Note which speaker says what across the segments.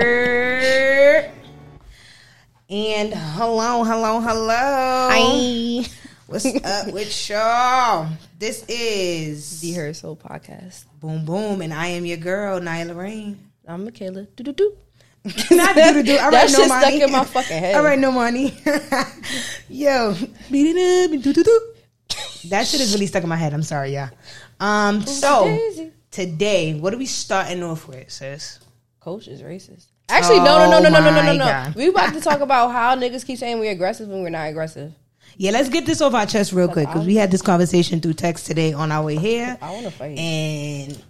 Speaker 1: year. and hello, hello, hello.
Speaker 2: Hi.
Speaker 1: What's up with y'all? This is
Speaker 2: The Her Soul Podcast.
Speaker 1: Boom Boom, and I am your girl, Nyla Rain.
Speaker 2: I'm Michaela. Do do do.
Speaker 1: Not do to do. I
Speaker 2: That
Speaker 1: already know
Speaker 2: shit
Speaker 1: money.
Speaker 2: stuck in my fucking head.
Speaker 1: All right, no money. Yo, beat it up, do do do. That shit is really stuck in my head. I'm sorry, yeah. Um, so
Speaker 2: Daisy.
Speaker 1: today, what are we starting off with, sis?
Speaker 2: Coach is racist. Actually, no, no, no, no, no, no, no, no,
Speaker 1: Oh my
Speaker 2: no.
Speaker 1: God.
Speaker 2: We about to talk about how niggas keep saying we're aggressive when we're not aggressive.
Speaker 1: Yeah, let's get this off our chest real quick because we had this conversation through text today on our way here.
Speaker 2: I wanna fight.
Speaker 1: And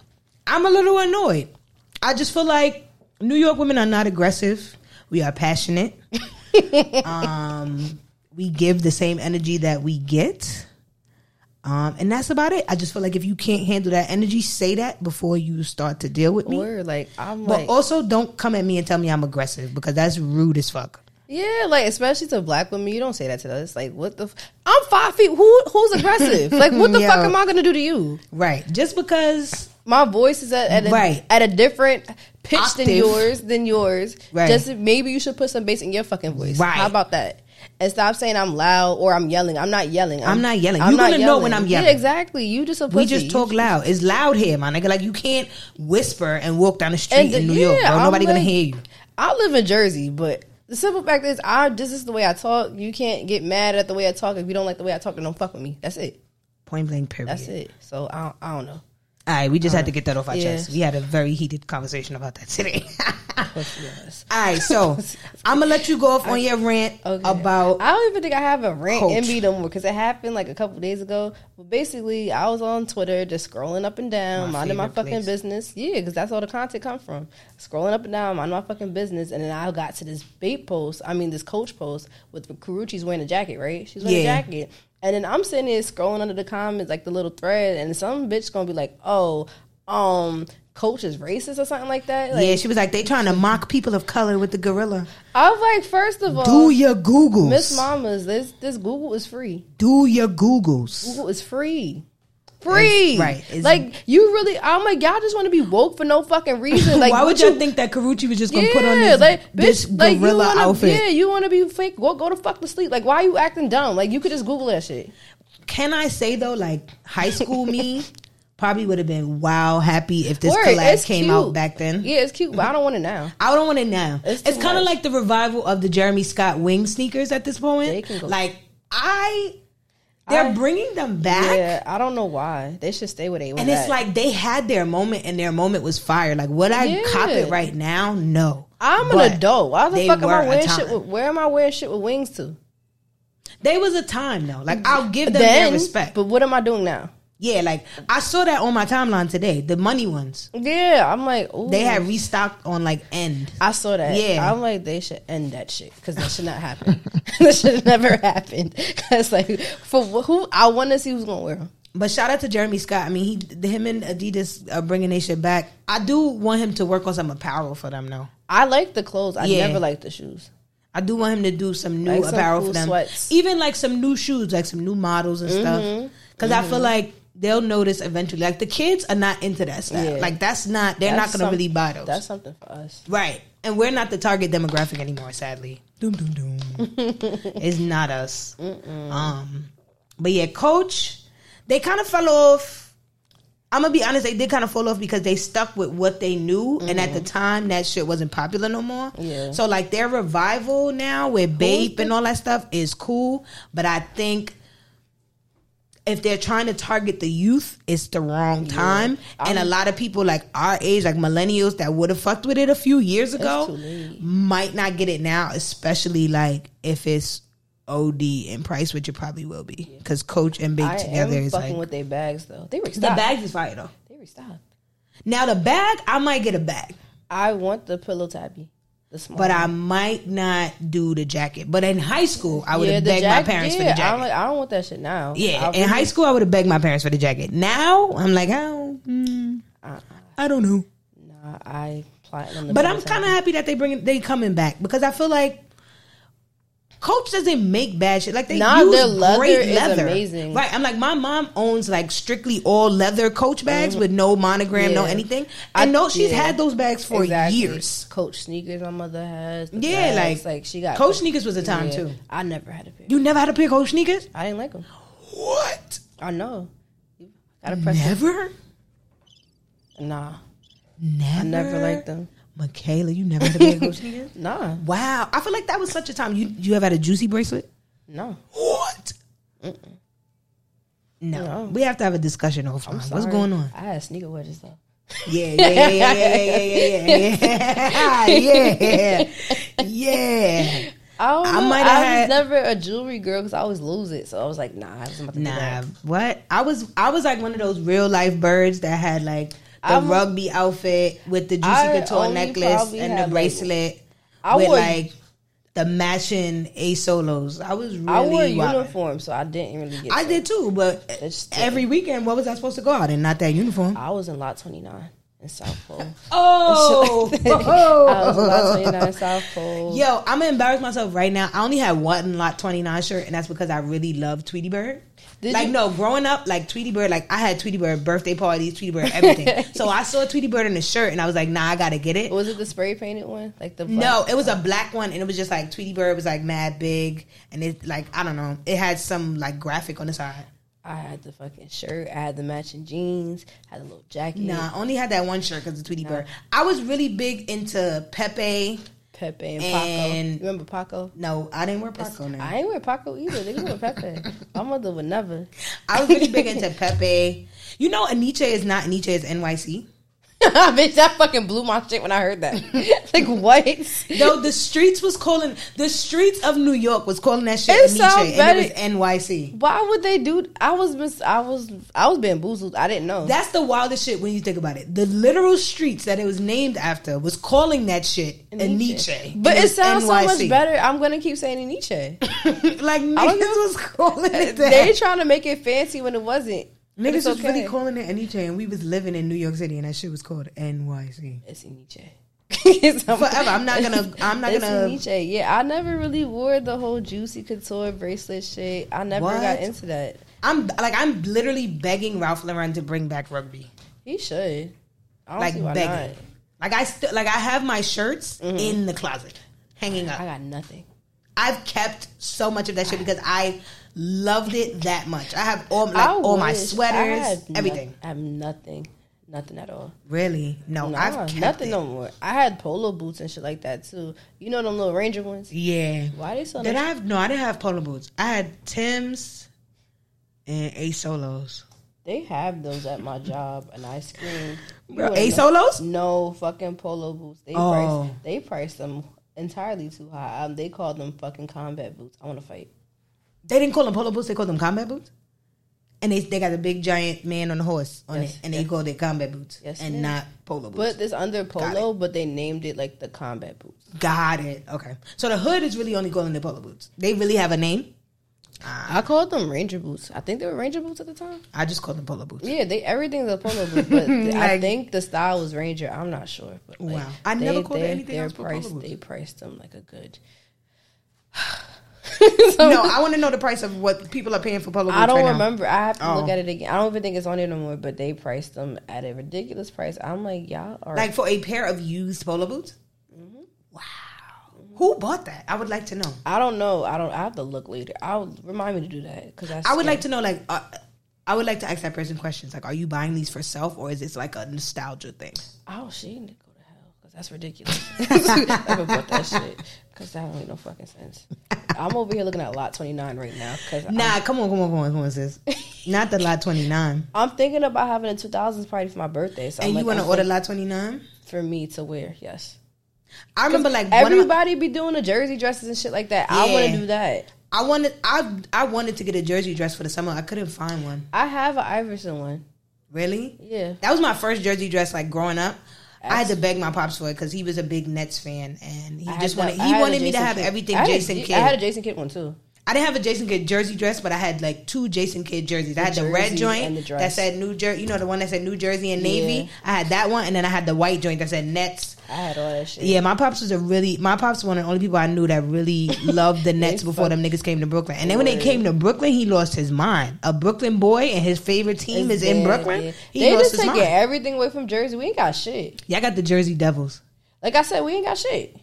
Speaker 1: I'm a little annoyed. I just feel like New York women are not aggressive. We are passionate. um, we give the same energy that we get. Um, and that's about it. I just feel like if you can't handle that energy, say that before you start to deal with me.
Speaker 2: We're like, I'm
Speaker 1: but oh
Speaker 2: like,
Speaker 1: also don't come at me and tell me I'm aggressive because that's rude as fuck.
Speaker 2: yeah, like especially to black women, you don't say that to us. Like, what the? F- I'm five feet. Who who's aggressive? Like, what the
Speaker 1: Yo.
Speaker 2: fuck am I gonna do to you?
Speaker 1: Right. Just because
Speaker 2: my voice is at, at, a,
Speaker 1: Right.
Speaker 2: at a different pitch
Speaker 1: Octave.
Speaker 2: than yours than yours
Speaker 1: Right.
Speaker 2: just maybe you should put some bass in your fucking voice
Speaker 1: Right.
Speaker 2: how about that and stop saying i'm loud or i'm yelling i'm not yelling
Speaker 1: I'm not yelling. You gonna know when I'm
Speaker 2: Yeah,
Speaker 1: yelling.
Speaker 2: exactly you just a pussy.
Speaker 1: we just talk loud. It's loud here, my nigga. Like you can't whisper and walk down the street
Speaker 2: And,
Speaker 1: in New
Speaker 2: yeah,
Speaker 1: York, bro.
Speaker 2: I'm
Speaker 1: Nobody gonna
Speaker 2: like-
Speaker 1: hear you.
Speaker 2: i live in jersey but the simple fact is i this is the way i talk you can't get mad at the way i talk if you don't like the way i talk then don't fuck with me that's it
Speaker 1: Point blank period.
Speaker 2: that's it so i don't, I don't know
Speaker 1: All right, we just had to get that off our
Speaker 2: yeah.
Speaker 1: chest. We had a very heated conversation about that today. All
Speaker 2: Fuck you guys.
Speaker 1: right, so I'm gonna let you go off on your rant
Speaker 2: Okay.
Speaker 1: about
Speaker 2: I don't even think I have a rant
Speaker 1: Coach.
Speaker 2: in me no more because it happened like a couple days ago. But basically, I was on Twitter just scrolling up and down,
Speaker 1: My
Speaker 2: minding my
Speaker 1: favorite
Speaker 2: fucking
Speaker 1: place.
Speaker 2: business. Yeah, because that's all the content come from. Scrolling up and down, minding my fucking business, and then I got to this bait post. I mean, this coach post with Karuchi's wearing a jacket, right? She's wearing
Speaker 1: Yeah.
Speaker 2: a jacket. And then I'm sitting there scrolling under the comments, like the little thread, and some bitch gonna be like, "Oh, um, coach is racist or something like that." Like,
Speaker 1: yeah. She was like they trying to mock people of color with the gorilla.
Speaker 2: I was like, first of all,
Speaker 1: Do your googles,
Speaker 2: Oh, Miss Mamas, this this Google is free.
Speaker 1: Do your googles.
Speaker 2: Google is free. Free.
Speaker 1: It's- right, it's-
Speaker 2: like you really I'm like y'all just want to be woke for no fucking reason. Like
Speaker 1: Why would
Speaker 2: what
Speaker 1: you think that Karuchi was just gonna
Speaker 2: yeah,
Speaker 1: put on this,
Speaker 2: like, bitch,
Speaker 1: this
Speaker 2: like, you
Speaker 1: gorilla
Speaker 2: wanna,
Speaker 1: outfit?
Speaker 2: Yeah, you want to be fake. Go, go to fuck to sleep. Like, why are you acting dumb? Like, you could just Google that shit.
Speaker 1: Can I say though, like high school me probably would have been wow happy if this
Speaker 2: Word,
Speaker 1: collab
Speaker 2: it's
Speaker 1: came
Speaker 2: cute.
Speaker 1: out back then.
Speaker 2: Yeah, it's cute, but I don't want it now.
Speaker 1: I don't want it now. It's,
Speaker 2: It's too
Speaker 1: kind of
Speaker 2: much.
Speaker 1: like the revival of the Jeremy Scott wing sneakers at this point.
Speaker 2: They can go-
Speaker 1: Like I, they're
Speaker 2: I-
Speaker 1: bringing them back.
Speaker 2: Yeah, I don't know why they should stay where they were.
Speaker 1: And it's
Speaker 2: at.
Speaker 1: like they had their moment, and their moment was fire. Like, would I
Speaker 2: Yeah.
Speaker 1: cop it right now? No,
Speaker 2: I'm
Speaker 1: But
Speaker 2: an adult. Why
Speaker 1: they
Speaker 2: the fuck am
Speaker 1: were
Speaker 2: I
Speaker 1: a
Speaker 2: wearing
Speaker 1: time.
Speaker 2: shit? With, where am I wearing shit with wings to?
Speaker 1: They was a time though. Like, I'll give them their respect.
Speaker 2: but what am I doing now?
Speaker 1: yeah, like I saw that on my timeline today. The money ones
Speaker 2: Yeah, I'm like, ooh.
Speaker 1: they had restocked on like end.
Speaker 2: I saw that.
Speaker 1: Yeah.
Speaker 2: I'm like, they should end that shit because that should not happen. that should have never happened. That's like, for wh- who, I want to see who's going to wear them.
Speaker 1: But shout out to Jeremy Scott. I mean, he, him and Adidas are bringing their shit back. I do want him to work on some apparel for them though.
Speaker 2: I like the clothes. I
Speaker 1: Yeah.
Speaker 2: never liked the shoes.
Speaker 1: I do want him to do some new
Speaker 2: Like some
Speaker 1: apparel
Speaker 2: cool
Speaker 1: for them,
Speaker 2: sweats. Mm-hmm.
Speaker 1: even like some new shoes, like some new models and stuff. Because I feel like they'll notice eventually. Like the kids are not into that stuff.
Speaker 2: Yeah.
Speaker 1: Like that's not they're
Speaker 2: That's
Speaker 1: not going
Speaker 2: some-
Speaker 1: to really buy those,
Speaker 2: That's something for us.
Speaker 1: right? And we're not the target demographic anymore, sadly. Doom doom doom. it's not us. Um, but yeah, coach, they kind of fell off. I'm gonna be honest, they did kind of fall off because they stuck with what they knew, and at the time, that shit wasn't popular no more.
Speaker 2: Yeah.
Speaker 1: So like their revival now with Bape
Speaker 2: the-
Speaker 1: and all that stuff is cool, but I think if they're trying to target the youth, it's the wrong time. And a lot of people like our age, like millennials, that would have fucked with it a few years
Speaker 2: too
Speaker 1: ago,
Speaker 2: late.
Speaker 1: might not get it now, especially like if it's. OD and price, which it probably will be, because Coach and Bape
Speaker 2: I
Speaker 1: together
Speaker 2: am
Speaker 1: is
Speaker 2: fucking
Speaker 1: like
Speaker 2: with their bags, though. They
Speaker 1: the
Speaker 2: restocked.
Speaker 1: bags is fire though.
Speaker 2: They restocked.
Speaker 1: Now the bag, I might get a bag,
Speaker 2: I want the pillow tabby. The small
Speaker 1: but
Speaker 2: one.
Speaker 1: I might not do the jacket. But in high school, I would have
Speaker 2: the
Speaker 1: begged
Speaker 2: jack-
Speaker 1: my parents for
Speaker 2: yeah,
Speaker 1: the jacket.
Speaker 2: I'm like, I don't want that shit now.
Speaker 1: yeah,
Speaker 2: I
Speaker 1: in high school, I would have begged my parents for the jacket. Now I'm like, oh, mm,
Speaker 2: Uh-uh.
Speaker 1: I don't know.
Speaker 2: Nah, I plotting on the
Speaker 1: But I'm
Speaker 2: pillow
Speaker 1: kind of happy that they bring they coming back because I feel like Coach doesn't make bad shit. Like they
Speaker 2: Nah,
Speaker 1: use
Speaker 2: their leather
Speaker 1: great
Speaker 2: is
Speaker 1: leather.
Speaker 2: amazing.
Speaker 1: Right. I'm like my mom owns like strictly all leather Coach bags with no monogram, no
Speaker 2: Mm-hmm. Yeah.
Speaker 1: anything.
Speaker 2: I-
Speaker 1: I know she's
Speaker 2: yeah.
Speaker 1: had those bags for
Speaker 2: Exactly.
Speaker 1: years.
Speaker 2: Coach sneakers, my mother has. the
Speaker 1: Yeah,
Speaker 2: bags,
Speaker 1: like,
Speaker 2: like she got
Speaker 1: Coach sneakers was a time
Speaker 2: Yeah.
Speaker 1: too.
Speaker 2: I never had a pair.
Speaker 1: You never had a pair of Coach sneakers?
Speaker 2: I didn't like them.
Speaker 1: What?
Speaker 2: I know. Gotta press it.
Speaker 1: Never?
Speaker 2: Nah,
Speaker 1: Never.
Speaker 2: I never liked them.
Speaker 1: Michaela, you never had a pair of Coach sneakers?
Speaker 2: Nah,
Speaker 1: Wow. I feel like that was such a time. You you ever had a juicy bracelet?
Speaker 2: no.
Speaker 1: What? No.
Speaker 2: No.
Speaker 1: We have to have a discussion offline. What's
Speaker 2: Sorry.
Speaker 1: going on?
Speaker 2: I had sneaker wedges though.
Speaker 1: Yeah, yeah, yeah, yeah, yeah, yeah, yeah, yeah, yeah.
Speaker 2: I don't
Speaker 1: I
Speaker 2: know.
Speaker 1: might have
Speaker 2: I was
Speaker 1: had-
Speaker 2: never a jewelry girl because I always lose it. So I was like, nah, I was about to do
Speaker 1: Nah,
Speaker 2: that.
Speaker 1: what? I was, I was like one of those real life birds that had like the
Speaker 2: I'm-
Speaker 1: rugby outfit with the juicy
Speaker 2: I
Speaker 1: couture
Speaker 2: only
Speaker 1: necklace
Speaker 2: probably
Speaker 1: and
Speaker 2: had,
Speaker 1: the
Speaker 2: like-
Speaker 1: bracelet
Speaker 2: I
Speaker 1: with
Speaker 2: wore-
Speaker 1: like the matching a solos. I was really
Speaker 2: I wore a
Speaker 1: wildin'.
Speaker 2: uniform, so I didn't really get.
Speaker 1: I
Speaker 2: to-
Speaker 1: did too, but
Speaker 2: That's still-
Speaker 1: every weekend, what was I supposed to go out in? Not that uniform.
Speaker 2: I was in lot twenty nine in South Pole.
Speaker 1: Oh,
Speaker 2: I was in lot twenty nine in South Pole.
Speaker 1: Yo, I'm gonna embarrass myself right now. I only had one lot 29 shirt, and that's because I really love Tweety Bird.
Speaker 2: Did
Speaker 1: like
Speaker 2: you-
Speaker 1: no, growing up, like Tweety Bird, like I had Tweety Bird birthday parties, Tweety Bird everything. so I saw Tweety Bird in a shirt, and I was like, nah, I gotta get it.
Speaker 2: Was it the spray painted one? Like the black?
Speaker 1: No, it was a black one, and it was just like Tweety Bird was like mad big, and it like I don't know, it had some like graphic on the side.
Speaker 2: I had the fucking shirt. I had the matching jeans. I had a little jacket.
Speaker 1: Nah, I only had that one shirt because of Tweety Bird. I was really big into Pepe.
Speaker 2: Pepe
Speaker 1: And-
Speaker 2: and, Paco. Remember Paco?
Speaker 1: No, I didn't wear Paco. Now.
Speaker 2: I ain't wear Paco either. They wear Pepe. My mother would never.
Speaker 1: I was really big into Pepe. You know, Aniche is not Aniche is NYC.
Speaker 2: Bitch, that fucking blew my shit when I heard that. like what? It
Speaker 1: Yo, the streets was calling the streets of New York was calling that shit
Speaker 2: It sound
Speaker 1: Aniche, and
Speaker 2: better-
Speaker 1: it was NYC.
Speaker 2: Why would they do? I was mis- I was I was bamboozled. I didn't know.
Speaker 1: That's the wildest shit when you think about it. The literal streets that it was named after was calling that shit Aniche.
Speaker 2: But
Speaker 1: And
Speaker 2: it sounds so much
Speaker 1: NYC.
Speaker 2: better. I'm gonna keep saying Nietzsche.
Speaker 1: like niggas was calling it that.
Speaker 2: they trying to make it fancy when it wasn't. But
Speaker 1: niggas
Speaker 2: it's
Speaker 1: was
Speaker 2: okay.
Speaker 1: really calling it Aniche, and we was living in New York City, and that shit was called NYC.
Speaker 2: It's Nietzsche. Forever.
Speaker 1: Forever. I'm not gonna- I'm not gonna-
Speaker 2: Nietzsche. Yeah, I never really wore the whole juicy couture bracelet shit. I never
Speaker 1: What?
Speaker 2: got into that.
Speaker 1: I'm like I'm literally begging Ralph Lauren to bring back rugby.
Speaker 2: He should. I don't see why
Speaker 1: like
Speaker 2: not. Mm-hmm.
Speaker 1: begging. Like I still like I have my shirts in the closet hanging
Speaker 2: I
Speaker 1: up.
Speaker 2: got nothing.
Speaker 1: I've kept so much of that shit because I loved it that much. I have all like
Speaker 2: I
Speaker 1: all my
Speaker 2: wish. I
Speaker 1: sweaters,
Speaker 2: had no-
Speaker 1: everything.
Speaker 2: I have nothing, nothing at all.
Speaker 1: Really? No,
Speaker 2: Nah,
Speaker 1: I've kept
Speaker 2: nothing
Speaker 1: it.
Speaker 2: no more. I had polo boots and shit like that too. You know them little ranger ones.
Speaker 1: Yeah.
Speaker 2: Why they so?
Speaker 1: Did
Speaker 2: nice?
Speaker 1: I have no? I didn't have polo boots. I had Tim's and A Solos.
Speaker 2: They have those at my job, and I screamed. You
Speaker 1: Bro,
Speaker 2: wouldn't
Speaker 1: A
Speaker 2: know-
Speaker 1: Solos?
Speaker 2: No fucking polo boots. They
Speaker 1: Oh.
Speaker 2: priced they priced them entirely too high. Um, they called them fucking combat boots. I want to fight.
Speaker 1: They didn't call them polo boots. They called them combat boots. And they they got the big giant man on the horse on
Speaker 2: Yes,
Speaker 1: it, and they called it combat boots
Speaker 2: Yes,
Speaker 1: and
Speaker 2: ma'am.
Speaker 1: not polo boots.
Speaker 2: But it's under polo, but they named it like the combat boots.
Speaker 1: Got it. Okay. So the hood is really only calling the polo boots. They really have a name.
Speaker 2: I called them ranger boots. I think they were ranger boots at the time.
Speaker 1: I just call them polo boots.
Speaker 2: Yeah, they everything's a polo boot, but I
Speaker 1: Like-
Speaker 2: think the style was ranger. I'm not sure. But like,
Speaker 1: Wow. I never called it
Speaker 2: they,
Speaker 1: anything
Speaker 2: they're
Speaker 1: else but polo
Speaker 2: priced,
Speaker 1: boots.
Speaker 2: They priced them like a good.
Speaker 1: No, I want to know the price of what people are paying for polo boots.
Speaker 2: I don't
Speaker 1: right now.
Speaker 2: remember. I have to look
Speaker 1: Oh.
Speaker 2: at it again. I don't even think it's on there no more. But they priced them at a ridiculous price. I'm like, y'all are
Speaker 1: Like for a pair of used polo boots. Mm-hmm. Wow. Who bought that? I would like to know.
Speaker 2: I don't know. I don't. I have to look later. I'll remind me to do that because
Speaker 1: I would like to know. Like, uh, I would like to ask that person questions. Like, are you buying these for self, or is this like a nostalgia thing?
Speaker 2: Oh, she need to go to hell because that's ridiculous. Never bought that shit because that don't make no fucking sense. I'm over here looking at lot 29 right now because
Speaker 1: Nah, come on, come on, come on, come on, sis. Not the lot twenty nine.
Speaker 2: I'm, I'm thinking about having a 2000s party for my birthday. So
Speaker 1: And
Speaker 2: I'm
Speaker 1: you
Speaker 2: like,
Speaker 1: want to
Speaker 2: I'm
Speaker 1: order
Speaker 2: thinking
Speaker 1: lot twenty nine?
Speaker 2: for me to wear? Yes.
Speaker 1: I remember like one of my,
Speaker 2: Everybody be doing the jersey dresses and shit like that. I want
Speaker 1: Yeah.
Speaker 2: to do that.
Speaker 1: I wanted I I wanted to get a jersey dress for the summer. I couldn't find one.
Speaker 2: I have an Iverson one.
Speaker 1: Really?
Speaker 2: Yeah.
Speaker 1: That was my first jersey dress like growing up. I had to beg my pops for it because he was a big Nets fan and he
Speaker 2: I had
Speaker 1: just
Speaker 2: the-
Speaker 1: wanted
Speaker 2: I
Speaker 1: he
Speaker 2: had a
Speaker 1: wanted me to
Speaker 2: Jason
Speaker 1: have
Speaker 2: Kidd.
Speaker 1: everything
Speaker 2: I had a-
Speaker 1: Jason Kidd.
Speaker 2: I had a Jason Kidd one too.
Speaker 1: I didn't have a Jason Kidd jersey dress, but I had like two Jason Kidd jerseys. I had the red
Speaker 2: jersey
Speaker 1: joint
Speaker 2: and the dress.
Speaker 1: that said New Jersey, you know, the one that said New Jersey and Navy.
Speaker 2: Yeah.
Speaker 1: I had that one, and then I had the white joint that said Nets.
Speaker 2: I had all that shit.
Speaker 1: Yeah, my pops was a really my pops was one of the only people I knew that really loved the Nets before
Speaker 2: fuck-
Speaker 1: them niggas came to Brooklyn. And then when they
Speaker 2: Word.
Speaker 1: came to Brooklyn, he lost his mind. A Brooklyn boy and his favorite team is in
Speaker 2: Yeah,
Speaker 1: Brooklyn.
Speaker 2: yeah.
Speaker 1: He
Speaker 2: They
Speaker 1: lost
Speaker 2: just
Speaker 1: his
Speaker 2: taking
Speaker 1: mind.
Speaker 2: everything away from Jersey. We ain't got shit.
Speaker 1: Y'all got the Jersey Devils.
Speaker 2: Like I said, we ain't got shit.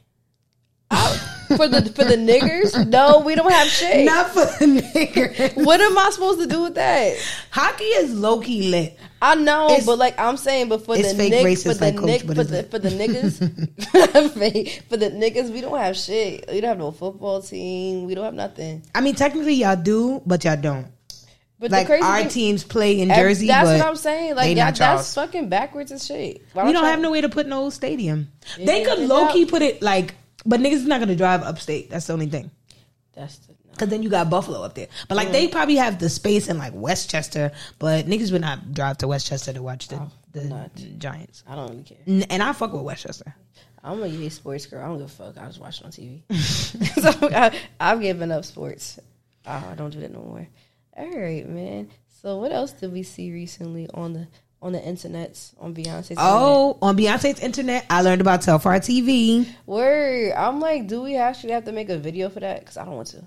Speaker 2: I- for the for the niggers, no, we don't have shit.
Speaker 1: Not for the niggas.
Speaker 2: What am I supposed to do with that?
Speaker 1: Hockey is low key lit.
Speaker 2: I know,
Speaker 1: It's-
Speaker 2: but like I'm saying, but for
Speaker 1: it's
Speaker 2: the
Speaker 1: fake
Speaker 2: Knicks,
Speaker 1: racist
Speaker 2: for the
Speaker 1: like Coach,
Speaker 2: Knicks,
Speaker 1: but
Speaker 2: for
Speaker 1: it's
Speaker 2: the
Speaker 1: lit.
Speaker 2: for the niggas, Fake. for the niggas, we don't have shit. We don't have no football team. We don't have nothing.
Speaker 1: I mean, technically y'all do, but y'all don't.
Speaker 2: But
Speaker 1: Like
Speaker 2: the crazy
Speaker 1: our
Speaker 2: thing,
Speaker 1: teams play in
Speaker 2: ev-
Speaker 1: Jersey,
Speaker 2: That's
Speaker 1: but
Speaker 2: what I'm saying.
Speaker 1: they
Speaker 2: Like y'all,
Speaker 1: not
Speaker 2: that's
Speaker 1: y'all's.
Speaker 2: fucking backwards and shit. Why
Speaker 1: we don't
Speaker 2: y'all-
Speaker 1: have no way to put no stadium. they
Speaker 2: Yeah,
Speaker 1: could
Speaker 2: they
Speaker 1: low key
Speaker 2: don't.
Speaker 1: put it like, but niggas is not gonna drive upstate. That's the only thing.
Speaker 2: That's the,
Speaker 1: Cause then you got Buffalo up there, but like they probably have the space in like Westchester, but niggas would not drive to Westchester to watch the, the
Speaker 2: Oh, not.
Speaker 1: Giants.
Speaker 2: I don't really care.
Speaker 1: N- And I fuck with Westchester.
Speaker 2: I'm a EA sports girl. I don't give a fuck. I just watch it on TV. so I, I've given up sports. Oh, I don't do that no more. All right, man. So what else did we see recently on the on the internets on Beyonce's? internet?
Speaker 1: Oh, on Beyonce's internet, I learned about Telfar TV.
Speaker 2: word! I'm like, do we actually have to make a video for that? Because I don't want to.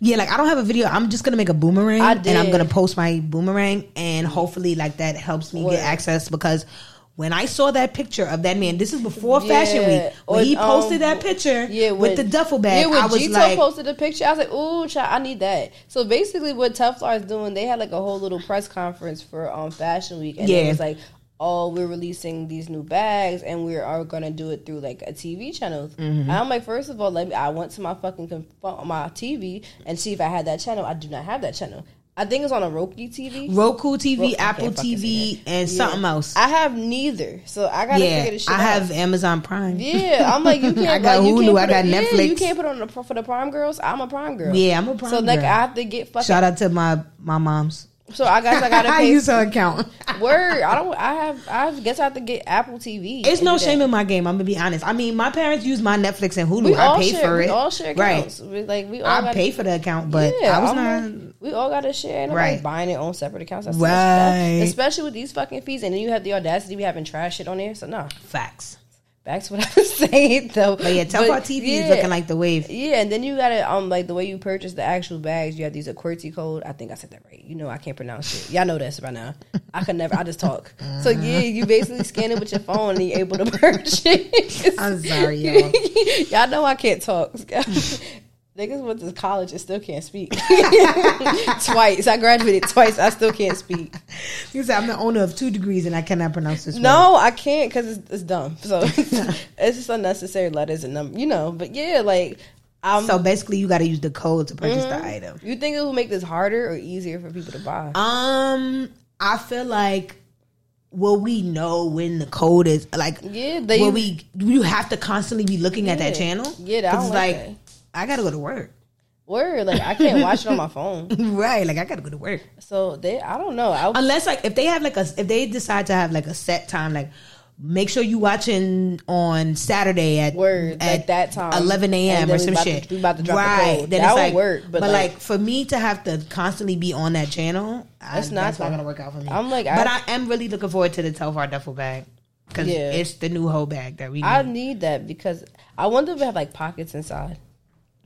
Speaker 1: Yeah, like I don't have a video. I'm just gonna make a boomerang,
Speaker 2: I
Speaker 1: and I'm
Speaker 2: did. Mm-hmm.
Speaker 1: gonna post my boomerang, and hopefully, like that helps me
Speaker 2: Word.
Speaker 1: get access because when I saw that picture of that man, this is before
Speaker 2: Yeah,
Speaker 1: Fashion Week when
Speaker 2: or,
Speaker 1: he posted
Speaker 2: um,
Speaker 1: that picture,
Speaker 2: Yeah,
Speaker 1: with
Speaker 2: when-
Speaker 1: the duffel bag.
Speaker 2: Yeah, when
Speaker 1: I was
Speaker 2: Gito
Speaker 1: like,
Speaker 2: posted the picture, I was like, "Ooh, child, I need that." So basically, what Teflar is doing, they had like a whole little press conference for um Fashion Week, and
Speaker 1: Yeah.
Speaker 2: it was like, "Oh, we're releasing these new bags, and we are gonna do it through like a TV channel."
Speaker 1: Mm-hmm.
Speaker 2: And I'm like, first of all, let me. I went to my fucking conf- my TV and see if I had that channel. I do not have that channel. I think it's on a Roku TV.
Speaker 1: Roku TV,
Speaker 2: Ro- I can't
Speaker 1: Apple
Speaker 2: fucking
Speaker 1: TV,
Speaker 2: see
Speaker 1: and
Speaker 2: Yeah.
Speaker 1: something else.
Speaker 2: I have neither, so I gotta
Speaker 1: yeah,
Speaker 2: figure this shit
Speaker 1: I
Speaker 2: out.
Speaker 1: have Amazon Prime. Yeah.
Speaker 2: Yeah, I'm like you can't.
Speaker 1: I got
Speaker 2: like, you
Speaker 1: Hulu,
Speaker 2: Can't
Speaker 1: I
Speaker 2: put
Speaker 1: got
Speaker 2: it- yeah,
Speaker 1: Netflix.
Speaker 2: you can't put on the, for the prime girls. I'm a prime girl.
Speaker 1: I'm a Prime.
Speaker 2: so like
Speaker 1: girl.
Speaker 2: I have to get fucking.
Speaker 1: shout out to my my mom's.
Speaker 2: So I guess I gotta
Speaker 1: I
Speaker 2: pay.
Speaker 1: use her account.
Speaker 2: Word, I don't. I have. I guess I have to get Apple TV.
Speaker 1: It's
Speaker 2: and
Speaker 1: no
Speaker 2: do that.
Speaker 1: shame in my game. I'm gonna be honest. I mean, my parents use my Netflix and Hulu.
Speaker 2: We
Speaker 1: I
Speaker 2: all
Speaker 1: pay
Speaker 2: share.
Speaker 1: for
Speaker 2: We
Speaker 1: it.
Speaker 2: all share
Speaker 1: Right.
Speaker 2: accounts. We, like we all.
Speaker 1: I
Speaker 2: gotta-
Speaker 1: pay for the account, but I was
Speaker 2: I'm
Speaker 1: not.
Speaker 2: like, we all got to share. Ain't
Speaker 1: Right.
Speaker 2: right. Buying their own separate accounts. That's too much stuff.
Speaker 1: Right.
Speaker 2: Especially with these fucking fees, and then you have the audacity to be having trash shit on there. So nah.
Speaker 1: Facts.
Speaker 2: Back to what I was saying though.
Speaker 1: But yeah, Telfar TV is
Speaker 2: yeah.
Speaker 1: looking like the wave.
Speaker 2: Yeah, and then you gotta um like the way you purchase the actual bags, you have these a QWERTY code. I think I said that right. You know I can't pronounce it. Y'all know this by now. I could never I just talk. So yeah,
Speaker 1: Uh-huh.
Speaker 2: you basically scan it with your phone and you're able to purchase.
Speaker 1: I'm sorry, y'all.
Speaker 2: y'all know I can't talk. Niggas went to college and still can't speak. twice. I graduated twice. I still can't speak.
Speaker 1: You said I'm the owner of two degrees and I cannot pronounce this. word.
Speaker 2: No, I can't because it's, it's dumb. So it's just unnecessary letters and numbers, you know. But yeah, like I'm
Speaker 1: So basically, you got to use the code to purchase
Speaker 2: Mm-hmm.
Speaker 1: the item.
Speaker 2: You think it will make this harder or easier for people to buy?
Speaker 1: Um, I feel like will we know when the code is like?
Speaker 2: Yeah, they-
Speaker 1: will we? You have to constantly be looking at that
Speaker 2: Yeah.
Speaker 1: channel.
Speaker 2: Yeah, that- I
Speaker 1: 'Cause
Speaker 2: don't
Speaker 1: it's
Speaker 2: like
Speaker 1: like I gotta go to work.
Speaker 2: Word, like I can't watch it on my phone.
Speaker 1: right, like I gotta go to work.
Speaker 2: So they, I don't know. I,
Speaker 1: Unless like if they have like a if they decide to have like a set time like. Make sure you watching on Saturday at
Speaker 2: Word,
Speaker 1: at
Speaker 2: like that time.
Speaker 1: eleven
Speaker 2: And
Speaker 1: a.m.
Speaker 2: then
Speaker 1: or
Speaker 2: we
Speaker 1: some
Speaker 2: about to-
Speaker 1: shit.
Speaker 2: we about to drop the code.
Speaker 1: Then
Speaker 2: That
Speaker 1: it's
Speaker 2: would
Speaker 1: like,
Speaker 2: work,
Speaker 1: but,
Speaker 2: but,
Speaker 1: like,
Speaker 2: like-
Speaker 1: for me to have to constantly be on that channel, that's
Speaker 2: That's
Speaker 1: I,
Speaker 2: not
Speaker 1: that's not
Speaker 2: gonna-
Speaker 1: gonna work out for me.
Speaker 2: I'm like,
Speaker 1: but I,
Speaker 2: I-
Speaker 1: am really looking forward to the Telfar duffel bag because
Speaker 2: Yeah.
Speaker 1: it's the new whole bag that we. Need.
Speaker 2: I need that because I wonder if it have like pockets inside.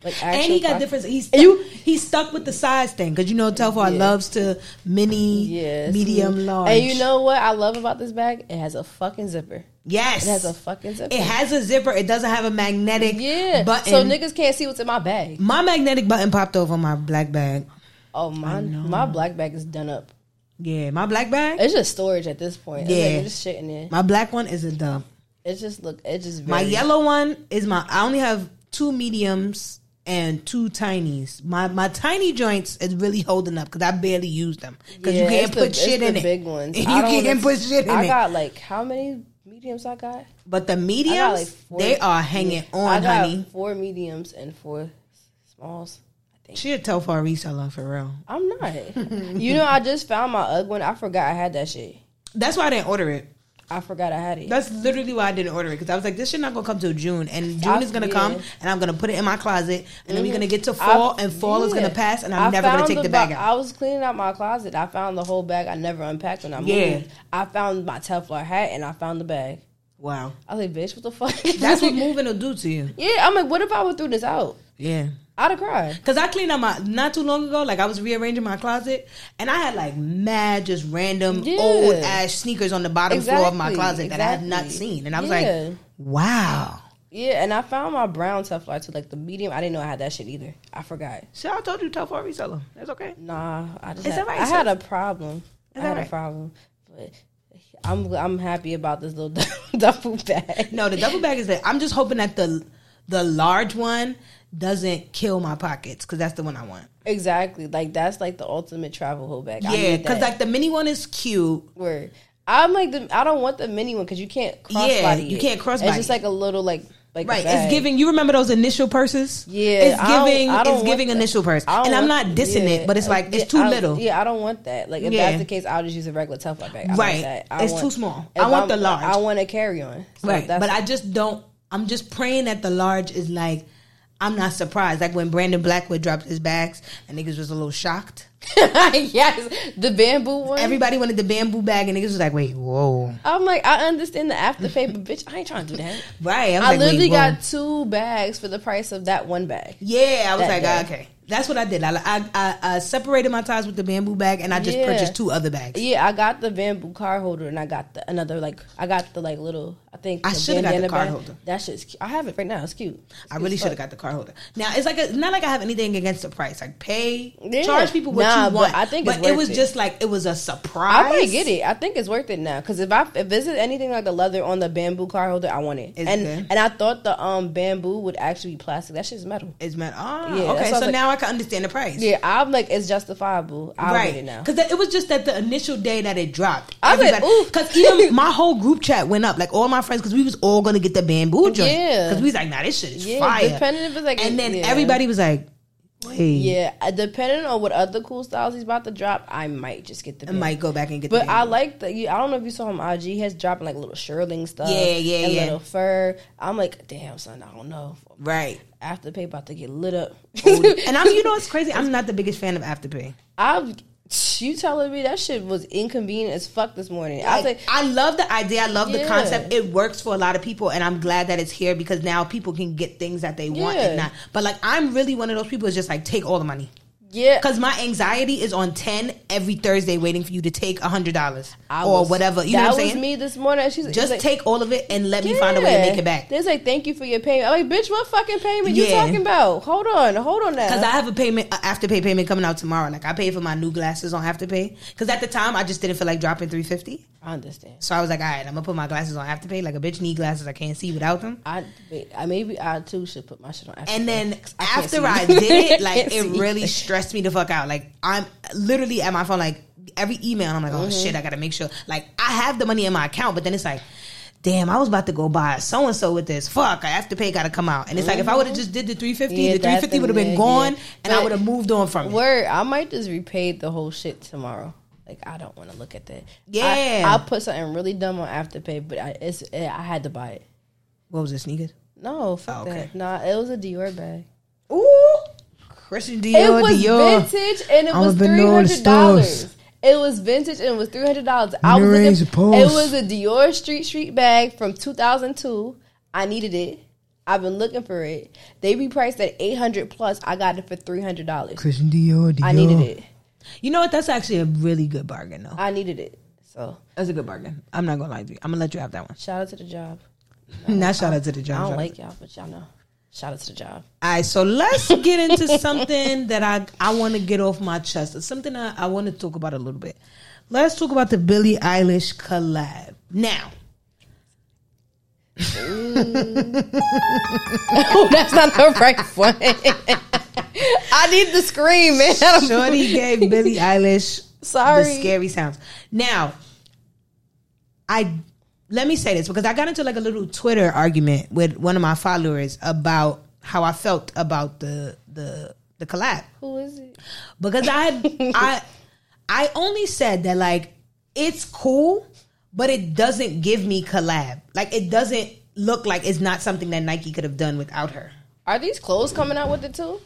Speaker 2: Like actual
Speaker 1: and he got
Speaker 2: pockets.
Speaker 1: different. He's
Speaker 2: And you-
Speaker 1: he's stuck with the size thing because you know Telfar
Speaker 2: Yeah.
Speaker 1: loves to mini,
Speaker 2: Yes.
Speaker 1: medium, large.
Speaker 2: And you know what I love about this bag? It has a fucking zipper.
Speaker 1: yes,
Speaker 2: It has a fucking zipper.
Speaker 1: It has a zipper. It doesn't have a magnetic
Speaker 2: yeah.
Speaker 1: button.
Speaker 2: So niggas can't see what's in my bag.
Speaker 1: my magnetic button popped over my black bag.
Speaker 2: Oh my, my black bag is done up.
Speaker 1: Yeah, my black bag.
Speaker 2: It's just storage at this point. Yeah,
Speaker 1: Yeah.
Speaker 2: it's just shit in there.
Speaker 1: My black one is a dub.
Speaker 2: It just look. It just
Speaker 1: My
Speaker 2: very-
Speaker 1: yellow one is my. I only have two mediums and two tinies. My my tiny joints is really holding up because I barely use them because you
Speaker 2: Yeah,
Speaker 1: can't
Speaker 2: it's
Speaker 1: put
Speaker 2: the- it's
Speaker 1: shit
Speaker 2: the
Speaker 1: in it.
Speaker 2: Big ones.
Speaker 1: You
Speaker 2: I don't
Speaker 1: can't
Speaker 2: wanna-
Speaker 1: put shit in
Speaker 2: I
Speaker 1: it.
Speaker 2: got like how many mediums I got?
Speaker 1: But the
Speaker 2: I
Speaker 1: mediums,
Speaker 2: got like four.
Speaker 1: they are hanging
Speaker 2: yeah. I
Speaker 1: on,
Speaker 2: got
Speaker 1: honey.
Speaker 2: Four mediums and four smalls. I think
Speaker 1: She'll tell for a reseller for real.
Speaker 2: I'm not. you know, I just found my UGG one. I forgot I had that shit.
Speaker 1: That's why I didn't order it.
Speaker 2: I forgot I had it.
Speaker 1: That's literally why I didn't order it because I was like, this shit not gonna come till June, and June
Speaker 2: I-
Speaker 1: is gonna
Speaker 2: yeah.
Speaker 1: come, and I'm gonna put it in my closet, and then we're gonna get to fall,
Speaker 2: Mm-hmm. I-
Speaker 1: and fall is
Speaker 2: yeah.
Speaker 1: gonna pass, and I'm
Speaker 2: I
Speaker 1: never gonna
Speaker 2: found
Speaker 1: take the, bag
Speaker 2: bo-
Speaker 1: out.
Speaker 2: I was cleaning out my closet. I found the whole bag. I never unpacked when I moved.
Speaker 1: Yeah.
Speaker 2: I found my Teflar hat and I found the bag.
Speaker 1: wow,
Speaker 2: I was like, bitch, what the fuck?
Speaker 1: that's what moving will do to you.
Speaker 2: yeah, I'm like, what if I would threw this out?
Speaker 1: Yeah.
Speaker 2: I'd have cried.
Speaker 1: Cause I cleaned out my not too long ago, like I was rearranging my closet, and I had like mad, just random
Speaker 2: Yeah.
Speaker 1: old ass sneakers on the bottom floor of my
Speaker 2: Exactly,
Speaker 1: closet that I had not
Speaker 2: exactly.
Speaker 1: seen, and I was
Speaker 2: Yeah.
Speaker 1: like, "Wow!" and
Speaker 2: Yeah, and I found my brown Teflar too, like the medium. I didn't know I had that shit either. I forgot.
Speaker 1: so I told you, tell for a reseller. That's okay.
Speaker 2: Nah, I just
Speaker 1: It's
Speaker 2: had,
Speaker 1: all right,
Speaker 2: I had
Speaker 1: sis.
Speaker 2: a problem.
Speaker 1: It's
Speaker 2: I
Speaker 1: all
Speaker 2: had a
Speaker 1: right.
Speaker 2: problem, but I'm I'm happy about this little duffel bag.
Speaker 1: No, the double bag is that I'm just hoping that the the large one doesn't kill my pockets because that's the one I want.
Speaker 2: Exactly, like that's like the ultimate travel whole bag. I
Speaker 1: yeah,
Speaker 2: need
Speaker 1: because
Speaker 2: that.
Speaker 1: like the mini one is cute.
Speaker 2: Word. I'm like the I don't want the mini one because you can't crossbody.
Speaker 1: Yeah, you
Speaker 2: it.
Speaker 1: can't crossbody
Speaker 2: It's just
Speaker 1: it.
Speaker 2: like a little like like a
Speaker 1: Right,
Speaker 2: bag.
Speaker 1: it's giving. You remember those initial purses?
Speaker 2: Yeah,
Speaker 1: it's
Speaker 2: I don't-
Speaker 1: giving.
Speaker 2: I don't
Speaker 1: it's
Speaker 2: want
Speaker 1: giving
Speaker 2: that.
Speaker 1: initial purse,
Speaker 2: I don't
Speaker 1: and I'm not
Speaker 2: want-
Speaker 1: dissing
Speaker 2: yeah.
Speaker 1: it, but it's like
Speaker 2: Yeah,
Speaker 1: it's too
Speaker 2: I-
Speaker 1: little.
Speaker 2: Yeah, I don't want that. Like if
Speaker 1: Yeah.
Speaker 2: that's the case, I'll just use a regular Teflon bag. I don't
Speaker 1: Right.
Speaker 2: want that. I
Speaker 1: It's
Speaker 2: want-
Speaker 1: too small.
Speaker 2: if
Speaker 1: I want
Speaker 2: I'm-
Speaker 1: the large.
Speaker 2: I want to carry on. So
Speaker 1: right,
Speaker 2: that's-
Speaker 1: but I just don't. I'm just praying that the large is like. I'm not surprised. Like when Brandon Blackwood dropped his bags, and niggas was a little shocked.
Speaker 2: yes, the bamboo one.
Speaker 1: Everybody wanted the bamboo bag, and niggas was like, "Wait, whoa!"
Speaker 2: I'm like, I understand the afterpay, but bitch, I ain't trying to do that.
Speaker 1: Right? was
Speaker 2: I
Speaker 1: like, wait,
Speaker 2: literally
Speaker 1: whoa.
Speaker 2: got two bags for the price of that one bag.
Speaker 1: Yeah, I was
Speaker 2: that
Speaker 1: like, ah,
Speaker 2: day.
Speaker 1: okay, that's what I did. I, I, I, I separated my ties with the bamboo bag, and I just
Speaker 2: Yeah.
Speaker 1: purchased two other bags.
Speaker 2: Yeah, I got the bamboo card holder, and I got the another like I got the like little I think
Speaker 1: I shoulda got the
Speaker 2: bandana
Speaker 1: card
Speaker 2: bag.
Speaker 1: holder.
Speaker 2: That shit's cute. I have it right now. It's cute. It's
Speaker 1: I
Speaker 2: cute
Speaker 1: really
Speaker 2: as
Speaker 1: should have
Speaker 2: fuck.
Speaker 1: got the card holder. Now it's like a, not like I have anything against the price. Like pay,
Speaker 2: Yeah.
Speaker 1: charge people what
Speaker 2: Nah,
Speaker 1: you
Speaker 2: but
Speaker 1: want.
Speaker 2: I think it's
Speaker 1: but it
Speaker 2: worth
Speaker 1: was
Speaker 2: it.
Speaker 1: just like it was a surprise.
Speaker 2: I might get it. I think it's worth it now because if I if this is anything like the leather on the bamboo card holder, I want it.
Speaker 1: It's
Speaker 2: and
Speaker 1: good.
Speaker 2: and I thought the um bamboo would actually be plastic. That shit's metal.
Speaker 1: It's meant. Ah,
Speaker 2: Yeah,
Speaker 1: okay.
Speaker 2: that's what I
Speaker 1: So
Speaker 2: was like-
Speaker 1: now I can understand the price.
Speaker 2: Yeah, I'm like it's justifiable. I'll
Speaker 1: right.
Speaker 2: get it now.
Speaker 1: Because it was just that the initial day that it dropped.
Speaker 2: I was like, ooh.
Speaker 1: Because even my whole group chat went up. Like all my friends, because we was all gonna get the bamboo joint.
Speaker 2: Yeah.
Speaker 1: Because we was like, nah, this shit is
Speaker 2: Yeah,
Speaker 1: fire.
Speaker 2: depending if it's like
Speaker 1: and then
Speaker 2: yeah.
Speaker 1: everybody was like, wait.
Speaker 2: Yeah, uh, depending on what other cool styles he's about to drop, I might just get
Speaker 1: I
Speaker 2: the. bamboo.
Speaker 1: might go back and get
Speaker 2: But
Speaker 1: the
Speaker 2: I
Speaker 1: bamboo.
Speaker 2: like the. you- I don't know if you saw him on IG. He has dropping like little shirling stuff.
Speaker 1: Yeah, yeah,
Speaker 2: and
Speaker 1: yeah.
Speaker 2: Little fur. I'm like, damn son, I don't know.
Speaker 1: right.
Speaker 2: Afterpay about to get lit up.
Speaker 1: and I'm you know it's crazy. I'm not the biggest fan of Afterpay.
Speaker 2: I'm. You telling me that shit was inconvenient as fuck this morning? I
Speaker 1: Like,
Speaker 2: was like,
Speaker 1: I love the idea. I love the
Speaker 2: Yeah.
Speaker 1: concept. It works for a lot of people, and I'm glad that it's here because now people can get things that they want
Speaker 2: Yeah.
Speaker 1: and not. But like, I'm really one of those people. Is just like take all the money
Speaker 2: yeah,
Speaker 1: because my anxiety is on ten every Thursday, waiting for you to take a hundred dollars
Speaker 2: I
Speaker 1: or
Speaker 2: was-
Speaker 1: whatever. You know
Speaker 2: that
Speaker 1: what I'm saying?
Speaker 2: was me this morning. She's she's
Speaker 1: Just
Speaker 2: like,
Speaker 1: take all of it and let me find a way to make it back.
Speaker 2: They like, thank you for your payment. I'm like, bitch, what fucking payment you
Speaker 1: Yeah.
Speaker 2: talking about? Hold on, hold on now.
Speaker 1: Because I have a payment, a afterpay payment coming out tomorrow. Like I paid for my new glasses on afterpay. Because at the time I just didn't feel like dropping three fifty.
Speaker 2: I understand.
Speaker 1: So I was like, all right, I'm gonna put my glasses on afterpay. Like a bitch need glasses. I can't see without them.
Speaker 2: I, wait, I maybe I too should put my shit on. After
Speaker 1: And then
Speaker 2: I can't
Speaker 1: after
Speaker 2: see.
Speaker 1: I did it, like
Speaker 2: Can't
Speaker 1: it
Speaker 2: see.
Speaker 1: really stressed me the fuck out. Like I'm literally at my phone, like every email, I'm like, oh
Speaker 2: Mm-hmm.
Speaker 1: shit, I gotta make sure. Like I have the money in my account, but then it's like, damn, I was about to go buy so and so with this. Fuck, I have to pay, gotta come out. And it's like if I would have just did the 350,
Speaker 2: Mm-hmm. Yeah,
Speaker 1: the
Speaker 2: that's
Speaker 1: 350
Speaker 2: the
Speaker 1: would have been
Speaker 2: neg,
Speaker 1: gone,
Speaker 2: yeah.
Speaker 1: and I
Speaker 2: But-
Speaker 1: would have moved on from it.
Speaker 2: word, I might just repay the whole shit tomorrow. Like I don't want to look at that.
Speaker 1: Yeah.
Speaker 2: I, I put something really dumb on afterpay, but I it's eh, I had to buy it.
Speaker 1: What was it, sneakers?
Speaker 2: No, fuck
Speaker 1: Oh, okay.
Speaker 2: that. Nah, it was a Dior bag.
Speaker 1: Ooh, Christian Dior,
Speaker 2: it was
Speaker 1: Dior.
Speaker 2: vintage and it
Speaker 1: I'ma
Speaker 2: was
Speaker 1: been
Speaker 2: three
Speaker 1: knowing the
Speaker 2: hundred dollars.
Speaker 1: stores.
Speaker 2: It was vintage and it was three hundred dollars. I was
Speaker 1: Never
Speaker 2: looking,
Speaker 1: ain't supposed.
Speaker 2: It was a Dior Street Street bag from two thousand two. I needed it. I've been looking for it. They repriced at eight hundred plus. I got it for three hundred dollars.
Speaker 1: Christian Dior, Dior.
Speaker 2: I needed it.
Speaker 1: You know what? That's actually a really good bargain, though.
Speaker 2: I needed it. So
Speaker 1: That's a good bargain. I'm not gonna lie to you. I'm gonna let you have that one.
Speaker 2: shout out to the job.
Speaker 1: Not shout out to the
Speaker 2: I
Speaker 1: job.
Speaker 2: don't like y'all, but y'all know. Shout out to the job.
Speaker 1: All right, so let's get into something that I I want to get off my chest. It's something I, I want to talk about a little bit. Let's talk about the Billie Eilish collab now.
Speaker 2: oh, that's not the right one. I need to scream, man.
Speaker 1: Shorty gave Billie Eilish
Speaker 2: Sorry.
Speaker 1: the scary sounds. Now, I let me say this because I got into like a little Twitter argument with one of my followers about how I felt about the the the collab.
Speaker 2: Who is it?
Speaker 1: because I I I only said that like it's cool, but it doesn't give me collab. Like it doesn't look like it's not something that Nike could have done without her.
Speaker 2: Are these clothes coming out with it too?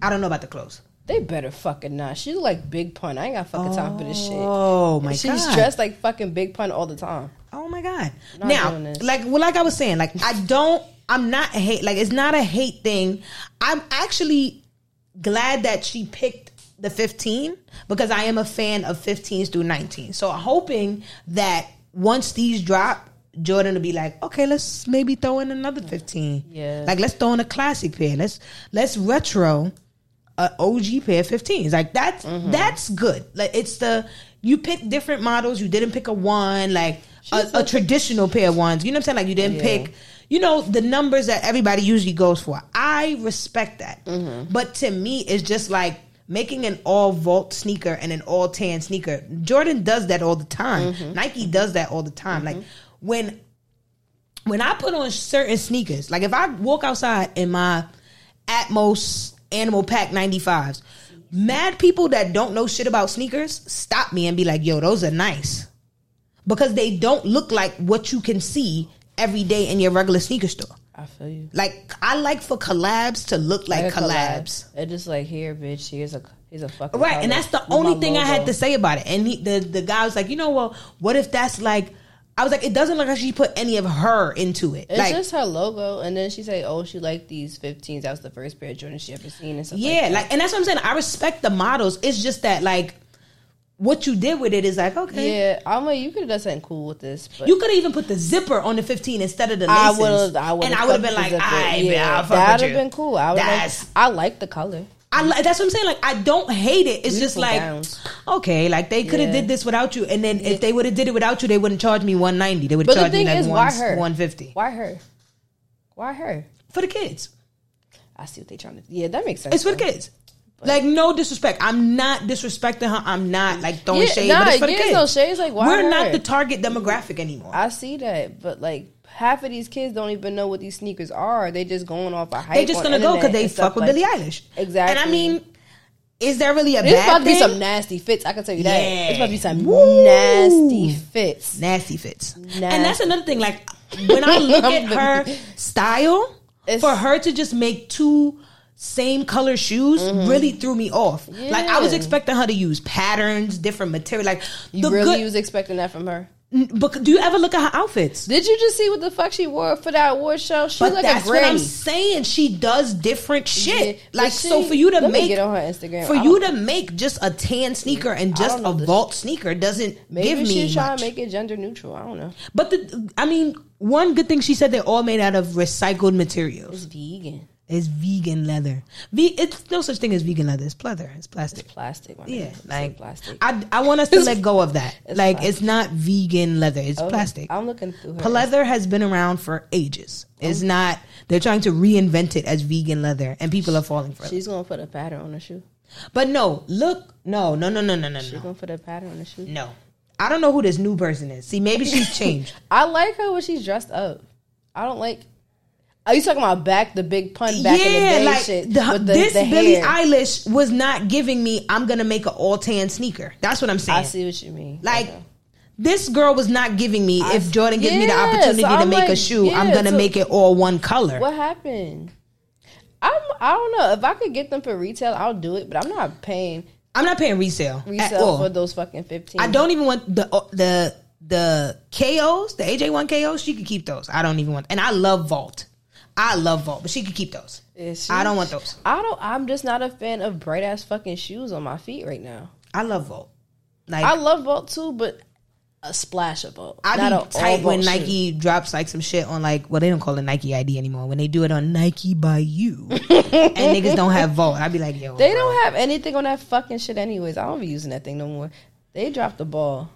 Speaker 1: I don't know about the clothes.
Speaker 2: They better fucking not. She's like Big Pun. I ain't got fucking time for this shit.
Speaker 1: Oh my
Speaker 2: She's
Speaker 1: god.
Speaker 2: dressed like fucking Big Pun all the time.
Speaker 1: oh my god.
Speaker 2: Not
Speaker 1: now,
Speaker 2: doing this.
Speaker 1: like well, like I was saying, like I don't. I'm not hate. Like it's not a hate thing. I'm actually glad that she picked the 15 because I am a fan of 15s through 19. So I'm hoping that once these drop, Jordan will be like, okay, let's maybe throw in another 15.
Speaker 2: Yeah.
Speaker 1: Like let's throw in a classic pair. Let's let's retro a OG pair of 15s. Like that's that's good. Like it's the you pick different models. You didn't pick a one like a, a traditional pair of ones. You know what I'm saying? Like you didn't
Speaker 2: Yeah.
Speaker 1: pick. You know the numbers that everybody usually goes for. I respect that, but to me, it's just like making an all vault sneaker and an all tan sneaker. Jordan does that all the time. Nike does that all the time. Like when when I put on certain sneakers, like if I walk outside in my Atmos Animal Pack 95s, mad people that don't know shit about sneakers stop me and be like, yo, those are nice. Because they don't look like what you can see every day in your regular sneaker store.
Speaker 2: I feel you.
Speaker 1: Like, I like for collabs to look like,
Speaker 2: Like a collab.
Speaker 1: collabs.
Speaker 2: They're just like here, bitch. Here's a here's a fucking
Speaker 1: Right, and
Speaker 2: color
Speaker 1: that's the
Speaker 2: with
Speaker 1: only
Speaker 2: my
Speaker 1: thing I had
Speaker 2: logo.
Speaker 1: to say about it. And he, the the guy was like, you know, well, what if that's like? I was like, it doesn't look like she put any of her into it.
Speaker 2: It's
Speaker 1: like,
Speaker 2: just her logo, and then she say, "Oh, she liked these 15s. That was the first pair of Jordan she ever seen." And stuff like
Speaker 1: yeah, like, and that's what I'm saying. I respect the models. It's just that like what you did with it is like okay.
Speaker 2: Yeah, I'm like, you could have done something cool with this, but
Speaker 1: You could have even put the zipper on the 15 instead of the laces.
Speaker 2: I would, I would,
Speaker 1: and I would have been like, I, yeah, I'll fuck
Speaker 2: that'd
Speaker 1: with
Speaker 2: have
Speaker 1: you.
Speaker 2: been cool. I would, like,
Speaker 1: That's-
Speaker 2: I like the color.
Speaker 1: I li- that's what I'm saying. Like, I don't hate it. It's just
Speaker 2: Beautiful
Speaker 1: like,
Speaker 2: gowns.
Speaker 1: okay, like they could have
Speaker 2: Yeah.
Speaker 1: did this without you, and then if they would have did it without you, they wouldn't charge me 190. They would
Speaker 2: But the
Speaker 1: charge me
Speaker 2: thing
Speaker 1: like
Speaker 2: is,
Speaker 1: one,
Speaker 2: why her?
Speaker 1: 150
Speaker 2: Why her? Why her?
Speaker 1: for the kids.
Speaker 2: I see what they trying to. Yeah, that makes sense.
Speaker 1: It's for the
Speaker 2: though.
Speaker 1: kids. Like no disrespect. I'm not disrespecting her. I'm not like throwing
Speaker 2: Yeah,
Speaker 1: shade.
Speaker 2: nah,
Speaker 1: but it's for the
Speaker 2: yeah,
Speaker 1: kids.
Speaker 2: no shade. It's like, why
Speaker 1: We're
Speaker 2: her?
Speaker 1: not the target demographic anymore.
Speaker 2: I see that, but like half of these kids don't even know what these sneakers are. They just going off a hype.
Speaker 1: They're just
Speaker 2: on
Speaker 1: gonna go
Speaker 2: internet
Speaker 1: because they
Speaker 2: and stuff
Speaker 1: fuck with
Speaker 2: like-
Speaker 1: Billie Eilish. And I
Speaker 2: Exactly.
Speaker 1: mean, is there really a
Speaker 2: It's
Speaker 1: bad
Speaker 2: about to be
Speaker 1: thing?
Speaker 2: some nasty fits. I can tell you that.
Speaker 1: Yeah.
Speaker 2: It's about to be some
Speaker 1: Woo.
Speaker 2: nasty fits.
Speaker 1: nasty fits. And
Speaker 2: Nasty.
Speaker 1: that's another thing. Like when I look at
Speaker 2: I'm
Speaker 1: her style,
Speaker 2: It's-
Speaker 1: for her to just make two same color shoes really threw me off. Like I was
Speaker 2: Mm-hmm. Yeah.
Speaker 1: expecting her to use patterns, different material. Like
Speaker 2: You
Speaker 1: the
Speaker 2: really
Speaker 1: good.
Speaker 2: was expecting that from her.
Speaker 1: n- But do you ever look at her outfits?
Speaker 2: Did you just see what the fuck she wore for that award show? She
Speaker 1: But
Speaker 2: looked like
Speaker 1: that's
Speaker 2: a
Speaker 1: what I'm
Speaker 2: granny.
Speaker 1: saying. She does different
Speaker 2: Yeah,
Speaker 1: shit.
Speaker 2: but
Speaker 1: Like so,
Speaker 2: she-
Speaker 1: for you to
Speaker 2: let me
Speaker 1: make
Speaker 2: get on her Instagram.
Speaker 1: for
Speaker 2: I
Speaker 1: you
Speaker 2: don't-
Speaker 1: to make just a tan sneaker and just
Speaker 2: don't
Speaker 1: a
Speaker 2: know this
Speaker 1: vault sneaker doesn't give
Speaker 2: Maybe
Speaker 1: me
Speaker 2: she's trying
Speaker 1: much.
Speaker 2: to make it gender neutral. I don't know.
Speaker 1: but the, I mean, one good thing she said they're all made out of recycled materials.
Speaker 2: It's vegan.
Speaker 1: It's vegan leather. V, it's no such thing as vegan leather. It's pleather. It's plastic.
Speaker 2: Plastic. my
Speaker 1: Yeah,
Speaker 2: nigga. It's
Speaker 1: like
Speaker 2: plastic.
Speaker 1: I, I want us to let go of that.
Speaker 2: It's
Speaker 1: like
Speaker 2: plastic.
Speaker 1: it's not vegan leather. It's
Speaker 2: Oh,
Speaker 1: plastic.
Speaker 2: I'm looking through her.
Speaker 1: Pleather has been around for ages. It's not. They're trying to reinvent it as vegan leather, and people are falling for it.
Speaker 2: She's gonna put a pattern on her shoe.
Speaker 1: But no, look, no, no, no, no, no, no,
Speaker 2: She's
Speaker 1: no,
Speaker 2: gonna put a pattern on her shoe.
Speaker 1: no. I don't know who this new person is. See, maybe she's changed.
Speaker 2: I like her when she's dressed up. I don't like. Are you talking about back the big pun back in the day shit
Speaker 1: the-
Speaker 2: with the,
Speaker 1: this
Speaker 2: the
Speaker 1: Billie
Speaker 2: hair?
Speaker 1: Eilish was not giving me. I'm gonna make an all tan sneaker. That's what I'm saying.
Speaker 2: I see what you mean.
Speaker 1: Like
Speaker 2: Okay.
Speaker 1: this girl was not giving me. if Jordan gives me the
Speaker 2: yeah, so
Speaker 1: opportunity to
Speaker 2: I'm
Speaker 1: make a
Speaker 2: like,
Speaker 1: shoe, I'm
Speaker 2: yeah,
Speaker 1: gonna
Speaker 2: so-
Speaker 1: make it all one color.
Speaker 2: what happened? I'm. I don't know. If I could get them for retail, I'll do it. But I'm not paying
Speaker 1: I'm not paying resale, at
Speaker 2: resale
Speaker 1: all.
Speaker 2: for those fucking fifteen.
Speaker 1: I don't even want the uh, the the KOs, the AJ one KOs. She could keep those. I don't even want. And I love Vault. I love Vault, but she could keep those.
Speaker 2: Yeah, she-
Speaker 1: I don't want those.
Speaker 2: I don't. I'm just not a fan of bright ass fucking shoes on my feet right now.
Speaker 1: I love Vault. Like
Speaker 2: I
Speaker 1: I,
Speaker 2: love Vault too, but a splash of Vault.
Speaker 1: be
Speaker 2: not
Speaker 1: tight when
Speaker 2: Nike.
Speaker 1: Nike drops like some shit on like well they don't call it Nike ID anymore when they do it on Nike by you and niggas don't have Vault. I'd be like yo,
Speaker 2: They
Speaker 1: bro.
Speaker 2: don't have anything on that fucking shit, anyways. I don't be using that thing no more. They dropped the ball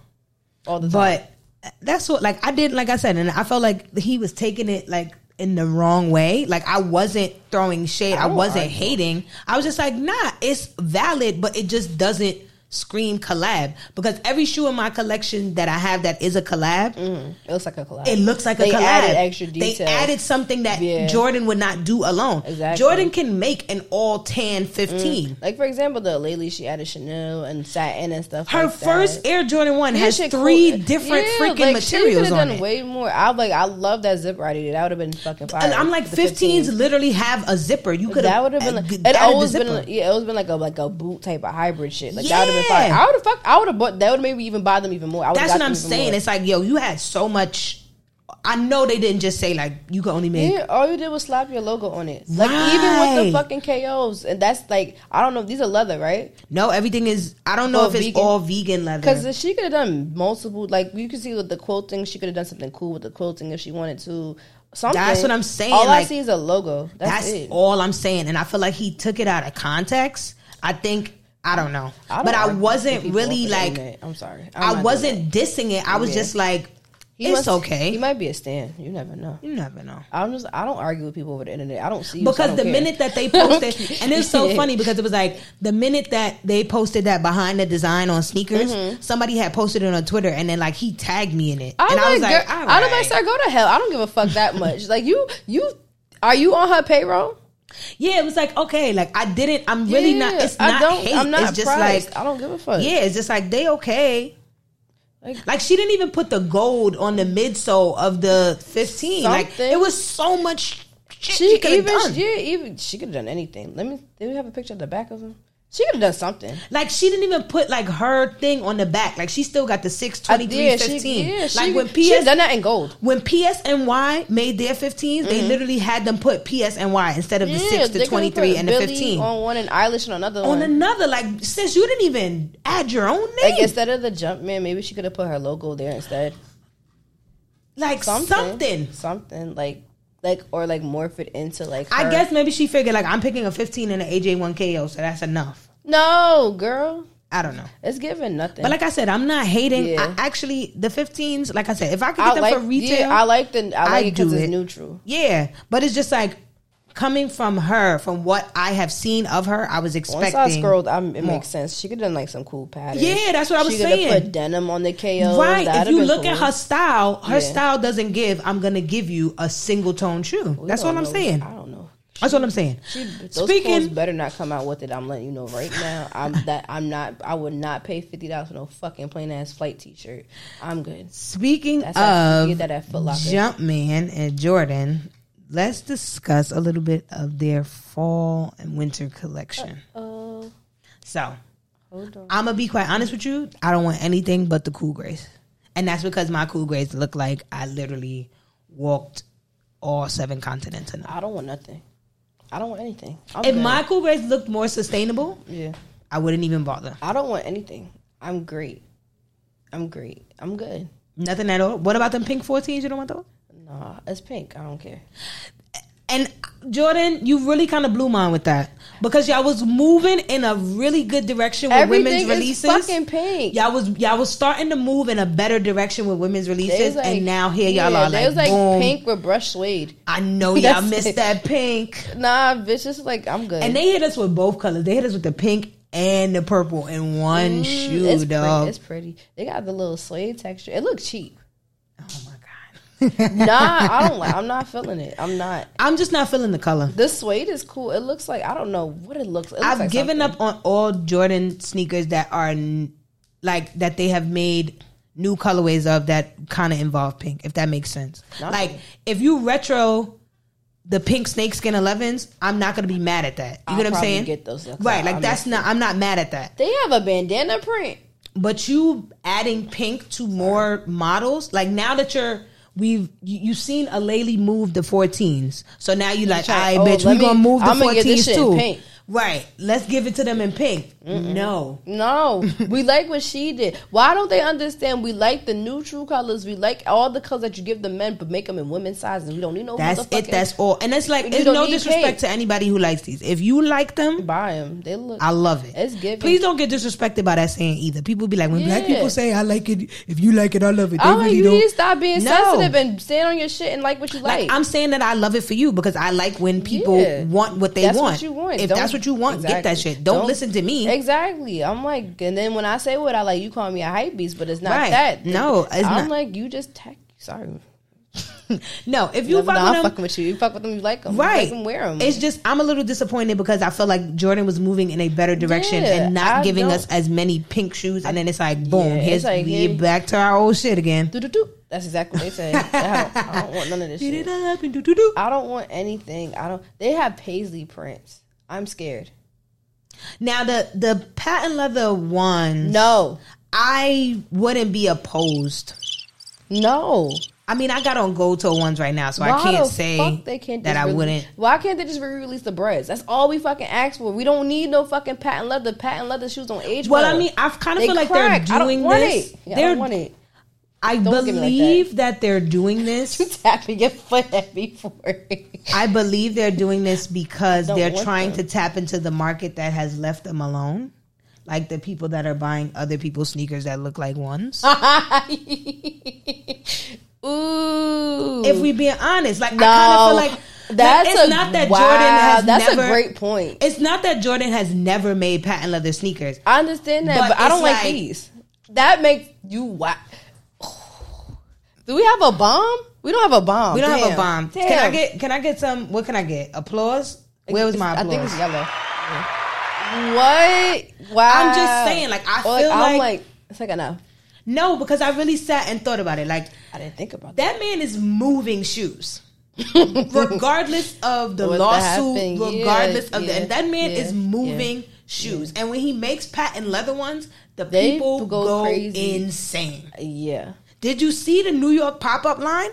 Speaker 2: all the time.
Speaker 1: But that's what like I did like I said, and I felt like he was taking it like in the wrong way. Like I wasn't throwing shade. I,
Speaker 2: I won't
Speaker 1: wasn't
Speaker 2: argue.
Speaker 1: hating. I was just like, nah, it's valid, but it just doesn't Scream collab because every shoe in my collection that I have that is a collab,
Speaker 2: Mm, It looks like a collab.
Speaker 1: it looks like
Speaker 2: They
Speaker 1: a collab.
Speaker 2: added extra
Speaker 1: They
Speaker 2: detail.
Speaker 1: added something that
Speaker 2: Yeah.
Speaker 1: Jordan would not do alone.
Speaker 2: Exactly. Mm.
Speaker 1: Jordan can make an all tan 15.
Speaker 2: like for example, though lately she added Chanel and satin and stuff.
Speaker 1: Her
Speaker 2: like that.
Speaker 1: first Air Jordan 1
Speaker 2: Yeah,
Speaker 1: has
Speaker 2: shit
Speaker 1: three
Speaker 2: cool.
Speaker 1: different
Speaker 2: Yeah,
Speaker 1: freaking
Speaker 2: like, she
Speaker 1: materials
Speaker 2: could've
Speaker 1: on
Speaker 2: done
Speaker 1: it.
Speaker 2: Way more. I like. I love that zipper I did. That would have been fucking fire.
Speaker 1: And I'm like,
Speaker 2: The
Speaker 1: 15s literally have a zipper. You could have
Speaker 2: that would have been like, it always been like- yeah, it always been like a like a boot type of hybrid shit. Like that would have been fire.
Speaker 1: Yeah.
Speaker 2: I would have fucked. I would have bought. That would maybe even buy them even more. I would've
Speaker 1: That's
Speaker 2: got
Speaker 1: what
Speaker 2: them
Speaker 1: I'm
Speaker 2: even
Speaker 1: saying.
Speaker 2: more.
Speaker 1: It's like, yo, you had so much. I know they didn't just say like you can only make.
Speaker 2: Yeah, all you did was slap your logo on it. Like even with
Speaker 1: Right.
Speaker 2: the fucking KOs, and that's like I don't know. These are leather, right?
Speaker 1: No, everything is. I don't know
Speaker 2: All
Speaker 1: if it's
Speaker 2: vegan.
Speaker 1: all vegan leather.
Speaker 2: Because she could have done multiple, like you can see with the quilting, she could have done something cool with the quilting if she wanted to. Something.
Speaker 1: That's what I'm saying,
Speaker 2: All I
Speaker 1: like,
Speaker 2: see is a logo. That's,
Speaker 1: That's
Speaker 2: it.
Speaker 1: all I'm saying. And I feel like he took it out of context. I think I don't know,
Speaker 2: don't
Speaker 1: but I
Speaker 2: argue with
Speaker 1: wasn't
Speaker 2: people
Speaker 1: really
Speaker 2: off the
Speaker 1: like
Speaker 2: internet. I'm sorry. I'm not
Speaker 1: I
Speaker 2: doing
Speaker 1: wasn't dissing it. I was
Speaker 2: Yeah.
Speaker 1: just like,
Speaker 2: that. He
Speaker 1: it's
Speaker 2: must-
Speaker 1: okay.
Speaker 2: He might be a stan. You never know.
Speaker 1: you never know.
Speaker 2: I'm just. I don't argue with people over the internet. I don't see you, so I
Speaker 1: because
Speaker 2: don't
Speaker 1: the
Speaker 2: care.
Speaker 1: minute that they posted and it's so
Speaker 2: Yeah.
Speaker 1: funny because it was like the minute that they posted that behind the design on sneakers
Speaker 2: Mm-hmm.
Speaker 1: somebody had posted it on twitter and then like he tagged me in it
Speaker 2: I'm
Speaker 1: and i was
Speaker 2: like,
Speaker 1: like
Speaker 2: girl,
Speaker 1: all
Speaker 2: I don't like,
Speaker 1: right.
Speaker 2: sir, go to hell. I don't give a fuck that much. like you, you, are you on her payroll?
Speaker 1: yeah it was like okay like i didn't i'm really not
Speaker 2: Yeah,
Speaker 1: it's not
Speaker 2: I don't.
Speaker 1: hate
Speaker 2: I'm not.
Speaker 1: it's just
Speaker 2: priced.
Speaker 1: like
Speaker 2: I don't give a fuck.
Speaker 1: yeah it's just like they okay
Speaker 2: Like-
Speaker 1: like she didn't even put the gold on the midsole of the 15 like
Speaker 2: Something.
Speaker 1: it was so much shit she,
Speaker 2: she,
Speaker 1: could have
Speaker 2: even
Speaker 1: done
Speaker 2: yeah, even she could have done anything. Let me. Do we have a picture of the back of him? She could have done something.
Speaker 1: Like she didn't even put like her thing on the back. Like she still got the six twenty three
Speaker 2: Yeah,
Speaker 1: fifteen.
Speaker 2: She, yeah, she,
Speaker 1: Like when
Speaker 2: she
Speaker 1: PS
Speaker 2: done that in gold.
Speaker 1: when PSNY made their 15s, they
Speaker 2: Mm-hmm.
Speaker 1: literally had them put PSNY instead of the six
Speaker 2: they
Speaker 1: to
Speaker 2: could've
Speaker 1: twenty three
Speaker 2: put
Speaker 1: and
Speaker 2: Billie
Speaker 1: the fifteen. On,
Speaker 2: on one and Eilish on another one.
Speaker 1: another, like since you didn't even add your own name,
Speaker 2: like instead of the jump man, maybe she could have put her logo there instead.
Speaker 1: like something.
Speaker 2: something, Something, like like or like morph it into like.
Speaker 1: I
Speaker 2: her-
Speaker 1: guess maybe she figured like I'm picking a fifteen and an AJ one KO, so that's enough.
Speaker 2: no, girl,
Speaker 1: I don't know.
Speaker 2: it's giving nothing.
Speaker 1: But like I said, I'm not hating.
Speaker 2: Yeah.
Speaker 1: I actually the 15s, like I said, if I could get
Speaker 2: I
Speaker 1: them
Speaker 2: like
Speaker 1: for retail,
Speaker 2: yeah, I like the I
Speaker 1: I
Speaker 2: like it because
Speaker 1: do
Speaker 2: it's
Speaker 1: it.
Speaker 2: neutral.
Speaker 1: Yeah, but it's just like coming from her, from what I have seen of her, I was
Speaker 2: Once
Speaker 1: expecting.
Speaker 2: I scrolled, I'm, it
Speaker 1: more.
Speaker 2: makes sense. She could have done like some cool patterns.
Speaker 1: Yeah, that's what I was
Speaker 2: she coulda
Speaker 1: saying.
Speaker 2: Put denim on the KO.
Speaker 1: right, if you look at her style, her
Speaker 2: Yeah.
Speaker 1: style doesn't give. I'm gonna give you a single tone shoe. That's what I'm saying.
Speaker 2: I don't know.
Speaker 1: That's what I'm saying.
Speaker 2: Those clothes
Speaker 1: Speaking,
Speaker 2: better not come out with it. I'm letting you know right now. I'm that I'm not. I would not pay fifty dollars for no fucking plain ass flight T-shirt. I'm good.
Speaker 1: speaking
Speaker 2: That's how you
Speaker 1: of
Speaker 2: get that at Foot Locker.
Speaker 1: Jumpman and Jordan, let's discuss a little bit of their fall and winter collection.
Speaker 2: Oh,
Speaker 1: So,
Speaker 2: hold on.
Speaker 1: I'm gonna be quite honest with you. I don't want anything but the cool grays, and that's because my cool grays look like I literally walked all seven continents in them.
Speaker 2: I don't want nothing. I don't want anything. I'm
Speaker 1: If
Speaker 2: good.
Speaker 1: my cool grays looked more sustainable,
Speaker 2: yeah.
Speaker 1: I wouldn't even bother.
Speaker 2: I don't want anything. I'm great. I'm great. I'm good.
Speaker 1: Nothing at all. What about them pink 14s? You don't want those?
Speaker 2: Nah, it's pink. I don't care.
Speaker 1: And Jordan, you really kind of blew mine with that because y'all was moving in a really good direction with women's
Speaker 2: Everything is
Speaker 1: releases.
Speaker 2: fucking pink.
Speaker 1: Y'all was y'all was starting to move in a better direction with women's
Speaker 2: They was
Speaker 1: releases,
Speaker 2: like-
Speaker 1: and now here y'all
Speaker 2: yeah,
Speaker 1: are
Speaker 2: they
Speaker 1: like,
Speaker 2: was like
Speaker 1: boom.
Speaker 2: pink with brush suede.
Speaker 1: I know y'all
Speaker 2: That's
Speaker 1: missed
Speaker 2: it.
Speaker 1: that pink.
Speaker 2: Nah, bitch, it's like I'm good.
Speaker 1: And they hit us with both colors. They hit us with the pink and the purple in one shoe,
Speaker 2: Mm, it's
Speaker 1: dog.
Speaker 2: Pretty, it's pretty. They got the little suede texture. It looked cheap.
Speaker 1: oh my god.
Speaker 2: Nah, I don't like. I'm not feeling it. I'm not.
Speaker 1: I'm just not feeling the color.
Speaker 2: The suede is cool. It looks like I don't know what it looks. It looks
Speaker 1: I've
Speaker 2: like
Speaker 1: given up on all Jordan sneakers that are n- like that they have made new colorways of that kind of involve pink, if that makes sense.
Speaker 2: Nah.
Speaker 1: Like if you retro the pink snakeskin 11s, I'm not gonna be mad at that. You
Speaker 2: I'll
Speaker 1: know what I'm
Speaker 2: probably
Speaker 1: saying?
Speaker 2: get those. That's
Speaker 1: right,
Speaker 2: all.
Speaker 1: like
Speaker 2: I'm
Speaker 1: that's not. I'm not mad at that.
Speaker 2: They have a bandana print.
Speaker 1: but you adding pink to more models like now that you're we've you, you've seen a lady move the 14s so now you like all right
Speaker 2: try- oh,
Speaker 1: bitch
Speaker 2: let
Speaker 1: we
Speaker 2: me-
Speaker 1: gonna move the
Speaker 2: I'ma
Speaker 1: 14s
Speaker 2: get this shit in
Speaker 1: too
Speaker 2: pink.
Speaker 1: right let's give it to them in pink no
Speaker 2: No, we like what she did. Why don't they understand? We like the neutral colors. We like all the colors that you give the men, but make them in women's sizes. We don't need no.
Speaker 1: that's it
Speaker 2: motherfucking-
Speaker 1: that's all and it's like
Speaker 2: Oh, You
Speaker 1: it's
Speaker 2: don't
Speaker 1: no
Speaker 2: need
Speaker 1: disrespect
Speaker 2: pink.
Speaker 1: to anybody who likes these if you like them
Speaker 2: buy them. They look.
Speaker 1: I love it.
Speaker 2: It's giving.
Speaker 1: Please don't get disrespected by that saying either. People be like, when black
Speaker 2: Yeah.
Speaker 1: people say, "I like it," if you like it, I love it. They
Speaker 2: Oh,
Speaker 1: really
Speaker 2: you
Speaker 1: don't.
Speaker 2: need to stop being
Speaker 1: No.
Speaker 2: sensitive and stand on your shit and like what you like.
Speaker 1: Like, I'm saying that I love it for you because I like when people
Speaker 2: Yeah.
Speaker 1: want what they
Speaker 2: That's what
Speaker 1: want.
Speaker 2: you want.
Speaker 1: If
Speaker 2: Don't
Speaker 1: that's what you want. Get that
Speaker 2: Exactly.
Speaker 1: shit. Don't,
Speaker 2: Don't-
Speaker 1: listen to me.
Speaker 2: Exactly. I'm like, and then when I say what I like, you call me a hype beast, but it's not
Speaker 1: Right.
Speaker 2: that.
Speaker 1: No, it's
Speaker 2: I'm
Speaker 1: not.
Speaker 2: like, you just tech. Sorry,
Speaker 1: no, if you
Speaker 2: Never
Speaker 1: fuck
Speaker 2: know, I'm
Speaker 1: with him,
Speaker 2: fucking with you. You fuck with them, you like them,
Speaker 1: Right.
Speaker 2: You like them, wear them.
Speaker 1: It's just I'm a little disappointed because I felt like Jordan was moving in a better direction
Speaker 2: Yeah,
Speaker 1: and not
Speaker 2: I
Speaker 1: giving
Speaker 2: don't-
Speaker 1: us as many pink shoes. And then it's like boom,
Speaker 2: Yeah, it's
Speaker 1: here's
Speaker 2: like,
Speaker 1: we
Speaker 2: hey.
Speaker 1: back to our old shit again.
Speaker 2: do do do. That's exactly what they say. I, don't, I don't want none of this
Speaker 1: Beat it
Speaker 2: shit.
Speaker 1: up and do do do.
Speaker 2: I don't want anything. I don't. They have paisley prints. I'm scared.
Speaker 1: Now the the patent leather ones,
Speaker 2: No,
Speaker 1: I wouldn't be opposed.
Speaker 2: no.
Speaker 1: I mean, I got on gold toe ones right now, so I can't say that
Speaker 2: just
Speaker 1: I
Speaker 2: rele-
Speaker 1: wouldn't.
Speaker 2: Why can't they just re-release the breads? That's all we fucking asked for. We don't need no fucking patent leather. Patent leather shoes don't age well.
Speaker 1: Well, I mean, I kind of
Speaker 2: They
Speaker 1: feel like
Speaker 2: crack.
Speaker 1: they're
Speaker 2: I don't
Speaker 1: doing
Speaker 2: want
Speaker 1: this.
Speaker 2: it. Yeah, I
Speaker 1: they're,
Speaker 2: don't want it.
Speaker 1: I
Speaker 2: Don't give me like that.
Speaker 1: believe that they're doing this.
Speaker 2: You tapping your foot at me for it.
Speaker 1: I believe they're doing this because
Speaker 2: I don't
Speaker 1: they're
Speaker 2: want
Speaker 1: trying
Speaker 2: them.
Speaker 1: to tap into the market that has left them alone. Like the people that are buying other people's sneakers that look like ones.
Speaker 2: Ah, Ooh.
Speaker 1: if we being honest, like I
Speaker 2: no,
Speaker 1: kind of feel like
Speaker 2: that's
Speaker 1: it's
Speaker 2: a,
Speaker 1: not that
Speaker 2: wow,
Speaker 1: Jordan has
Speaker 2: that's
Speaker 1: never.
Speaker 2: a great point.
Speaker 1: it's not that Jordan has never made patent leather sneakers.
Speaker 2: I understand that,
Speaker 1: But
Speaker 2: but, I don't
Speaker 1: it's like-
Speaker 2: like, these. That makes you whack. Do we have a bomb? We don't have a bomb.
Speaker 1: We don't have a
Speaker 2: Damn.
Speaker 1: bomb.
Speaker 2: Damn.
Speaker 1: Can I get? Can I get some? What can I get? Applause. Where was my
Speaker 2: It's- I
Speaker 1: applause?
Speaker 2: think it's yellow. What? Wow.
Speaker 1: I'm just saying, like, I feel like-
Speaker 2: I'm like it's like enough.
Speaker 1: no, because I really sat and thought about it. Like
Speaker 2: I didn't think about that.
Speaker 1: that man is moving shoes. regardless of the
Speaker 2: What the
Speaker 1: lawsuit,
Speaker 2: happened, yeah,
Speaker 1: regardless of
Speaker 2: yeah,
Speaker 1: the that man
Speaker 2: yeah,
Speaker 1: is moving shoes, and when he makes patent leather ones, the
Speaker 2: They
Speaker 1: people
Speaker 2: go
Speaker 1: go,
Speaker 2: crazy.
Speaker 1: insane.
Speaker 2: Yeah.
Speaker 1: Did you see the New York pop up line?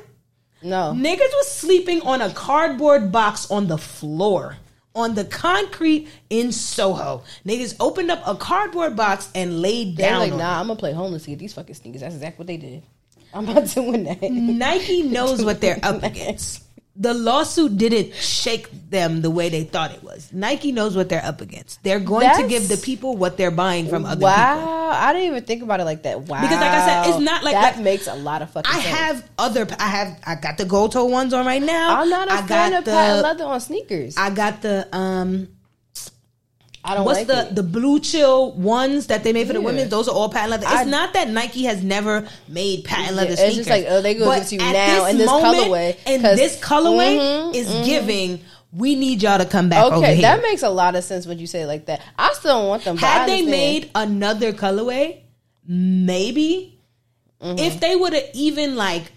Speaker 2: No.
Speaker 1: Niggas was sleeping on a cardboard box on the floor. On the concrete in Soho, niggas opened up a cardboard box and laid
Speaker 2: They're
Speaker 1: down.
Speaker 2: like,
Speaker 1: on
Speaker 2: nah, I'm gonna play homeless to get these fucking sneakers. That's exactly what they did. I'm not doing
Speaker 1: it.
Speaker 2: that.
Speaker 1: Nike knows what they're up against. The lawsuit didn't shake them the way they thought it was. Nike knows what they're up against. They're going to
Speaker 2: That's-
Speaker 1: give the people what they're buying from other
Speaker 2: wow,
Speaker 1: people.
Speaker 2: I didn't even think about it like that. Wow,
Speaker 1: Because like I said, it's not like-
Speaker 2: that
Speaker 1: like-
Speaker 2: makes a lot of fucking.
Speaker 1: I
Speaker 2: sense.
Speaker 1: have other. I have. I got the gold toe ones on right now.
Speaker 2: I'm not a
Speaker 1: I
Speaker 2: fan
Speaker 1: got
Speaker 2: of
Speaker 1: the-
Speaker 2: patent leather on sneakers. I,
Speaker 1: I got the um
Speaker 2: don't
Speaker 1: What's
Speaker 2: like
Speaker 1: the
Speaker 2: it.
Speaker 1: the blue chill ones that they made for the
Speaker 2: Yeah.
Speaker 1: women? Those are all patent leather. It's
Speaker 2: I-
Speaker 1: not that Nike has never made patent leather
Speaker 2: it's
Speaker 1: sneakers.
Speaker 2: just like, oh, they gonna
Speaker 1: But
Speaker 2: give it to you
Speaker 1: at
Speaker 2: now in this colorway,
Speaker 1: And
Speaker 2: 'cause-
Speaker 1: this colorway
Speaker 2: Mhm,
Speaker 1: is giving. We need y'all to come back over
Speaker 2: okay,
Speaker 1: here.
Speaker 2: that makes a lot of sense when you say it like that. I still don't want them. but I
Speaker 1: Had they
Speaker 2: understand.
Speaker 1: made another colorway, maybe
Speaker 2: Mm-hmm.
Speaker 1: if they would have even like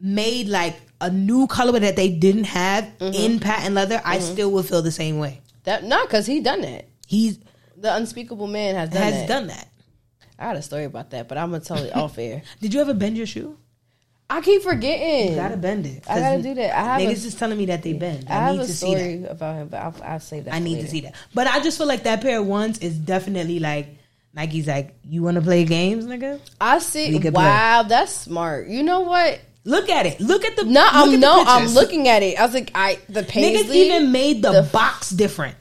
Speaker 1: made like a new colorway that they didn't have
Speaker 2: Mm-hmm.
Speaker 1: in patent leather, I still would feel the same way.
Speaker 2: that, not because he done that.
Speaker 1: He
Speaker 2: The unspeakable man has done
Speaker 1: has
Speaker 2: that.
Speaker 1: done that.
Speaker 2: I got a story about that, but I'm gonna tell it off air.
Speaker 1: Did you ever bend your shoe?
Speaker 2: I keep forgetting.
Speaker 1: You gotta bend it.
Speaker 2: I gotta do that. I have
Speaker 1: Niggas
Speaker 2: a,
Speaker 1: is telling me that they bend.
Speaker 2: I
Speaker 1: I,
Speaker 2: have
Speaker 1: need
Speaker 2: a
Speaker 1: to see that.
Speaker 2: story about him, but I'll, I'll save that.
Speaker 1: I
Speaker 2: for
Speaker 1: need to
Speaker 2: later.
Speaker 1: see that. But I just feel like that pair of ones is definitely like Nike's like, you want to play games, nigga?
Speaker 2: I
Speaker 1: We
Speaker 2: see.
Speaker 1: could
Speaker 2: Wow, that's smart. You know what?
Speaker 1: Look at it. Look at the.
Speaker 2: No,
Speaker 1: look at the
Speaker 2: I'm no, I'm
Speaker 1: pictures.
Speaker 2: looking at it. I was like, I the paisley.
Speaker 1: Niggas even made the,
Speaker 2: the-
Speaker 1: box different.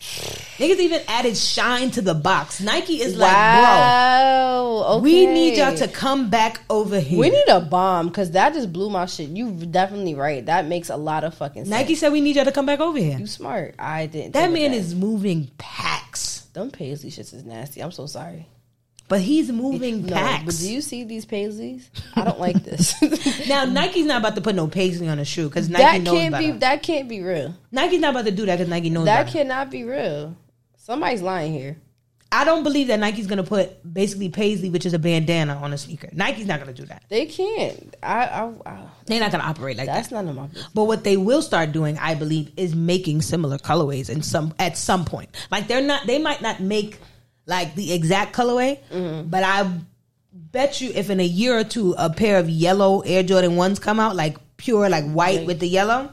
Speaker 1: Niggas even added shine to the box. Nike is like,
Speaker 2: wow.
Speaker 1: bro,
Speaker 2: okay.
Speaker 1: we need y'all to come back over here.
Speaker 2: We need a bomb because that just blew my shit. You definitely right. That makes a lot of fucking sense.
Speaker 1: Nike said we need y'all to come back over here.
Speaker 2: you smart. I didn't.
Speaker 1: That
Speaker 2: think of
Speaker 1: man is moving packs,
Speaker 2: Them paisley shits is nasty. I'm so sorry.
Speaker 1: but he's moving
Speaker 2: No,
Speaker 1: packs.
Speaker 2: but do you see these paisleys? I don't like this.
Speaker 1: Now Nike's not about to put no paisley on a shoe because Nike
Speaker 2: that
Speaker 1: knows
Speaker 2: can't
Speaker 1: about
Speaker 2: be.
Speaker 1: it.
Speaker 2: That can't be real.
Speaker 1: Nike's not about to do that because Nike knows
Speaker 2: That
Speaker 1: about it.
Speaker 2: cannot be real. Somebody's lying here.
Speaker 1: I don't believe that Nike's gonna put basically paisley, which is a bandana, on a sneaker. Nike's not gonna do that.
Speaker 2: They can't. I. I, I
Speaker 1: They're not gonna operate like that.
Speaker 2: that's none of my business.
Speaker 1: But what they will start doing, I believe, is making similar colorways in some at some point. Like they're not, they might not make like the exact colorway,
Speaker 2: Mm-hmm.
Speaker 1: but I bet you if in a year or two a pair of yellow Air Jordan ones come out, like pure like white with the yellow,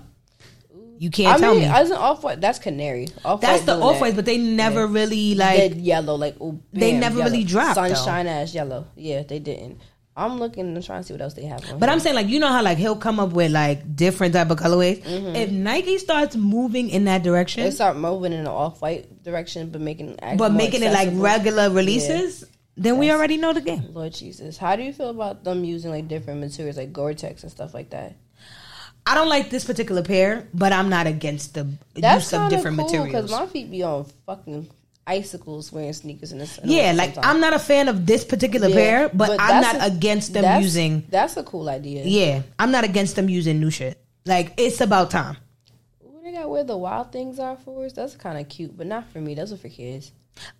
Speaker 1: you can't
Speaker 2: I
Speaker 1: tell
Speaker 2: mean,
Speaker 1: me.
Speaker 2: as an off white, that's canary. Off
Speaker 1: That's the off white, but they never really like.
Speaker 2: Dead yellow, like oh, bam,
Speaker 1: They never
Speaker 2: yellow.
Speaker 1: really dropped, though.
Speaker 2: sunshine ass yellow. Yeah, they didn't. I'm looking. I'm trying to see what else they have. On
Speaker 1: But
Speaker 2: here.
Speaker 1: I'm saying like you know how like he'll come up with like different type of colorways.
Speaker 2: Mm-hmm.
Speaker 1: If Nike starts moving in that direction,
Speaker 2: they start moving in the off white direction, but making act
Speaker 1: but
Speaker 2: more
Speaker 1: making it like
Speaker 2: accessible.
Speaker 1: regular releases, then we already know the game.
Speaker 2: Lord Jesus, how do you feel about them using like different materials, like Gore Tex and stuff like that?
Speaker 1: I don't like this particular pair, but I'm not against the use of
Speaker 2: kinda
Speaker 1: different materials.
Speaker 2: Because my feet be on fucking icicles wearing sneakers in this. in the
Speaker 1: yeah,
Speaker 2: winter
Speaker 1: like
Speaker 2: sometimes.
Speaker 1: I'm not a fan of this particular
Speaker 2: Yeah,
Speaker 1: pair, but, I'm
Speaker 2: that's
Speaker 1: not
Speaker 2: a-
Speaker 1: against them
Speaker 2: that's-
Speaker 1: using.
Speaker 2: That's a cool idea.
Speaker 1: Yeah, I'm not against them using new shit. Like it's about time.
Speaker 2: Ooh, they got where the wild things are for us. That's kind of cute, but not for me. Those are for kids.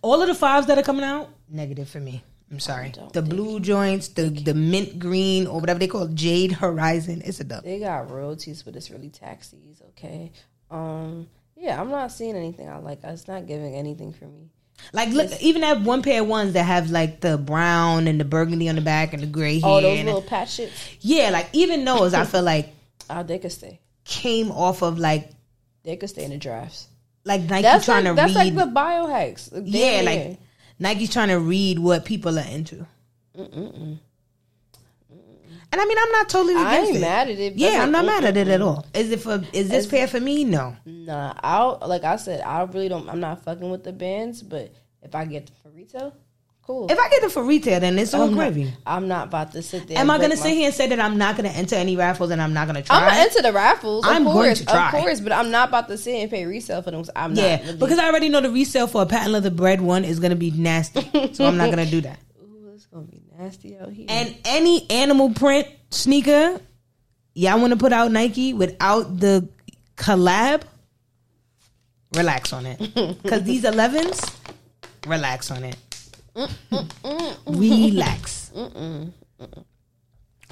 Speaker 1: All of the fives that are coming out, negative for me. I'm sorry.
Speaker 2: don't
Speaker 1: The blue joints, the the mint green or whatever they call it, jade horizon. It's a dub.
Speaker 2: They got royalties, but it's really taxis. Okay. Um. Yeah, I'm not seeing anything I like. It's not giving anything for me.
Speaker 1: Like look, even that one pair of ones that have like the brown and the burgundy on the back and the gray hair.
Speaker 2: Oh, those
Speaker 1: and-
Speaker 2: little patch shits.
Speaker 1: yeah, like even those I feel like
Speaker 2: Oh, they could stay.
Speaker 1: came off of like
Speaker 2: They could stay in the drafts.
Speaker 1: like Nike
Speaker 2: That's
Speaker 1: trying
Speaker 2: like,
Speaker 1: to
Speaker 2: that's
Speaker 1: read.
Speaker 2: like the biohacks. Damn
Speaker 1: yeah,
Speaker 2: near.
Speaker 1: like Nike's trying to read what people are into. And I mean, I'm not totally
Speaker 2: I
Speaker 1: against
Speaker 2: ain't
Speaker 1: it.
Speaker 2: mad at it. but,
Speaker 1: yeah,
Speaker 2: like,
Speaker 1: I'm not
Speaker 2: mm,
Speaker 1: mad at
Speaker 2: mm,
Speaker 1: it at all. Is it for? Is this pair for me? No.
Speaker 2: Nah, I'll like I said, I really don't. I'm not fucking with the bands, but if I get them for retail, cool.
Speaker 1: If I get them for retail, then it's all
Speaker 2: I'm not,
Speaker 1: gravy.
Speaker 2: I'm not about to sit there.
Speaker 1: Am I
Speaker 2: and break
Speaker 1: gonna
Speaker 2: my-
Speaker 1: sit here and say that I'm not gonna enter any raffles and I'm not gonna try?
Speaker 2: I'm into the raffles. Of
Speaker 1: I'm going
Speaker 2: course,
Speaker 1: to try.
Speaker 2: of course, but I'm not about to sit and pay resale for them. 'cause I'm not.
Speaker 1: yeah,
Speaker 2: really-
Speaker 1: because I already know the resale for a patent leather bread one is gonna be nasty, so I'm not gonna do that.
Speaker 2: Ooh, it's gonna be nasty out here.
Speaker 1: And any animal print sneaker, y'all want to put out Nike without the collab? Relax on it, because these 11s, relax on it. relax.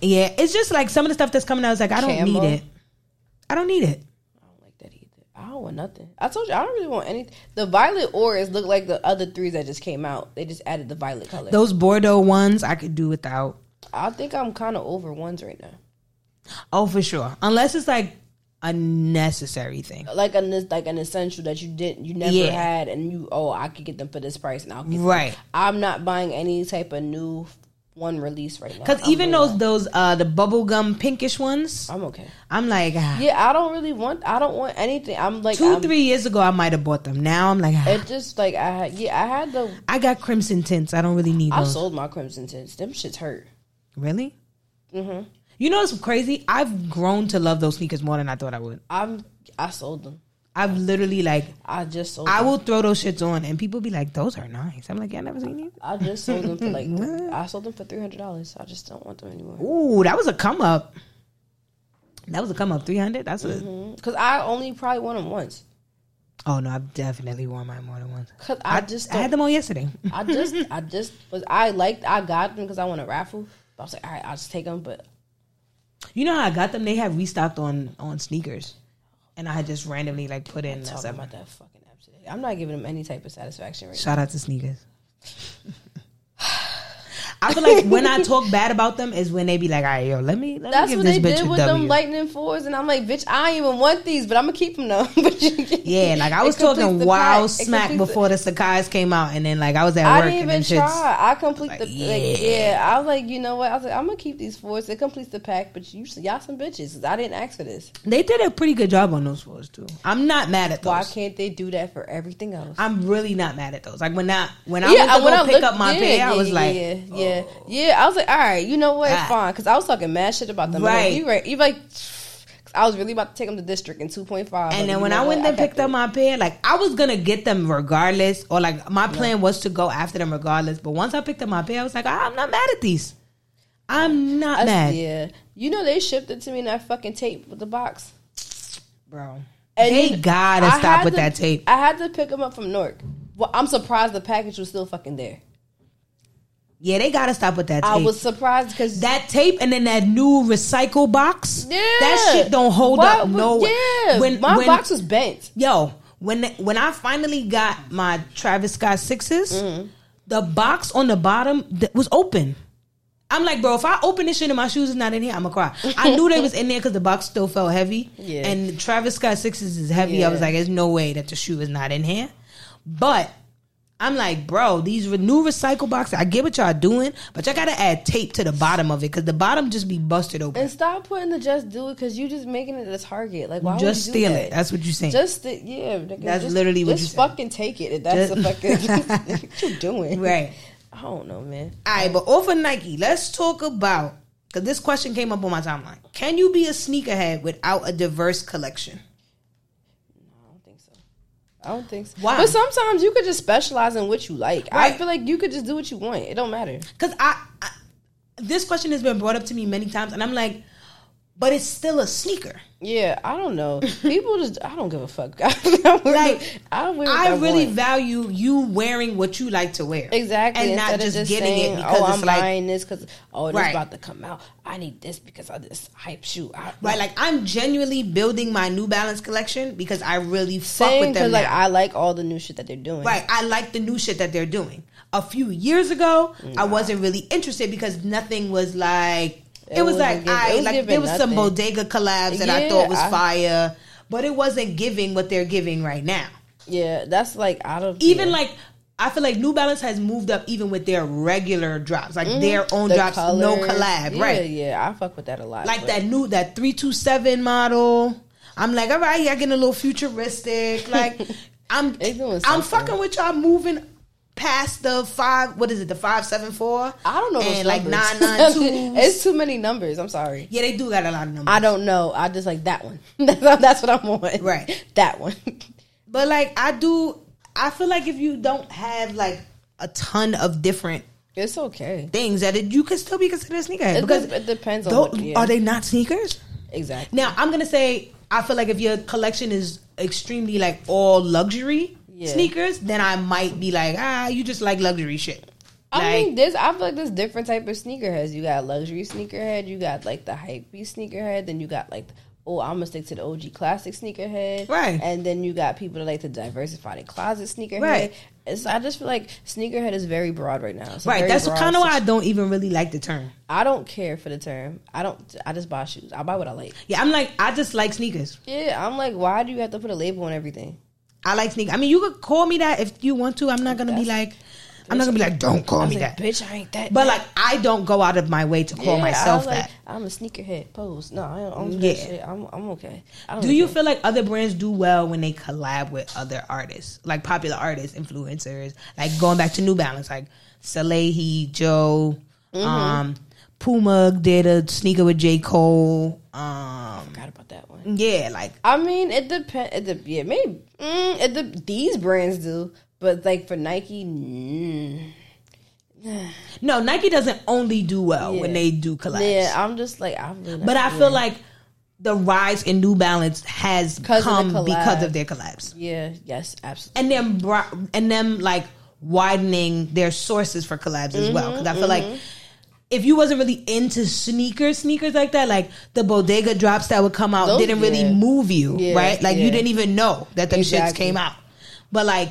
Speaker 1: Yeah, it's just like some of the stuff that's coming out is like I don't
Speaker 2: Camel.
Speaker 1: need it. I don't need it.
Speaker 2: I don't like that either. I don't want nothing. I told you I don't really want anything. The violet auras look like the other threes that just came out. They just added the violet color.
Speaker 1: Those Bordeaux ones I could do without.
Speaker 2: I think I'm kind of over ones right now.
Speaker 1: Oh, for sure. Unless it's like a necessary thing.
Speaker 2: like an like an essential that you didn't you never
Speaker 1: Yeah.
Speaker 2: had and you oh I could get them for this price and I'll get them.
Speaker 1: Right.
Speaker 2: I'm not buying any type of new one release right now
Speaker 1: Because
Speaker 2: I'm
Speaker 1: even
Speaker 2: really
Speaker 1: those
Speaker 2: not.
Speaker 1: those uh the bubblegum pinkish ones,
Speaker 2: I'm okay
Speaker 1: I'm like ah.
Speaker 2: yeah I don't really want I don't want anything I'm like
Speaker 1: 2
Speaker 2: I'm,
Speaker 1: three years ago I might have bought them. Now I'm like ah.
Speaker 2: it just like I had yeah I had the
Speaker 1: I got crimson tints. I don't really need
Speaker 2: I
Speaker 1: those.
Speaker 2: sold my crimson tints them shits hurt
Speaker 1: really?
Speaker 2: Mhm.
Speaker 1: You know what's crazy? I've grown to love those sneakers more than I thought I would.
Speaker 2: I'm I sold them
Speaker 1: I've literally like
Speaker 2: I just sold
Speaker 1: I
Speaker 2: them.
Speaker 1: will throw those shits on and people be like, "Those are nice." I'm like, "Yeah, I never seen these."
Speaker 2: I just sold them for like
Speaker 1: What?
Speaker 2: I sold them for three hundred dollars I just don't want them anymore
Speaker 1: Ooh, that was a come up. That was a come up. Three hundred. That's a.
Speaker 2: because I only probably won them once
Speaker 1: Oh no, I've definitely worn mine more than once.
Speaker 2: because I, just
Speaker 1: I
Speaker 2: don't
Speaker 1: had them on yesterday.
Speaker 2: I just, I just was, I liked, I got them because I won a raffle. But I was like, all right, I'll just take them. But
Speaker 1: You know how I got them? They had restocked on on sneakers, and I had just randomly like put in. That's
Speaker 2: talking about that fucking app today, I'm not giving them any type of satisfaction right
Speaker 1: Shout out to sneakers. I feel like when I talk bad about them is when they be like, "All right, yo, let me let
Speaker 2: now. That's
Speaker 1: me
Speaker 2: what
Speaker 1: give
Speaker 2: they
Speaker 1: this bitch
Speaker 2: did
Speaker 1: a
Speaker 2: with
Speaker 1: W."
Speaker 2: them lightning fours, and I'm like, bitch, I ain't even want these, but I'm gonna keep them though. but you get-
Speaker 1: yeah, like I
Speaker 2: it
Speaker 1: was
Speaker 2: completes
Speaker 1: talking
Speaker 2: the
Speaker 1: wild
Speaker 2: pack. It
Speaker 1: smack
Speaker 2: completes the-
Speaker 1: before the Sakai's came out, and then like I was at
Speaker 2: I
Speaker 1: work
Speaker 2: didn't
Speaker 1: and then
Speaker 2: even
Speaker 1: shits.
Speaker 2: try. I complete
Speaker 1: Like,
Speaker 2: the like,
Speaker 1: yeah.
Speaker 2: yeah. I was like, you know what? I was like, I'm gonna keep these fours. It completes the pack, but you y'all some bitches. 'cause I didn't ask for this.
Speaker 1: They did a pretty good job on those fours too. I'm not mad at those.
Speaker 2: Why can't they do that for everything else?
Speaker 1: I'm really not mad at those. Like when I when I
Speaker 2: yeah,
Speaker 1: went to
Speaker 2: when
Speaker 1: go
Speaker 2: I
Speaker 1: pick
Speaker 2: looked-
Speaker 1: up my
Speaker 2: yeah,
Speaker 1: pair, I
Speaker 2: yeah,
Speaker 1: was
Speaker 2: yeah,
Speaker 1: like, "Oh."
Speaker 2: yeah, yeah, yeah. I was like, all right, you know what?
Speaker 1: Ah.
Speaker 2: Fine, because I was talking mad shit about them. Right,
Speaker 1: Right.
Speaker 2: you right, you like. 'cause I was really about to take them to district in two point five.
Speaker 1: And then when I went and picked up my pair, like I was gonna get them regardless, or like my plan was to go after them regardless. But once I picked up my pair, I was like, "Ah, I'm not mad at these. I'm not mad,
Speaker 2: yeah, you know they shipped it to me in that fucking tape with the box.
Speaker 1: bro.
Speaker 2: And
Speaker 1: they
Speaker 2: then
Speaker 1: gotta
Speaker 2: I
Speaker 1: stop
Speaker 2: had
Speaker 1: with
Speaker 2: to-
Speaker 1: that tape.
Speaker 2: I had to pick them up from Newark. Well, I'm surprised the package was still fucking there.
Speaker 1: Yeah, they gotta stop with that tape.
Speaker 2: I was surprised because
Speaker 1: that tape and then that new recycle box.
Speaker 2: yeah,
Speaker 1: that shit don't hold
Speaker 2: Why
Speaker 1: up.
Speaker 2: would-
Speaker 1: No,
Speaker 2: yeah, my box was bent.
Speaker 1: Yo, when when I finally got my Travis Scott 6s the box on the bottom that was open. I'm like, bro, if I open this shit and my shoes is not in here, I'ma cry. I knew they was in there because the box still felt heavy.
Speaker 2: Yeah.
Speaker 1: And the Travis Scott sixes is heavy. I was
Speaker 2: Yeah.
Speaker 1: like, there's no way that the shoe is not in here. But I'm like, bro, these re- new recycle boxes. I get what y'all doing, but y'all gotta add tape to the bottom of it because the bottom just be busted open.
Speaker 2: And stop putting the just do it because you just making it a target. Like why
Speaker 1: just
Speaker 2: would you do
Speaker 1: steal
Speaker 2: that?
Speaker 1: it. That's what you saying.
Speaker 2: Just th- yeah, nigga,
Speaker 1: That's
Speaker 2: just,
Speaker 1: literally what
Speaker 2: just
Speaker 1: you said.
Speaker 2: fucking take it. If that's the
Speaker 1: Just-
Speaker 2: fucking what you doing,
Speaker 1: right.
Speaker 2: I don't know, man.
Speaker 1: All right, but over Nike, let's talk about because this question came up on my timeline. Can you be a sneakerhead without a diverse collection?
Speaker 2: I don't think so. I don't think so.
Speaker 1: Why?
Speaker 2: But sometimes you could just specialize in what you like. I
Speaker 1: Right.
Speaker 2: feel like you could just do what you want. It don't matter.
Speaker 1: Because I, I, this question has been brought up to me many times, and I'm like, but it's still a sneaker.
Speaker 2: Yeah, I don't know. People just I don't give a fuck. like I wear what
Speaker 1: I really
Speaker 2: want.
Speaker 1: value you wearing what you like to wear,
Speaker 2: exactly
Speaker 1: and
Speaker 2: instead
Speaker 1: not
Speaker 2: of
Speaker 1: just, getting
Speaker 2: saying,
Speaker 1: it because
Speaker 2: oh,
Speaker 1: it's
Speaker 2: I'm
Speaker 1: like
Speaker 2: buying this because oh it's
Speaker 1: Right.
Speaker 2: about to come out. I need this because of this hype shoe. I,
Speaker 1: right. Like I'm genuinely building my New Balance collection because I really fuck
Speaker 2: Same
Speaker 1: with them.
Speaker 2: because like
Speaker 1: now.
Speaker 2: I like all the new shit that they're doing.
Speaker 1: Right. I like the new shit that they're doing. A few years ago, I wasn't really interested because nothing was like it,
Speaker 2: It
Speaker 1: was like
Speaker 2: wasn't giving-
Speaker 1: I
Speaker 2: it was
Speaker 1: like
Speaker 2: giving
Speaker 1: there was some
Speaker 2: nothing.
Speaker 1: bodega collabs that I
Speaker 2: Yeah,
Speaker 1: thought was
Speaker 2: I-
Speaker 1: fire, but it wasn't giving what they're giving right now.
Speaker 2: Yeah, that's like I don't
Speaker 1: Even
Speaker 2: yeah.
Speaker 1: like I feel like New Balance has moved up even with their regular drops, like their own
Speaker 2: Mm-hmm. The
Speaker 1: drops, no
Speaker 2: colors.
Speaker 1: collab,
Speaker 2: Yeah,
Speaker 1: right?
Speaker 2: Yeah, I fuck with that a lot.
Speaker 1: Like
Speaker 2: but-
Speaker 1: that new that three two seven model. I'm like, all right, y'all getting a little futuristic. Like I'm
Speaker 2: They doing
Speaker 1: I'm
Speaker 2: something.
Speaker 1: fucking with y'all moving past the five what is it, the five seven four?
Speaker 2: I don't know.
Speaker 1: And
Speaker 2: those
Speaker 1: like
Speaker 2: numbers.
Speaker 1: nine nine two.
Speaker 2: it's too many numbers. I'm sorry.
Speaker 1: Yeah, they do got a lot of numbers.
Speaker 2: I don't know. I just like that one. That's what I'm on.
Speaker 1: Right.
Speaker 2: That one.
Speaker 1: but like I do I feel like if you don't have like a ton of different
Speaker 2: It's okay.
Speaker 1: things that it, you can still be considered a sneakerhead.
Speaker 2: It,
Speaker 1: because
Speaker 2: dep- it depends on
Speaker 1: tho-
Speaker 2: what, yeah,
Speaker 1: are they not sneakers?
Speaker 2: exactly.
Speaker 1: Now I'm gonna say I feel like if your collection is extremely like all luxury
Speaker 2: Yeah.
Speaker 1: sneakers, then I might be like, ah, you just like luxury shit.
Speaker 2: I
Speaker 1: Like-
Speaker 2: mean, there's. I feel like there's different type of sneakerheads. You got luxury sneakerhead. You got like the hypey sneakerhead. Then you got like, oh, I'm gonna stick to the OG classic sneakerhead.
Speaker 1: Right.
Speaker 2: And then you got people that like to diversify the closet sneakerhead.
Speaker 1: Right.
Speaker 2: It's, I just feel like sneakerhead is very broad right now. It's a
Speaker 1: right.
Speaker 2: very
Speaker 1: That's
Speaker 2: broad
Speaker 1: kind of why I don't even really like the term.
Speaker 2: I don't care for the term. I don't. I just buy shoes. I buy what I like.
Speaker 1: Yeah, I'm like I just like sneakers.
Speaker 2: Yeah, I'm like, why do you have to put a label on everything?
Speaker 1: I like sneakers. I mean, you could call me that if you want to. I'm not gonna be like, I'm not gonna be like, don't call me that.
Speaker 2: Like, bitch, I ain't that.
Speaker 1: But like, I don't go out of my way to call
Speaker 2: Yeah,
Speaker 1: myself
Speaker 2: I'm like,
Speaker 1: that.
Speaker 2: I'm a sneakerhead. Pose. No, I don't. I don't do
Speaker 1: Yeah.
Speaker 2: that shit. I'm, I'm Oh, okay. I don't
Speaker 1: Do you
Speaker 2: care.
Speaker 1: feel like other brands do well when they collab with other artists, like popular artists, influencers, like going back to New Balance, like Salehi, Joe,
Speaker 2: Mm-hmm.
Speaker 1: um, Puma did a sneaker with J Cole. Um,
Speaker 2: forgot about that one?
Speaker 1: yeah, like
Speaker 2: I mean, it depends. It de- yeah, maybe mm, it de- these brands do, but like for Nike, mm,
Speaker 1: no, Nike doesn't only do well when
Speaker 2: Yeah.
Speaker 1: they do collabs,
Speaker 2: yeah, I'm just like I'm. Really not
Speaker 1: but I
Speaker 2: feeling-
Speaker 1: feel like the rise in New Balance has
Speaker 2: 'Cause of the
Speaker 1: come
Speaker 2: collab.
Speaker 1: because of their collabs
Speaker 2: yeah, yes, absolutely.
Speaker 1: and them bro- and them like widening their sources for collabs as
Speaker 2: Mm-hmm,
Speaker 1: well. Because I feel like if you wasn't really into sneakers, sneakers like that, like the bodega drops that would come out
Speaker 2: Those-
Speaker 1: didn't really
Speaker 2: Oh, yeah.
Speaker 1: move you,
Speaker 2: Yeah,
Speaker 1: right? Like you
Speaker 2: yeah.
Speaker 1: didn't even know that them shits
Speaker 2: Exactly.
Speaker 1: came out. But like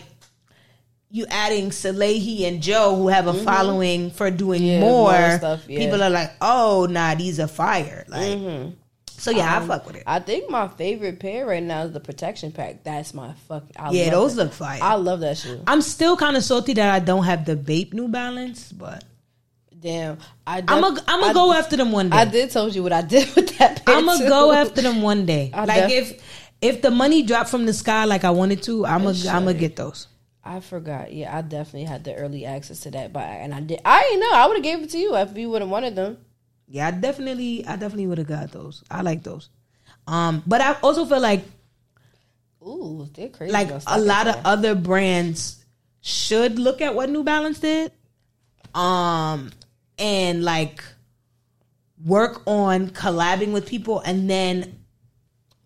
Speaker 1: you adding Salehi and Joe who have a following for doing
Speaker 2: Mm-hmm. Yeah,
Speaker 1: more,
Speaker 2: more stuff, yeah. Mm-hmm.
Speaker 1: people are like, oh nah, these are fire. Like so yeah,
Speaker 2: Um,
Speaker 1: I fuck with it.
Speaker 2: I think my favorite pair right now is the protection pack. That's my fucking. I
Speaker 1: yeah,
Speaker 2: love
Speaker 1: those
Speaker 2: it.
Speaker 1: look fire.
Speaker 2: I love that shoe.
Speaker 1: I'm still kind of salty that I don't have the Bape New Balance, but
Speaker 2: Damn, I.
Speaker 1: I'm a I'm gonna go after them one
Speaker 2: I
Speaker 1: day.
Speaker 2: did told you what I did with that. pair,
Speaker 1: I'm gonna
Speaker 2: too.
Speaker 1: go after them one day.
Speaker 2: I
Speaker 1: like
Speaker 2: def-
Speaker 1: if if the money dropped from the sky like I wanted to, I'm gonna
Speaker 2: It
Speaker 1: I'm gonna
Speaker 2: should.
Speaker 1: get those.
Speaker 2: I forgot. Yeah, I definitely had the early access to that, but and I did. I didn't know. I would have gave it to you if you would have wanted them.
Speaker 1: Yeah, I definitely I definitely would have got those. I like those. Um, but I also feel like
Speaker 2: Ooh, they're crazy.
Speaker 1: like
Speaker 2: on stock
Speaker 1: a lot
Speaker 2: and
Speaker 1: of other brands should look at what New Balance did, um, and like work on collabing with people and then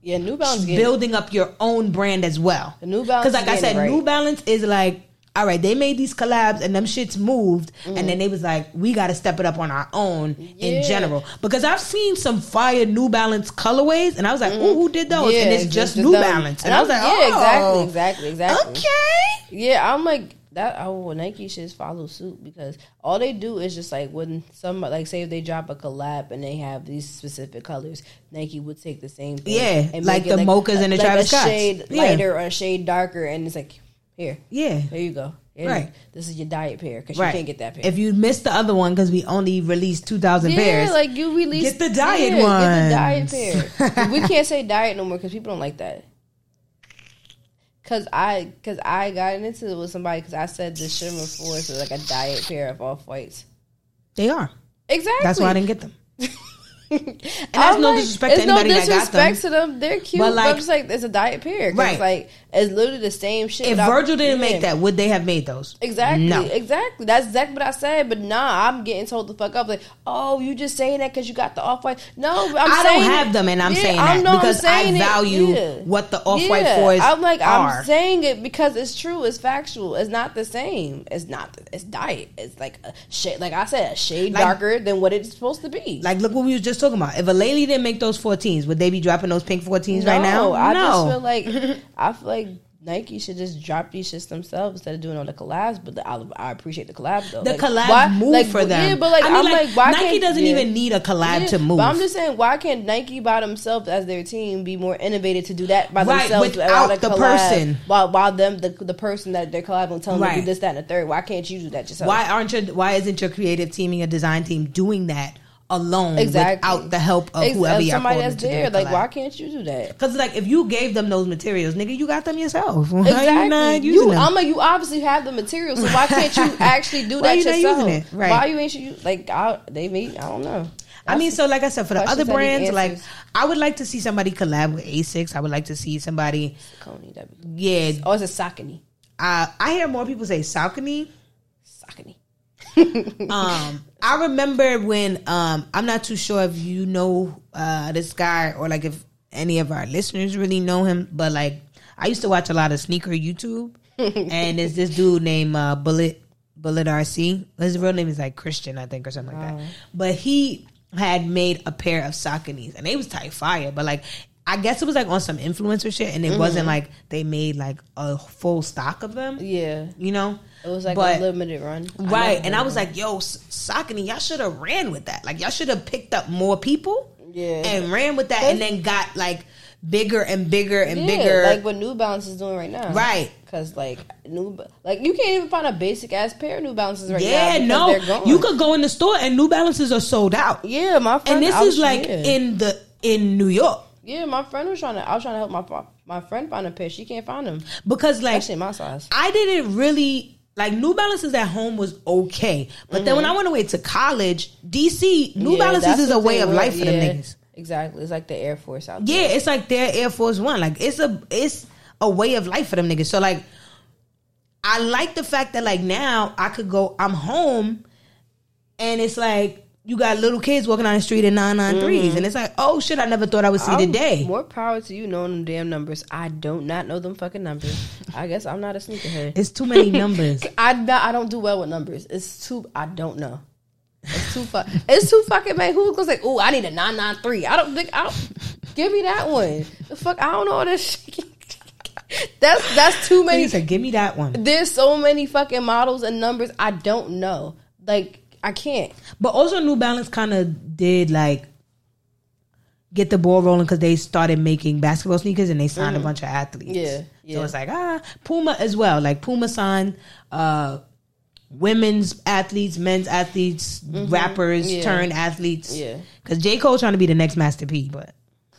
Speaker 2: yeah, New Balance getting
Speaker 1: building up your own brand as well.
Speaker 2: The New Balance
Speaker 1: because like I
Speaker 2: is
Speaker 1: said,
Speaker 2: getting it right.
Speaker 1: New Balance is like, all right, they made these collabs and them shits moved, and then they was like, we got to step it up on our own
Speaker 2: Mm-hmm. Yeah.
Speaker 1: in general. Because I've seen some fire New Balance colorways, and I was like, oh, who did those?
Speaker 2: Mm-hmm. Yeah,
Speaker 1: and it's
Speaker 2: it's
Speaker 1: just
Speaker 2: just
Speaker 1: New
Speaker 2: them.
Speaker 1: Balance, and,
Speaker 2: And
Speaker 1: I was like,
Speaker 2: I'm- yeah, exactly,
Speaker 1: oh,
Speaker 2: exactly, exactly.
Speaker 1: okay.
Speaker 2: Yeah, I'm like that. Oh, Nike should just follow suit because all they do is just like when some like say if they drop a collab and they have these specific colors, Nike would take the same thing.
Speaker 1: Yeah,
Speaker 2: and
Speaker 1: like
Speaker 2: make it
Speaker 1: the mochas and the
Speaker 2: like
Speaker 1: Travis
Speaker 2: a
Speaker 1: Scotts.
Speaker 2: shade
Speaker 1: Yeah.
Speaker 2: lighter or a shade darker, and it's like here,
Speaker 1: Yeah.
Speaker 2: there you go. Here,
Speaker 1: Right.
Speaker 2: this is your diet pair because
Speaker 1: Right.
Speaker 2: you can't get that pair.
Speaker 1: If you missed the other one, because we only released 2,000 pairs.
Speaker 2: like you release
Speaker 1: Get the diet
Speaker 2: yeah, Get
Speaker 1: ones.
Speaker 2: the diet pair. we can't say diet no more because people don't like that. Cause I, cause I got into it with somebody because I said the Shimmer Force was like a diet pair of off whites.
Speaker 1: they are.
Speaker 2: Exactly.
Speaker 1: That's why I didn't get them. And that's
Speaker 2: I'm
Speaker 1: no
Speaker 2: like,
Speaker 1: disrespect to
Speaker 2: it's no
Speaker 1: anybody that got them.
Speaker 2: disrespect to them. They're cute,
Speaker 1: But,
Speaker 2: but,
Speaker 1: like-
Speaker 2: I'm just like it's a diet pear. 'cause
Speaker 1: Right.
Speaker 2: It's like it's literally the same shit.
Speaker 1: If
Speaker 2: without-
Speaker 1: Virgil didn't
Speaker 2: Yeah.
Speaker 1: make that, would they have made those?
Speaker 2: Exactly.
Speaker 1: No.
Speaker 2: Exactly. That's exactly what I said. But nah, I'm getting told the fuck up. Like, oh, you just saying that because you got the off white. No, but I'm
Speaker 1: I
Speaker 2: saying
Speaker 1: don't have them, and I'm
Speaker 2: Yeah,
Speaker 1: saying
Speaker 2: I
Speaker 1: that
Speaker 2: know I'm
Speaker 1: because
Speaker 2: saying
Speaker 1: I
Speaker 2: it.
Speaker 1: value
Speaker 2: Yeah.
Speaker 1: what the off-white
Speaker 2: Yeah.
Speaker 1: fours
Speaker 2: I'm like,
Speaker 1: are.
Speaker 2: I'm saying it because it's true. It's factual. It's not the same. It's not. It's diet. It's like a shade. Like I said, a shade
Speaker 1: Like-
Speaker 2: darker than what it's supposed to be.
Speaker 1: like, look what we was just talking about. If a lady didn't make those 14s, would they be dropping those pink 14s right now?
Speaker 2: I just
Speaker 1: No.
Speaker 2: feel like I feel like Nike should just drop these shits themselves instead of doing all the collabs. But the, I, I appreciate the collab though.
Speaker 1: the
Speaker 2: Like,
Speaker 1: collab
Speaker 2: why-
Speaker 1: move
Speaker 2: like,
Speaker 1: for them.
Speaker 2: Yeah, but like
Speaker 1: I mean,
Speaker 2: am like, why
Speaker 1: Nike
Speaker 2: can't-
Speaker 1: doesn't
Speaker 2: yeah.
Speaker 1: even need a collab
Speaker 2: Yeah,
Speaker 1: to move.
Speaker 2: But I'm just saying, why can't Nike by themselves as their team be more innovative to do that by
Speaker 1: Right,
Speaker 2: themselves
Speaker 1: without
Speaker 2: without a
Speaker 1: the
Speaker 2: collab,
Speaker 1: person.
Speaker 2: While while them the, the person that they're collabing telling them
Speaker 1: Right.
Speaker 2: to do this, that, and the third. Why can't you do that yourself?
Speaker 1: why aren't your Why isn't your creative team and your design team doing that alone
Speaker 2: Exactly.
Speaker 1: without the help of
Speaker 2: Ex-
Speaker 1: whoever
Speaker 2: of
Speaker 1: you're
Speaker 2: somebody
Speaker 1: calling
Speaker 2: that's
Speaker 1: to do
Speaker 2: there?
Speaker 1: the
Speaker 2: Like,
Speaker 1: collab?
Speaker 2: why can't you do that?
Speaker 1: Because like if you gave them those materials, nigga, you got them yourself. Why you
Speaker 2: Exactly.
Speaker 1: not
Speaker 2: You,
Speaker 1: using them?
Speaker 2: I'm like, you obviously have the material, so why can't you actually do
Speaker 1: Why
Speaker 2: that
Speaker 1: you not
Speaker 2: yourself?
Speaker 1: using it? Right.
Speaker 2: Why you ain't you like? I, they made. I don't know.
Speaker 1: I mean, so like I said, for the
Speaker 2: questions
Speaker 1: other
Speaker 2: I need
Speaker 1: brands, like
Speaker 2: answers.
Speaker 1: I would like to see somebody collab with Asics. I would like to see somebody.
Speaker 2: Coney. That'd be cool.
Speaker 1: Yeah,
Speaker 2: Oh, it's a Saucony.
Speaker 1: uh, I hear more people say Saucony.
Speaker 2: Saucony.
Speaker 1: Um, I remember when um, I'm not too sure if you know uh, this guy or like if any of our listeners really know him, but like I used to watch a lot of sneaker YouTube, and there's this dude named uh, Bullet Bullet RC. His real name is like Christian, I think, or something like that. But he had made a pair of Sauconys, and they was tight fire, but like. I guess it was like on some influencer shit, and it wasn't like they made like a full stock of them,
Speaker 2: Yeah,
Speaker 1: you know.
Speaker 2: it was like
Speaker 1: But-
Speaker 2: a limited run. I
Speaker 1: Right.
Speaker 2: never
Speaker 1: and
Speaker 2: did
Speaker 1: I was
Speaker 2: one.
Speaker 1: like, yo, Sakani, y'all should have ran with that. Like, y'all should have picked up more people
Speaker 2: Yeah.
Speaker 1: and ran with that and then got like bigger and bigger and
Speaker 2: yeah,
Speaker 1: bigger.
Speaker 2: like what New Balance is doing right now,
Speaker 1: right.
Speaker 2: Because like New, Ba- like you can't even find a basic ass pair of New Balances right
Speaker 1: Yeah,
Speaker 2: now. because they're
Speaker 1: no.
Speaker 2: gone.
Speaker 1: You could go in the store and New Balances are sold out.
Speaker 2: Yeah, my
Speaker 1: And
Speaker 2: friend.
Speaker 1: this
Speaker 2: I
Speaker 1: is
Speaker 2: was-
Speaker 1: like
Speaker 2: Oh, yeah.
Speaker 1: in the in New York.
Speaker 2: Yeah, my friend was trying to. I was trying to help my fa- my friend find a pair. She can't find them.
Speaker 1: Because like
Speaker 2: Actually, my size.
Speaker 1: I didn't really like New Balances at home was okay. But then when I went away to college, DC, New
Speaker 2: Mm-hmm. Yeah,
Speaker 1: Balances
Speaker 2: that's
Speaker 1: is
Speaker 2: what
Speaker 1: a way
Speaker 2: they
Speaker 1: of
Speaker 2: were.
Speaker 1: life for them
Speaker 2: Yeah,
Speaker 1: niggas.
Speaker 2: Exactly. It's like the Air Force out there.
Speaker 1: Yeah, it's like their Air Force One. Like it's a it's a way of life for them niggas. So like I like the fact that like now I could go I'm home and it's like you got little kids walking down the street in 993s and it's like, oh shit, I never thought I would see
Speaker 2: I'm-
Speaker 1: today.
Speaker 2: More power to you knowing them damn numbers. I don't not know them fucking numbers. I guess I'm not a sneakerhead.
Speaker 1: It's too many numbers.
Speaker 2: I not, I don't do well with numbers. It's too I don't know. It's too fuck. it's too fucking man. Who's gonna say? Oh, I need a nine nine three. I don't think. I don't, give me that one. The fuck. I don't know all this shit. that's that's too
Speaker 1: He
Speaker 2: many.
Speaker 1: said, give me that one.
Speaker 2: There's so many fucking models and numbers. I don't know. Like I can't.
Speaker 1: But also New Balance kind of did like get the ball rolling because they started making basketball sneakers and they signed a bunch of athletes.
Speaker 2: Mm. Yeah, yeah.
Speaker 1: So it's like ah, Puma as well. Like Puma signed uh, women's athletes, men's athletes, rappers
Speaker 2: Mm-hmm. Yeah.
Speaker 1: turned athletes.
Speaker 2: Yeah.
Speaker 1: Because J Cole trying to be the next Master P, but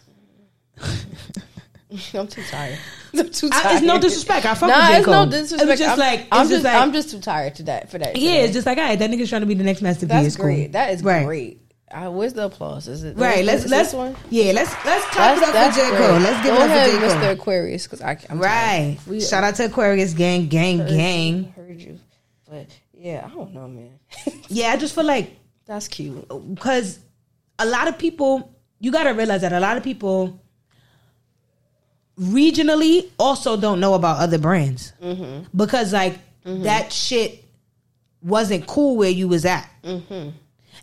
Speaker 2: I'm too tired. I'm too tired.
Speaker 1: I, it's no disrespect. I fuck
Speaker 2: Nah,
Speaker 1: with J
Speaker 2: it's
Speaker 1: Cole.
Speaker 2: no disrespect.
Speaker 1: It was just
Speaker 2: I'm,
Speaker 1: like
Speaker 2: I'm
Speaker 1: it's
Speaker 2: just,
Speaker 1: just like
Speaker 2: I'm just too tired to that for that.
Speaker 1: yeah, it's just like all right, that nigga's trying to be the next Master P.
Speaker 2: that's
Speaker 1: It's cool.
Speaker 2: great. That is
Speaker 1: Right.
Speaker 2: great. I, where's the applause? Is it
Speaker 1: Right,
Speaker 2: is
Speaker 1: let's
Speaker 2: this
Speaker 1: let's
Speaker 2: one?
Speaker 1: yeah, let's let's clap
Speaker 2: That's,
Speaker 1: it up
Speaker 2: that's
Speaker 1: for J
Speaker 2: great.
Speaker 1: Cole. Let's give
Speaker 2: Go
Speaker 1: it up
Speaker 2: ahead,
Speaker 1: for J Cole.
Speaker 2: Mr. Aquarius, because I I'm
Speaker 1: Right.
Speaker 2: tired. We-
Speaker 1: Shout out to Aquarius gang, gang, gang.
Speaker 2: Heard you, but yeah, I don't know, man.
Speaker 1: Yeah, I just feel like
Speaker 2: that's cute.
Speaker 1: because a lot of people, you gotta realize that a lot of people regionally also don't know about other brands
Speaker 2: Mm-hmm.
Speaker 1: because like that shit wasn't cool where you was at.
Speaker 2: Mm-hmm.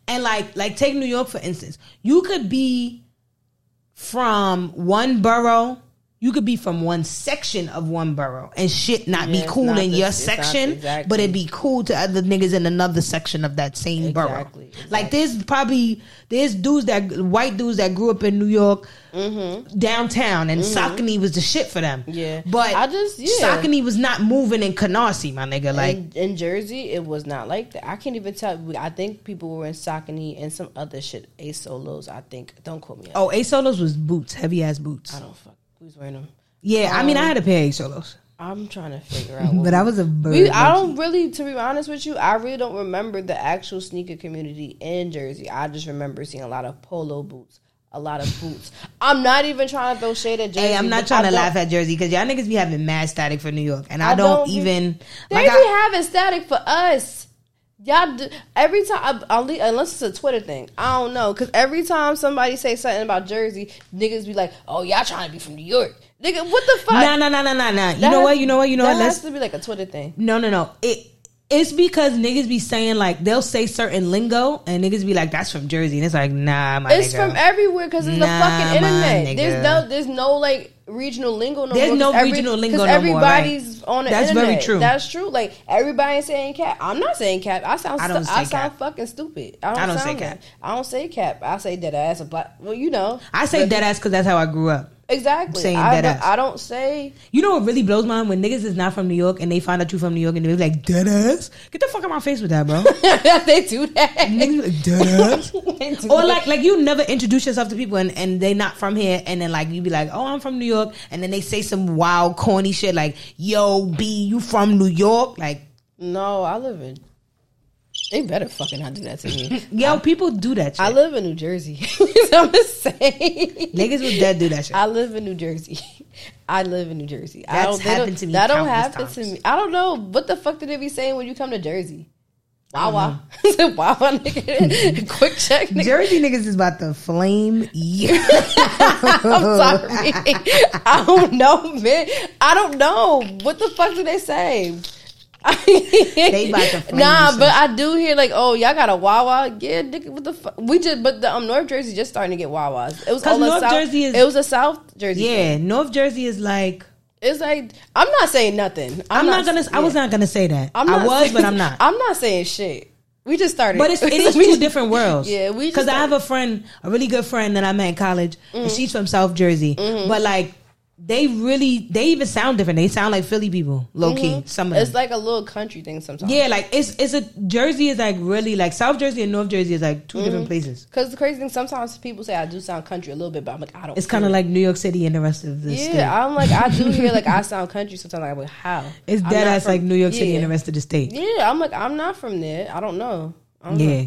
Speaker 1: And like, like take New York for instance, you could be from one borough. You could be from one section of one borough and shit not
Speaker 2: Yeah,
Speaker 1: be
Speaker 2: it's
Speaker 1: cool
Speaker 2: not
Speaker 1: in
Speaker 2: the-
Speaker 1: your
Speaker 2: it's not-
Speaker 1: section,
Speaker 2: exactly.
Speaker 1: but it'd be cool to other niggas in another section of that same borough.
Speaker 2: Exactly,
Speaker 1: Like there's probably there's dudes that white dudes that grew up in New York downtown, and Saucony was the shit for them.
Speaker 2: Mm-hmm. Yeah.
Speaker 1: but
Speaker 2: I just- yeah.
Speaker 1: Saucony was not moving in Canarsie, my nigga. Like
Speaker 2: in, in Jersey, it was not like that. I can't even tell. I think people were in Saucony and some other shit. Ace Solos, I think. Don't quote me. on
Speaker 1: oh, A Solos was boots, heavy ass boots.
Speaker 2: I don't fuck. Who's wearing them?
Speaker 1: Yeah, I mean I had a pair of A Solos.
Speaker 2: I'm trying to figure out. what
Speaker 1: But I was a bird.
Speaker 2: we, I don't really, to be honest with you, I really don't remember the actual sneaker community in Jersey. I just remember seeing a lot of polo boots, a lot of boots. I'm not even trying to throw shade at Jersey.
Speaker 1: Hey, I'm not
Speaker 2: but
Speaker 1: trying to
Speaker 2: I don't-
Speaker 1: laugh at Jersey because y'all niggas be having mad static for New York, and I,
Speaker 2: I
Speaker 1: don't,
Speaker 2: don't be-
Speaker 1: even.
Speaker 2: They
Speaker 1: like,
Speaker 2: be
Speaker 1: I,
Speaker 2: having static for us. Y'all, do, every time, I, I, unless it's a Twitter thing, I don't know. Because every time somebody say something about Jersey, niggas be like, "Oh, y'all trying to be from New York, nigga? What the fuck?"
Speaker 1: nah, nah, nah, nah, nah, nah. You know
Speaker 2: has-
Speaker 1: what? You know what? You know
Speaker 2: that
Speaker 1: what? Let's
Speaker 2: has to be like a Twitter thing.
Speaker 1: No, no, no. It it's because niggas be saying like they'll say certain lingo and niggas be like that's from Jersey and it's like nah, my
Speaker 2: It's
Speaker 1: nigga.
Speaker 2: from everywhere because it's
Speaker 1: Nah,
Speaker 2: the fucking
Speaker 1: my
Speaker 2: internet.
Speaker 1: nigga.
Speaker 2: There's no, there's no like regional lingo no
Speaker 1: There's
Speaker 2: more. 'cause
Speaker 1: no regional lingo
Speaker 2: 'cause
Speaker 1: no more, right.
Speaker 2: Everybody's on the
Speaker 1: That's very
Speaker 2: internet.
Speaker 1: true.
Speaker 2: That's true. Like everybody saying cap. I'm not saying cap. I sound.
Speaker 1: I
Speaker 2: I,
Speaker 1: don't
Speaker 2: I
Speaker 1: say
Speaker 2: sound
Speaker 1: cap.
Speaker 2: fucking stupid. I don't,
Speaker 1: I don't say
Speaker 2: sound
Speaker 1: cap.
Speaker 2: that. I don't say cap. I say dead ass. A black. Well, you know.
Speaker 1: I say
Speaker 2: But-
Speaker 1: dead ass because that's how I grew up.
Speaker 2: Exactly.
Speaker 1: saying
Speaker 2: I,
Speaker 1: dead
Speaker 2: don't-
Speaker 1: ass.
Speaker 2: I don't say.
Speaker 1: You know what really blows my mind when niggas is not from New York and they find out you from New York and they be like dead ass. Get the fuck out my face with that, bro.
Speaker 2: they do
Speaker 1: niggas
Speaker 2: that.
Speaker 1: be like dead ass.
Speaker 2: They do
Speaker 1: Or
Speaker 2: that.
Speaker 1: like like you never introduce yourself to people and, and they not from here and then like you be like, Oh, I'm from New York and then they say some wild corny shit like, Yo, B, you from New York? Like,
Speaker 2: no, I live in. They better fucking not do that to me.
Speaker 1: yo, people do that shit.
Speaker 2: I live in New Jersey. I'm just saying.
Speaker 1: niggas with that do that shit.
Speaker 2: I live in New Jersey. I live in New Jersey. I
Speaker 1: That's
Speaker 2: don't, they don't-
Speaker 1: happened to me
Speaker 2: That don't
Speaker 1: countless
Speaker 2: happen to
Speaker 1: times.
Speaker 2: me. I don't know what the fuck did they be saying when you come to Jersey. Wawa, Wawa, nigga. Quick check, nigga.
Speaker 1: Jersey niggas is about to flame you.
Speaker 2: I'm sorry. I don't know, man. I don't know. What the fuck do they say? they
Speaker 1: about to flame
Speaker 2: Nah,
Speaker 1: you,
Speaker 2: but I do hear like, oh, y'all got a Wawa. Yeah, nigga, what the fuck? We just, but the um, North Jersey just starting to get Wawas. It was
Speaker 1: 'Cause
Speaker 2: all a
Speaker 1: North
Speaker 2: South.
Speaker 1: Jersey is-
Speaker 2: it was a South Jersey. thing.
Speaker 1: Yeah, North Jersey is like
Speaker 2: It's like I'm not saying nothing.
Speaker 1: I'm, not, gonna. I was
Speaker 2: yeah.
Speaker 1: not gonna say that.
Speaker 2: I'm
Speaker 1: I
Speaker 2: not
Speaker 1: was,
Speaker 2: saying-
Speaker 1: but I'm not.
Speaker 2: I'm not saying shit. We just started.
Speaker 1: But it's it is
Speaker 2: We
Speaker 1: two
Speaker 2: just-
Speaker 1: different worlds.
Speaker 2: Yeah, we just Mm.
Speaker 1: because I
Speaker 2: like-
Speaker 1: have a friend, a really good friend that I met in college, and she's from South Jersey.
Speaker 2: Mm-hmm.
Speaker 1: But like, they really they even sound different. They sound like Philly people, low key. Some of
Speaker 2: Mm-hmm. It's
Speaker 1: them.
Speaker 2: like a little country thing sometimes.
Speaker 1: yeah, like it's it's a Jersey is like really like South Jersey and North Jersey is like 2
Speaker 2: Mm-hmm.
Speaker 1: different places.
Speaker 2: Because the crazy thing, sometimes people say I do sound country a little bit, but I'm like, I don't.
Speaker 1: It's kind of
Speaker 2: care.
Speaker 1: like New York City and the rest of the
Speaker 2: Yeah,
Speaker 1: state.
Speaker 2: I'm like I do hear like I sound country sometimes. Like, but how?
Speaker 1: it's
Speaker 2: I'm
Speaker 1: dead
Speaker 2: not
Speaker 1: ass
Speaker 2: from-
Speaker 1: like New York City
Speaker 2: yeah.
Speaker 1: and the rest of the state.
Speaker 2: Yeah, I'm like I'm not from there. I don't know. I don't know.
Speaker 1: yeah.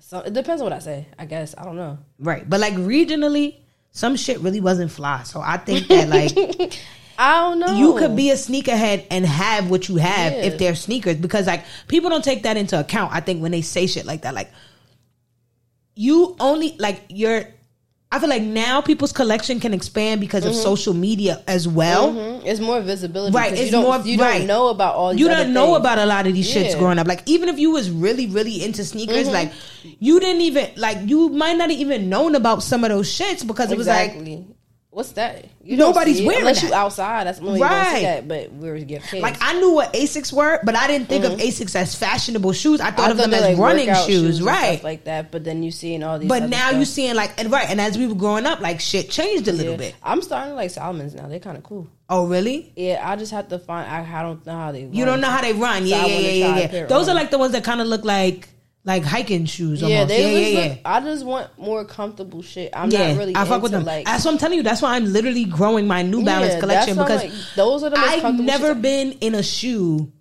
Speaker 2: So it depends on what I say. I guess I don't know.
Speaker 1: Right. But like regionally, some shit really wasn't fly. So I think that like
Speaker 2: I don't know.
Speaker 1: you could be a sneakerhead and have what you have
Speaker 2: Yeah.
Speaker 1: if they're sneakers because like people don't take that into account. I think when they say shit like that, like you only like you're I feel like now people's collection can expand because
Speaker 2: Mm-hmm.
Speaker 1: of social media as well.
Speaker 2: Mhm. It's more visibility.
Speaker 1: Right,
Speaker 2: 'cause
Speaker 1: it's
Speaker 2: you don't,
Speaker 1: more-
Speaker 2: You
Speaker 1: right.
Speaker 2: don't know about all. These
Speaker 1: you
Speaker 2: other
Speaker 1: don't know
Speaker 2: things.
Speaker 1: about a lot of these shits
Speaker 2: Yeah. Mm-hmm.
Speaker 1: growing up. Like even if you was really, really into sneakers, like you didn't even like you might not have even known about some of those shits because it was like
Speaker 2: exactly. What's that? You don't
Speaker 1: Nobody's
Speaker 2: see it
Speaker 1: wearing
Speaker 2: unless
Speaker 1: that.
Speaker 2: you outside. That's the only way you don't
Speaker 1: Right.
Speaker 2: see that. But we were getting kids.
Speaker 1: Like I knew what Asics were, but I didn't think of Asics as fashionable shoes. I thought
Speaker 2: Mm-hmm. I
Speaker 1: of them
Speaker 2: they're,
Speaker 1: as
Speaker 2: like,
Speaker 1: running
Speaker 2: workout
Speaker 1: shoes,
Speaker 2: and
Speaker 1: right?
Speaker 2: stuff like that. But then you seeing all these.
Speaker 1: but
Speaker 2: other
Speaker 1: now you
Speaker 2: stuff.
Speaker 1: seeing like and right, and as we were growing up, like shit changed a little
Speaker 2: Yeah.
Speaker 1: bit.
Speaker 2: I'm starting to like Salmons now. They're kind of cool.
Speaker 1: Oh really?
Speaker 2: Yeah, I just have to find. I, I don't know how they.
Speaker 1: You don't know how they run? Yeah,
Speaker 2: I
Speaker 1: yeah,
Speaker 2: wanna
Speaker 1: yeah,
Speaker 2: try
Speaker 1: yeah.
Speaker 2: a
Speaker 1: yeah.
Speaker 2: pair
Speaker 1: Those are
Speaker 2: on.
Speaker 1: like the ones that kind of look like like hiking shoes.
Speaker 2: Yeah,
Speaker 1: Almost. Yeah,
Speaker 2: they
Speaker 1: yeah,
Speaker 2: just
Speaker 1: yeah, yeah.
Speaker 2: look, I just want more comfortable shit. I'm not really.
Speaker 1: I fuck
Speaker 2: into,
Speaker 1: with them.
Speaker 2: Like,
Speaker 1: that's what I'm telling you. That's why I'm literally growing my New Balance
Speaker 2: Yeah,
Speaker 1: collection
Speaker 2: that's why
Speaker 1: because
Speaker 2: I'm like, those are the most
Speaker 1: I've
Speaker 2: comfortable
Speaker 1: never
Speaker 2: shoes.
Speaker 1: been in a shoe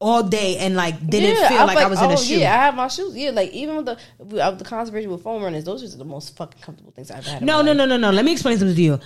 Speaker 1: all day and like didn't
Speaker 2: Yeah,
Speaker 1: feel
Speaker 2: I'm
Speaker 1: like, I was in
Speaker 2: oh,
Speaker 1: a shoe.
Speaker 2: Yeah, I have my shoes. Yeah, like even with the with uh, the conservation with foam runners, those are the most fucking comfortable things I've ever had. in
Speaker 1: No,
Speaker 2: my
Speaker 1: no,
Speaker 2: life.
Speaker 1: no, no, no. Let me explain something to you.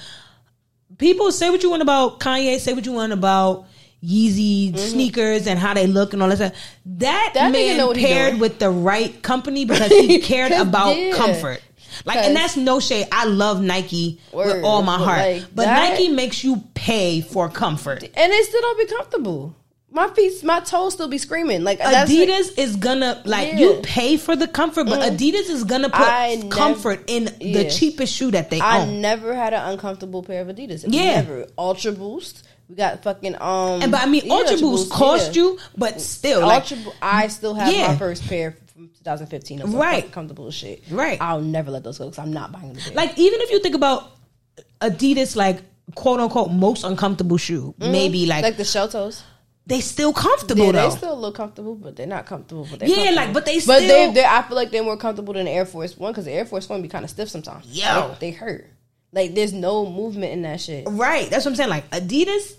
Speaker 1: People say what you want about Kanye, say what you want about Yeezy sneakers and how they look and all that stuff. That,
Speaker 2: Mm-hmm. That nigga
Speaker 1: man
Speaker 2: know what he
Speaker 1: paired
Speaker 2: doing.
Speaker 1: with the right company because he cared
Speaker 2: 'Cause,
Speaker 1: about
Speaker 2: yeah.
Speaker 1: comfort. Like, and
Speaker 2: 'Cause-
Speaker 1: that's no shade. I love Nike with
Speaker 2: Word,
Speaker 1: all my
Speaker 2: but
Speaker 1: heart.
Speaker 2: like
Speaker 1: but
Speaker 2: that-
Speaker 1: Nike makes you pay for comfort.
Speaker 2: and they still don't be comfortable. My feet, my toes still be screaming. Like that's
Speaker 1: Adidas is gonna like
Speaker 2: Yeah. Mm-hmm.
Speaker 1: you pay for the comfort, but Adidas is gonna put
Speaker 2: I nev-
Speaker 1: comfort in the
Speaker 2: Yeah.
Speaker 1: cheapest shoe that they
Speaker 2: I
Speaker 1: own.
Speaker 2: never had an uncomfortable pair of Adidas.
Speaker 1: Oh. Yeah.
Speaker 2: never. Ultra Boost. We got fucking um.
Speaker 1: and but I mean,
Speaker 2: yeah,
Speaker 1: Ultra Boost cost
Speaker 2: yeah.
Speaker 1: you, but still, like,
Speaker 2: Ultra. Bo- I still have
Speaker 1: Yeah.
Speaker 2: my first pair from 2015. Those
Speaker 1: Right.
Speaker 2: right, comfortable as shit.
Speaker 1: Right.
Speaker 2: I'll never let those go because I'm not buying them. Again.
Speaker 1: like even if you think about Adidas, like quote unquote most uncomfortable shoe, maybe like,
Speaker 2: Mm-hmm. like the shell toes.
Speaker 1: they still comfortable
Speaker 2: Yeah,
Speaker 1: though.
Speaker 2: they still look comfortable, but they're not comfortable. But they're
Speaker 1: yeah,
Speaker 2: comfortable.
Speaker 1: like but they still.
Speaker 2: But they, they, I feel like they're more comfortable than the Air Force One because the Air Force One be kind of stiff sometimes.
Speaker 1: Yo.
Speaker 2: Like, they hurt. Like there's no movement in that shit.
Speaker 1: right, that's what I'm saying. Like Adidas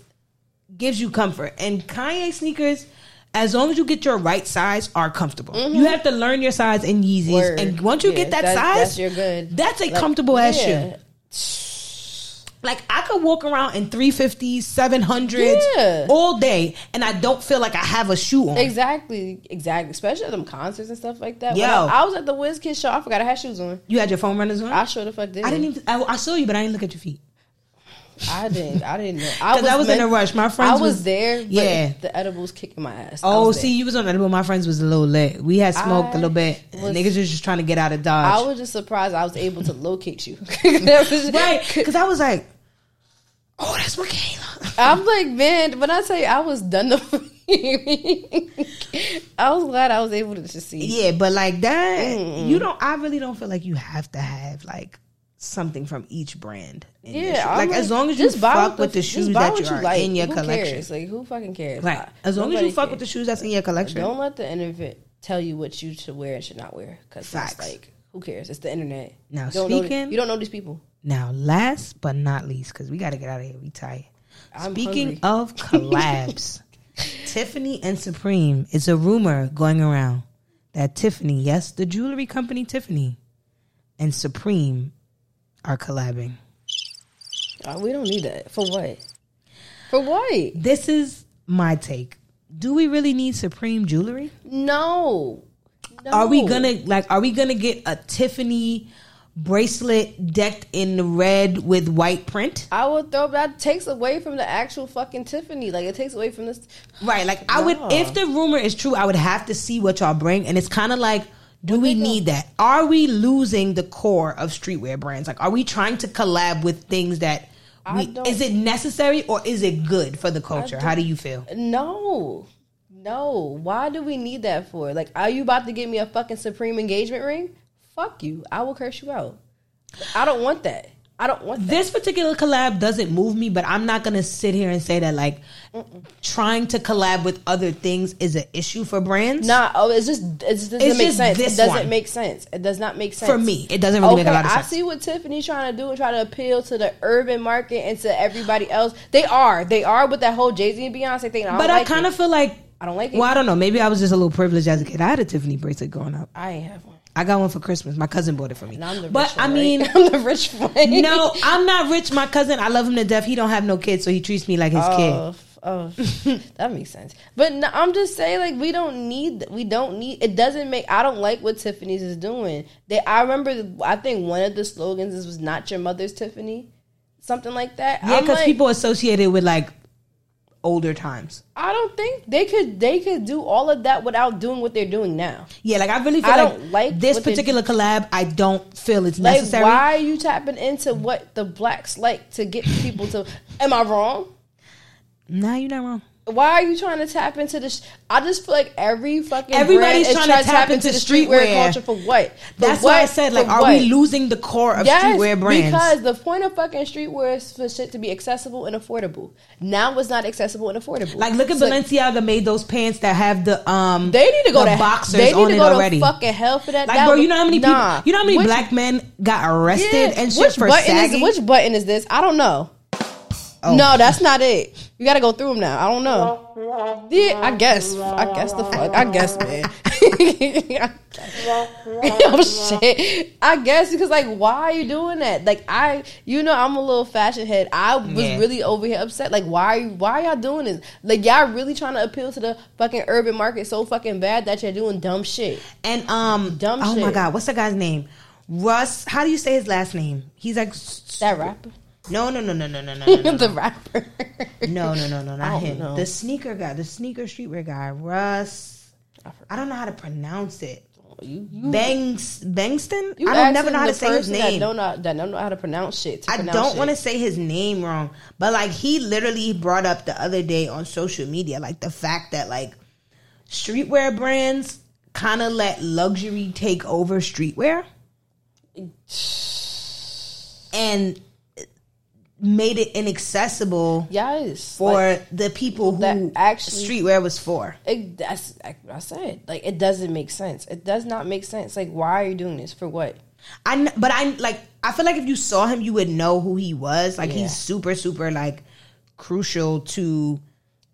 Speaker 1: gives you comfort. And Kanye sneakers, as long as you get your right size, are comfortable. You have to learn your size in Yeezys,
Speaker 2: Mm-hmm. Word.
Speaker 1: and once you
Speaker 2: Yeah,
Speaker 1: get that,
Speaker 2: that's-
Speaker 1: size,
Speaker 2: that's your good.
Speaker 1: That's a
Speaker 2: Like,
Speaker 1: comfortable ass
Speaker 2: yeah.
Speaker 1: shoe. Like I could walk around in 350s, 700s
Speaker 2: Yeah.
Speaker 1: all day and I don't feel like I have a shoe on.
Speaker 2: Exactly, exactly. Especially at them concerts and stuff like that. When
Speaker 1: Yo.
Speaker 2: I, I was at the WizKid show. I forgot I had shoes on.
Speaker 1: You had your phone runners on?
Speaker 2: I sure the fuck didn't.
Speaker 1: I didn't even. I, I saw you, but I didn't look at your feet
Speaker 2: I didn't. I didn't know.
Speaker 1: because I was in a
Speaker 2: meant-
Speaker 1: rush. My friends.
Speaker 2: I was there. But
Speaker 1: Yeah.
Speaker 2: yeah, the edibles kicking my ass. I
Speaker 1: Oh,
Speaker 2: was there.
Speaker 1: see, you was on edible. My friends was a little lit. We had smoked a
Speaker 2: I
Speaker 1: little bit.
Speaker 2: was-
Speaker 1: Niggas was just trying to get out of dodge.
Speaker 2: I was just surprised I was able to locate you. That was-
Speaker 1: right? Because I was like, "Oh, that's Michaela."
Speaker 2: I'm like, man, when I tell you I was done the I was glad I was able to just see.
Speaker 1: Yeah, but like that, you don't. I really don't feel like you have to have like something from each brand. in your shoe.
Speaker 2: Yeah, I'm
Speaker 1: like, as long as you
Speaker 2: just buy
Speaker 1: fuck
Speaker 2: what the-
Speaker 1: with the
Speaker 2: just
Speaker 1: shoes
Speaker 2: buy
Speaker 1: that
Speaker 2: what
Speaker 1: you are
Speaker 2: like.
Speaker 1: in your
Speaker 2: Who
Speaker 1: collection,
Speaker 2: Cares? Like, who fucking cares?
Speaker 1: right? As long as you
Speaker 2: Nobody
Speaker 1: fuck
Speaker 2: cares.
Speaker 1: with the shoes that's in your collection,
Speaker 2: Don't let the internet tell you what you should wear and should not wear. Because that's
Speaker 1: Facts.
Speaker 2: like, who cares? It's the internet.
Speaker 1: Now,
Speaker 2: you don't know the-
Speaker 1: speaking-
Speaker 2: you don't know these people.
Speaker 1: Now, last but not least, because we got to get out of here. We tired.
Speaker 2: I'm
Speaker 1: Speaking
Speaker 2: hungry.
Speaker 1: of collabs, Tiffany and Supreme. It's a rumor going around that Tiffany, yes, the jewelry company Tiffany, and Supreme are collabing.
Speaker 2: Uh, we don't need that. For what? For what?
Speaker 1: This is my take. Do we really need Supreme jewelry?
Speaker 2: No. no.
Speaker 1: Are we gonna like? Are we gonna get a Tiffany bracelet decked in red with white print?
Speaker 2: I would throw that takes away from the actual fucking Tiffany. Like it takes away from this.
Speaker 1: Right. Like I would
Speaker 2: Yeah.
Speaker 1: if the rumor is true, I would have to see what y'all bring. And it's kinda like, do we need that? Are we losing the core of streetwear brands? Like are we trying to collab with things that
Speaker 2: I
Speaker 1: we,
Speaker 2: don't-
Speaker 1: is it necessary or is it good for the culture? How do you feel?
Speaker 2: No, no. Why do we need that for? Like, are you about to give me a fucking supreme engagement ring? Fuck you. I will curse you out. I don't want that. I don't want that.
Speaker 1: This particular collab doesn't move me, but I'm not gonna sit here and say that like trying to collab with other things is an issue for brands.
Speaker 2: Nah. Oh, it's just it just doesn't
Speaker 1: It's
Speaker 2: make
Speaker 1: just
Speaker 2: sense. It
Speaker 1: this
Speaker 2: doesn't
Speaker 1: one.
Speaker 2: make sense. It does not make sense
Speaker 1: For me, it doesn't really make a lot of
Speaker 2: I
Speaker 1: sense.
Speaker 2: see what Tiffany's trying to do and try to appeal to the urban market and to everybody else. They are. They are with that whole Jay Z and Beyonce thing. and I
Speaker 1: but
Speaker 2: don't
Speaker 1: I kind
Speaker 2: of.
Speaker 1: of feel like
Speaker 2: I don't like it.
Speaker 1: well, I don't know. Maybe I was just a little privileged as a kid. I had a Tiffany bracelet growing up.
Speaker 2: I ain't have one.
Speaker 1: I got one for Christmas. My cousin bought it for me.
Speaker 2: And I'm the
Speaker 1: But
Speaker 2: rich
Speaker 1: I
Speaker 2: one,
Speaker 1: mean,
Speaker 2: right? I'm the rich one.
Speaker 1: no, I'm not rich. My cousin, I love him to death. He don't have no kids, so he treats me like his
Speaker 2: Oh, f- oh, f- that makes sense. But no, I'm just saying, like, we don't need, th- we don't need. It doesn't make. I don't like what Tiffany's is doing. They, I remember, I think one of the slogans is, was "Not your mother's Tiffany," something like that.
Speaker 1: kid. Yeah,
Speaker 2: I'm
Speaker 1: because
Speaker 2: like,
Speaker 1: people associate it with like older times.
Speaker 2: I don't think they could, they could do all of that without doing what they're doing now.
Speaker 1: Yeah, like I really feel
Speaker 2: I
Speaker 1: like,
Speaker 2: don't like
Speaker 1: this
Speaker 2: what they-
Speaker 1: particular collab. I don't feel it's
Speaker 2: Like,
Speaker 1: necessary.
Speaker 2: why are you tapping into what the blacks like to get people to? Am I wrong?
Speaker 1: Nah, you're not wrong.
Speaker 2: Why are you trying to tap into this? I just feel like every fucking
Speaker 1: Everybody's
Speaker 2: brand is
Speaker 1: trying to tap into streetwear.
Speaker 2: culture for what? For
Speaker 1: That's
Speaker 2: what?
Speaker 1: why I said like,
Speaker 2: For
Speaker 1: are
Speaker 2: what?
Speaker 1: we losing the core of
Speaker 2: Yes,
Speaker 1: streetwear brands?
Speaker 2: because the point of fucking streetwear is for shit to be accessible and affordable. Now it's not accessible and affordable.
Speaker 1: like look at
Speaker 2: So, like,
Speaker 1: Balenciaga made those pants that have the um
Speaker 2: They need to go
Speaker 1: the
Speaker 2: to
Speaker 1: boxers
Speaker 2: They need
Speaker 1: on
Speaker 2: to
Speaker 1: it
Speaker 2: go
Speaker 1: already.
Speaker 2: to fucking hell for that.
Speaker 1: like
Speaker 2: That
Speaker 1: bro,
Speaker 2: would-
Speaker 1: you know how many
Speaker 2: nah.
Speaker 1: people, you know how many
Speaker 2: Which-
Speaker 1: black men got arrested
Speaker 2: yeah,
Speaker 1: and shit
Speaker 2: which
Speaker 1: for
Speaker 2: button
Speaker 1: sagging.
Speaker 2: Is, which button is this? I don't know.
Speaker 1: Oh.
Speaker 2: No, that's not it. You got to go through them now. I don't know. Yeah, I guess. I guess the fuck. I guess, man. oh shit. I guess because like, why are you doing that? Like, I, you know, I'm a little fashion head. I was
Speaker 1: Yeah.
Speaker 2: really over here upset. Like, why? Are you, why are y'all doing this? Like, y'all really trying to appeal to the fucking urban market so fucking bad that you're doing dumb shit.
Speaker 1: And um,
Speaker 2: Dumb
Speaker 1: Oh my
Speaker 2: shit.
Speaker 1: god, what's that guy's name? Russ. How do you say his last name? He's like
Speaker 2: That rapper,
Speaker 1: no, no, no, no, no, no, no, no, no,
Speaker 2: the rapper.
Speaker 1: no, no, no, no,
Speaker 2: I
Speaker 1: not
Speaker 2: don't
Speaker 1: him.
Speaker 2: know.
Speaker 1: The sneaker guy, the sneaker streetwear guy, Russ. I don't know how to pronounce it.
Speaker 2: You, you
Speaker 1: Bangs Bangston.
Speaker 2: You
Speaker 1: I don't never
Speaker 2: asking
Speaker 1: know how
Speaker 2: the
Speaker 1: to say his
Speaker 2: person
Speaker 1: name.
Speaker 2: That don't know, that don't know how to pronounce shit.
Speaker 1: I don't want to say his name wrong, but like he literally brought up the other day on social media, like the fact that like streetwear brands kind of let luxury take over streetwear and made it inaccessible
Speaker 2: Yes,
Speaker 1: for
Speaker 2: like,
Speaker 1: the people
Speaker 2: that
Speaker 1: who
Speaker 2: actually-
Speaker 1: streetwear was for.
Speaker 2: it, that's like I said. Like it doesn't make sense. It does not make sense. Like why are you doing this for what?
Speaker 1: I kn- but I like I feel like if you saw him, you would know who he was. Like
Speaker 2: Yeah.
Speaker 1: he's super super like crucial to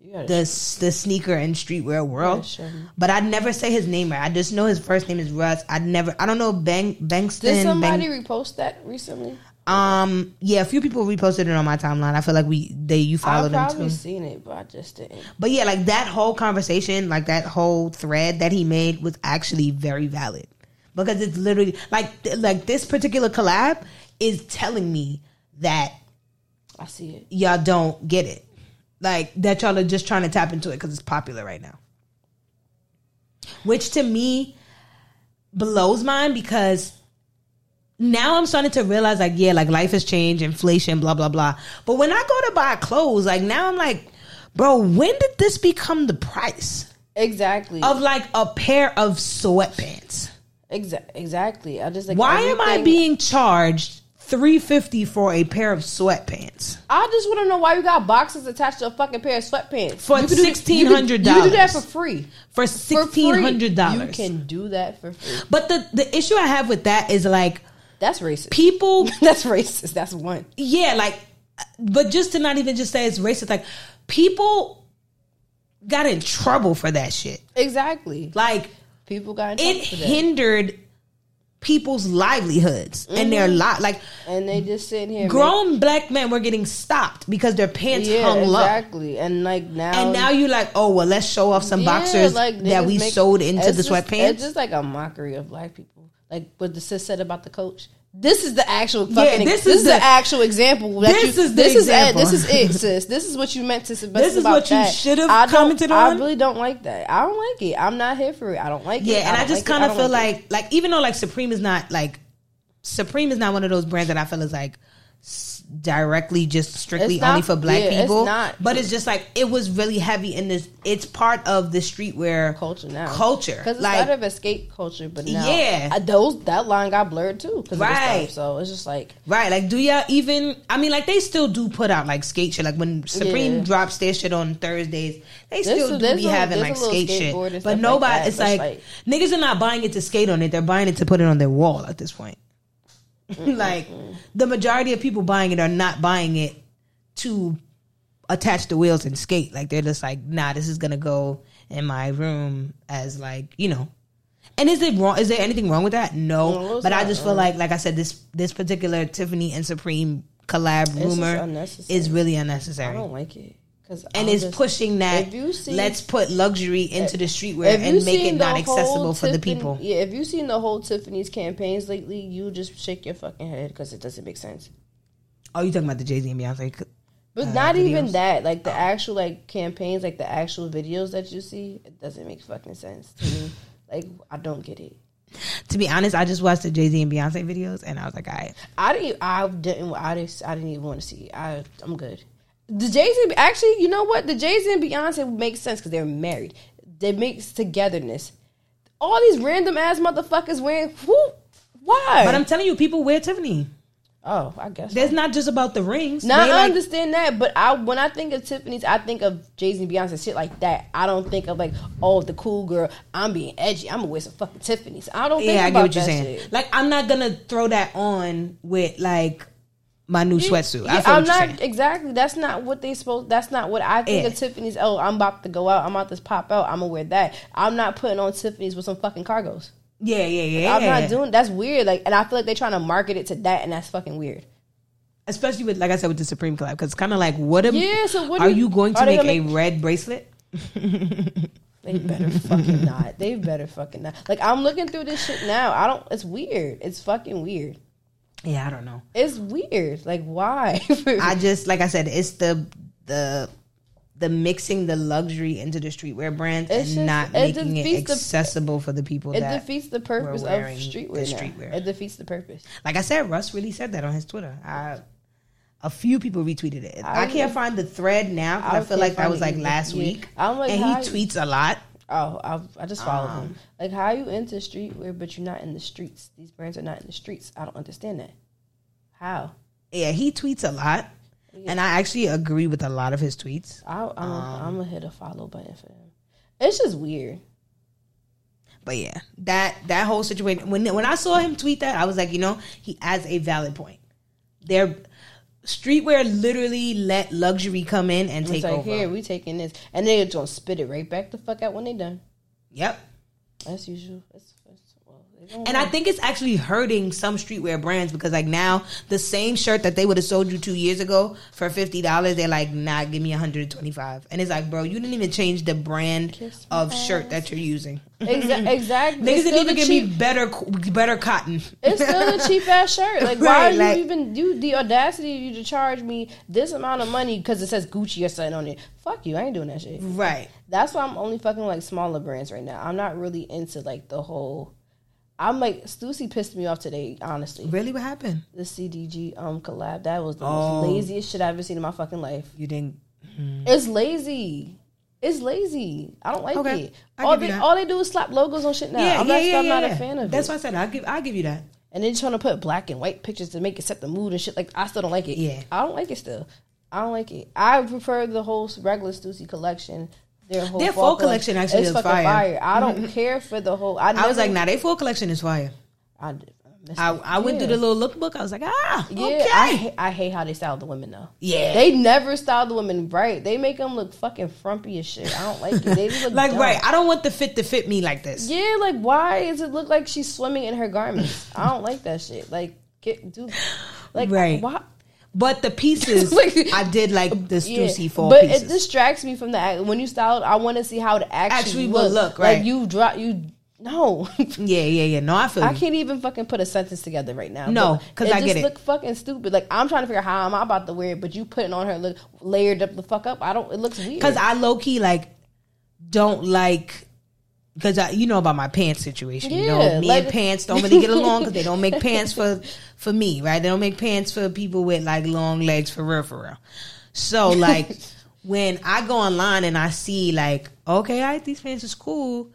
Speaker 2: You gotta
Speaker 1: the s- the sneaker and streetwear world.
Speaker 2: Yeah, sure.
Speaker 1: But I'd never say his name right. I just know his first name is Russ. I'd never. I don't know Bang Bankston.
Speaker 2: Did somebody
Speaker 1: Bang-
Speaker 2: repost that recently?
Speaker 1: um. Yeah, a few people reposted it on my timeline. I feel like we they you
Speaker 2: I
Speaker 1: followed them
Speaker 2: probably
Speaker 1: too.
Speaker 2: seen it, but I just didn't.
Speaker 1: But yeah, like that whole conversation, like that whole thread that he made was actually very valid because it's literally like th- like this particular collab is telling me that
Speaker 2: I see it.
Speaker 1: y'all don't get it. Like that y'all are just trying to tap into it because it's popular right now. Which to me blows mine because now I'm starting to realize like, yeah, like life has changed, inflation, blah, blah, blah. But when I go to buy clothes, like now I'm like, bro, when did this become the price
Speaker 2: Exactly.
Speaker 1: of like a pair of sweatpants?
Speaker 2: Exa- exactly. I just like
Speaker 1: Why am I
Speaker 2: everything-
Speaker 1: being charged 350 for a pair of sweatpants?
Speaker 2: I just want to know why you got boxes attached to a fucking pair of sweatpants
Speaker 1: For
Speaker 2: You could do-
Speaker 1: $1,600.
Speaker 2: You could do that for free.
Speaker 1: For
Speaker 2: For free.
Speaker 1: sixteen hundred
Speaker 2: You
Speaker 1: dollars.
Speaker 2: can do that for free.
Speaker 1: But the the issue I have with that is like
Speaker 2: That's racist.
Speaker 1: people,
Speaker 2: That's racist. That's one.
Speaker 1: yeah, like, but just to not even just say it's racist, like people got in trouble for that shit.
Speaker 2: Exactly.
Speaker 1: Like
Speaker 2: People got in
Speaker 1: it
Speaker 2: trouble for that.
Speaker 1: hindered people's livelihoods and their
Speaker 2: Mm-hmm.
Speaker 1: lot. Like
Speaker 2: and they just sitting here.
Speaker 1: grown black men were getting stopped because their pants
Speaker 2: making- yeah,
Speaker 1: hung low.
Speaker 2: exactly. And like now,
Speaker 1: And now you like, oh well, let's show off some
Speaker 2: Yeah,
Speaker 1: boxers that
Speaker 2: niggas
Speaker 1: we
Speaker 2: make-
Speaker 1: sewed into
Speaker 2: it's
Speaker 1: the
Speaker 2: just-
Speaker 1: sweatpants.
Speaker 2: It's just like a mockery of black people. Like what the sis said about the coach. This is the actual
Speaker 1: Yeah,
Speaker 2: fucking.
Speaker 1: this
Speaker 2: this,
Speaker 1: is
Speaker 2: is the,
Speaker 1: the-
Speaker 2: actual example. That
Speaker 1: this
Speaker 2: you,
Speaker 1: is the
Speaker 2: this
Speaker 1: example.
Speaker 2: Is, it, this is it, sis. This is what you meant to.
Speaker 1: This is what you should have commented
Speaker 2: I
Speaker 1: on.
Speaker 2: really don't like that. I don't like it. I'm not here for it. I don't like it.
Speaker 1: Yeah, and I,
Speaker 2: don't
Speaker 1: just
Speaker 2: like it.
Speaker 1: kind of
Speaker 2: don't
Speaker 1: feel
Speaker 2: like it.
Speaker 1: like, like even though like Supreme is not like Supreme is not one of those brands that I feel is like s- directly just strictly
Speaker 2: It's not-
Speaker 1: only for black
Speaker 2: yeah, it's
Speaker 1: people.
Speaker 2: not.
Speaker 1: But it's just like it was really heavy in this. It's part of the streetwear
Speaker 2: culture now.
Speaker 1: Culture,
Speaker 2: because it's
Speaker 1: like
Speaker 2: part of escape culture, but now
Speaker 1: Yeah.
Speaker 2: yeah, those that line got blurred too. 'cause of this
Speaker 1: Right.
Speaker 2: stuff. So it's just like
Speaker 1: right, like do y'all even? I mean, like they still do put out like skate shit. Like when Supreme
Speaker 2: Yeah.
Speaker 1: drops their shit on Thursdays, they still do
Speaker 2: there's
Speaker 1: be
Speaker 2: a-
Speaker 1: having
Speaker 2: there's
Speaker 1: like
Speaker 2: a little
Speaker 1: skate
Speaker 2: skateboard and
Speaker 1: shit.
Speaker 2: stuff
Speaker 1: But
Speaker 2: like
Speaker 1: nobody,
Speaker 2: that,
Speaker 1: it's
Speaker 2: but
Speaker 1: like,
Speaker 2: it's like-
Speaker 1: niggas are not buying it to skate on it. They're buying it to put it on their wall at this point. like the majority of people buying it are not buying it to attach the wheels and skate. Like they're just like, nah, this is gonna go in my room as like, you know. And is it wrong? Is there anything wrong with that? No.
Speaker 2: No, it's
Speaker 1: but I
Speaker 2: not
Speaker 1: just feel like, like I said, this this particular Tiffany and Supreme collab
Speaker 2: just
Speaker 1: rumor
Speaker 2: unnecessary.
Speaker 1: is really
Speaker 2: I
Speaker 1: unnecessary.
Speaker 2: don't like it because
Speaker 1: And it's pushing that
Speaker 2: if you see-
Speaker 1: let's put luxury into the streetwear
Speaker 2: If you
Speaker 1: and make it
Speaker 2: seen
Speaker 1: not
Speaker 2: the whole
Speaker 1: accessible for the
Speaker 2: Tiffany-
Speaker 1: people.
Speaker 2: Yeah, if you've seen the whole Tiffany's campaigns lately, you just shake your fucking head because it doesn't make sense.
Speaker 1: Oh, you talking about the Jay Z and Beyonce?
Speaker 2: But
Speaker 1: Uh,
Speaker 2: not
Speaker 1: videos. Oh.
Speaker 2: even that, like the actual like campaigns, like the actual videos that you see, it doesn't make fucking sense to me. Like I don't get it.
Speaker 1: To be honest, I just watched the Jay Z and Beyonce videos, and I was like, all right.
Speaker 2: I didn't. e, I didn't. I didn't. I didn't even want to see. it. I. I'm good. The Jay Z. Actually, you know what? The Jay Z and Beyonce makes sense because they're married. They makes togetherness. All these random ass motherfuckers wearing who? Why?
Speaker 1: But I'm telling you, people wear Tiffany.
Speaker 2: oh, I guess.
Speaker 1: That's not just about the rings.
Speaker 2: Now
Speaker 1: They,
Speaker 2: I
Speaker 1: like,
Speaker 2: understand that, but I when I think of Tiffany's, I think of Jay Z and Beyonce shit like that. I don't think of like, oh, the cool girl. I'm being edgy. I'm gonna wear some fucking Tiffany's. I don't. think
Speaker 1: yeah, I
Speaker 2: about
Speaker 1: get what you're
Speaker 2: that
Speaker 1: saying.
Speaker 2: shit.
Speaker 1: Like, I'm not gonna throw that on with like my new sweatsuit. I
Speaker 2: Mm, Yeah,
Speaker 1: feel
Speaker 2: I'm
Speaker 1: what
Speaker 2: not
Speaker 1: you're saying.
Speaker 2: exactly. That's not what they supposed. That's not what I think
Speaker 1: Yeah.
Speaker 2: of Tiffany's. Oh, I'm about to go out. I'm about to pop out. I'm gonna wear that. I'm not putting on Tiffany's with some fucking cargos.
Speaker 1: Yeah, yeah, yeah.
Speaker 2: I'm not doing. That's weird. Like, and I feel like they're trying to market it to that, and that's fucking weird.
Speaker 1: especially with like I said with the Supreme collab because it's kind of like what am
Speaker 2: Yeah. So what
Speaker 1: are
Speaker 2: do-
Speaker 1: you going to
Speaker 2: are they
Speaker 1: make,
Speaker 2: gonna
Speaker 1: a red bracelet?
Speaker 2: They better fucking not. They better fucking not. Like I'm looking through this shit now. I don't. It's weird. It's fucking weird.
Speaker 1: Yeah, I don't know.
Speaker 2: It's weird. Like why?
Speaker 1: I just like I said, it's the the the mixing the luxury into the streetwear brands and
Speaker 2: It's just-
Speaker 1: not
Speaker 2: it
Speaker 1: making
Speaker 2: defeats
Speaker 1: it
Speaker 2: the-
Speaker 1: accessible for the people
Speaker 2: it
Speaker 1: that
Speaker 2: defeats the purpose of
Speaker 1: wearing
Speaker 2: streetwear,
Speaker 1: the
Speaker 2: now.
Speaker 1: streetwear.
Speaker 2: It defeats the purpose.
Speaker 1: Like I said, Russ really said that on his Twitter. I, a few people retweeted it. I,
Speaker 2: I
Speaker 1: can't find the thread now 'cause I,
Speaker 2: I
Speaker 1: feel like
Speaker 2: can't
Speaker 1: that
Speaker 2: find
Speaker 1: was
Speaker 2: it
Speaker 1: like
Speaker 2: either.
Speaker 1: last
Speaker 2: Yeah. Oh
Speaker 1: week.
Speaker 2: I'm like,
Speaker 1: and he
Speaker 2: how-
Speaker 1: tweets a lot.
Speaker 2: Oh, I, I just followed
Speaker 1: Um.
Speaker 2: him. Like, how you into streetwear, but you're not in the streets? These brands are not in the streets. I don't understand that. How?
Speaker 1: Yeah, he tweets a lot. And I actually agree with a lot of his tweets.
Speaker 2: I, I'm, I'm
Speaker 1: Um.
Speaker 2: gonna hit a follow button for him. It's just weird.
Speaker 1: But yeah, that that whole situation when when I saw him tweet that, I was like, you know, he has a valid point. They're streetwear literally let luxury come in and take
Speaker 2: it's like
Speaker 1: over.
Speaker 2: here we taking this, and they're just gonna spit it right back the fuck out when they done.
Speaker 1: Yep.
Speaker 2: That's usual. That's, that's well, they don't
Speaker 1: And I think it's actually hurting some streetwear brands because like now the same shirt that they would have sold you two years ago for fifty dollars, they're like, nah, give me 125. And it's like, bro, you didn't even change the brand
Speaker 2: Kiss my
Speaker 1: of shirt that you're using.
Speaker 2: Exa- exactly.
Speaker 1: Niggas didn't
Speaker 2: It's still
Speaker 1: even
Speaker 2: the
Speaker 1: give
Speaker 2: cheap-
Speaker 1: me better c- better cotton.
Speaker 2: It's still the cheap ass shirt. Like, why
Speaker 1: Right,
Speaker 2: are you
Speaker 1: like-
Speaker 2: even you the audacity of you to charge me this amount of money because it says Gucci or something on it? Fuck you, I ain't doing that shit.
Speaker 1: right.
Speaker 2: That's why I'm only fucking like smaller brands right now. I'm not really into like the whole. I'm like Stussy pissed me off today. Honestly,
Speaker 1: Really, what happened?
Speaker 2: the CDG um collab that was the
Speaker 1: Oh.
Speaker 2: most laziest shit I've ever seen in my fucking life.
Speaker 1: You didn't.
Speaker 2: It's lazy. It's lazy. I don't like
Speaker 1: Okay.
Speaker 2: it.
Speaker 1: I
Speaker 2: all
Speaker 1: give you
Speaker 2: they
Speaker 1: that.
Speaker 2: all they do is slap logos on shit now.
Speaker 1: Yeah,
Speaker 2: I'm,
Speaker 1: yeah,
Speaker 2: not,
Speaker 1: yeah,
Speaker 2: I'm
Speaker 1: yeah,
Speaker 2: not
Speaker 1: yeah.
Speaker 2: a fan of
Speaker 1: That's
Speaker 2: it.
Speaker 1: why I said I give I give you that.
Speaker 2: and they're trying to put black and white pictures to make it set the mood and shit. Like I still don't like it.
Speaker 1: Yeah.
Speaker 2: I don't like it still. I don't like it. I prefer the whole regular Stussy collection. Their whole
Speaker 1: Their
Speaker 2: fall
Speaker 1: fall collection actually
Speaker 2: It's
Speaker 1: is
Speaker 2: fucking
Speaker 1: fire.
Speaker 2: I don't care for the whole. I,
Speaker 1: I was like, nah,
Speaker 2: never-
Speaker 1: they full collection is fire.
Speaker 2: I, did- I missed
Speaker 1: I,
Speaker 2: it.
Speaker 1: I went
Speaker 2: Yeah.
Speaker 1: through the little lookbook. I was like, ah,
Speaker 2: Yeah,
Speaker 1: okay.
Speaker 2: I, ha- I hate how they style the women though.
Speaker 1: yeah.
Speaker 2: They never style the women right. They make them look fucking frumpy as shit. I don't like it. They just look
Speaker 1: like
Speaker 2: dumb.
Speaker 1: right. I don't want the fit to fit me like this.
Speaker 2: Yeah, like why does it look like she's swimming in her garments? I don't like that shit. Like get do like
Speaker 1: Right.
Speaker 2: why
Speaker 1: But the pieces,
Speaker 2: Like-
Speaker 1: I did like the
Speaker 2: yeah.
Speaker 1: Stussy fall
Speaker 2: but
Speaker 1: pieces.
Speaker 2: it distracts me from the act. when you style it, I want to see how it actually,
Speaker 1: Actually will
Speaker 2: looks.
Speaker 1: look, right.
Speaker 2: Like you drop you no.
Speaker 1: yeah, yeah, yeah. No, I feel
Speaker 2: I
Speaker 1: you.
Speaker 2: can't even fucking put a sentence together right now.
Speaker 1: Mm. No,
Speaker 2: But
Speaker 1: 'cause I
Speaker 2: just
Speaker 1: get it.
Speaker 2: Look fucking stupid. Like I'm trying to figure out how am I about to wear it, but you putting on her look layered up the fuck up. I don't. It looks weird.
Speaker 1: because I low key like don't like because I you know about my pants situation. you know,
Speaker 2: Yeah,
Speaker 1: me
Speaker 2: like-
Speaker 1: and pants don't really get along because they don't make pants for for me, right? They don't make pants for people with like long legs for real, for real. So like when I go online and I see like okay, I these pants is cool.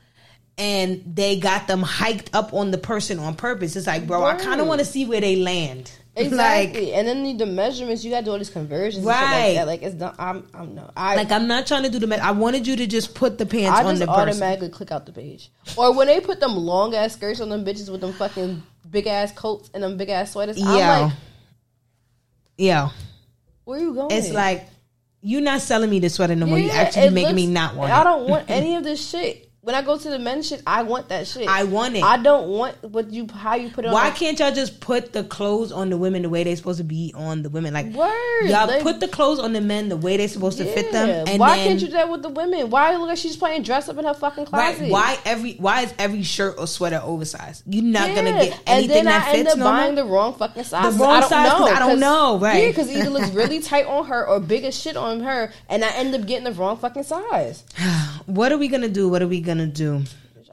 Speaker 1: And they got them hiked up on the person on purpose. It's like, bro, I kind of
Speaker 2: Right.
Speaker 1: want to see where they land. Like,
Speaker 2: Exactly, and then the measurements you got to do all these conversions,
Speaker 1: Right.
Speaker 2: right? Like, that. like it's not. I'm, I'm no. I
Speaker 1: like I'm not trying to do the. ma- I wanted you to just put the pants
Speaker 2: I
Speaker 1: on
Speaker 2: just
Speaker 1: the person.
Speaker 2: automatically click out the page. Or when they put them long ass skirts on them bitches with them fucking big ass coats and them big ass sweaters,
Speaker 1: Yeah.
Speaker 2: I'm like,
Speaker 1: yeah.
Speaker 2: where you going?
Speaker 1: It's like you're not selling me this sweater no more. you
Speaker 2: Yeah,
Speaker 1: actually
Speaker 2: it
Speaker 1: making me
Speaker 2: looks-
Speaker 1: not want
Speaker 2: I
Speaker 1: it.
Speaker 2: don't want any of this shit. When I go to the men's shit, I want that shit.
Speaker 1: I want it.
Speaker 2: I don't want what you how you put it
Speaker 1: Why
Speaker 2: on.
Speaker 1: can't y'all just put the clothes on the women the way they're supposed to be on the women? Like
Speaker 2: Word,
Speaker 1: y'all
Speaker 2: like-
Speaker 1: put the clothes on the men the way they're supposed to fit
Speaker 2: Yeah.
Speaker 1: them. And
Speaker 2: why
Speaker 1: then,
Speaker 2: can't you do that with the women? Why look like she's playing dress up in her fucking
Speaker 1: Right,
Speaker 2: closet?
Speaker 1: why every why is every shirt or sweater oversized? You're not gonna
Speaker 2: Yeah.
Speaker 1: get anything
Speaker 2: and then
Speaker 1: that
Speaker 2: I
Speaker 1: fits
Speaker 2: end up
Speaker 1: no more?
Speaker 2: buying the wrong fucking size.
Speaker 1: The wrong
Speaker 2: I don't
Speaker 1: size, 'cause
Speaker 2: know.
Speaker 1: I don't know, right.
Speaker 2: Yeah, because either looks really tight on her or big as shit on her, and I end up getting the wrong fucking size.
Speaker 1: What are we gonna do? What are we gonna do?
Speaker 2: Bitch,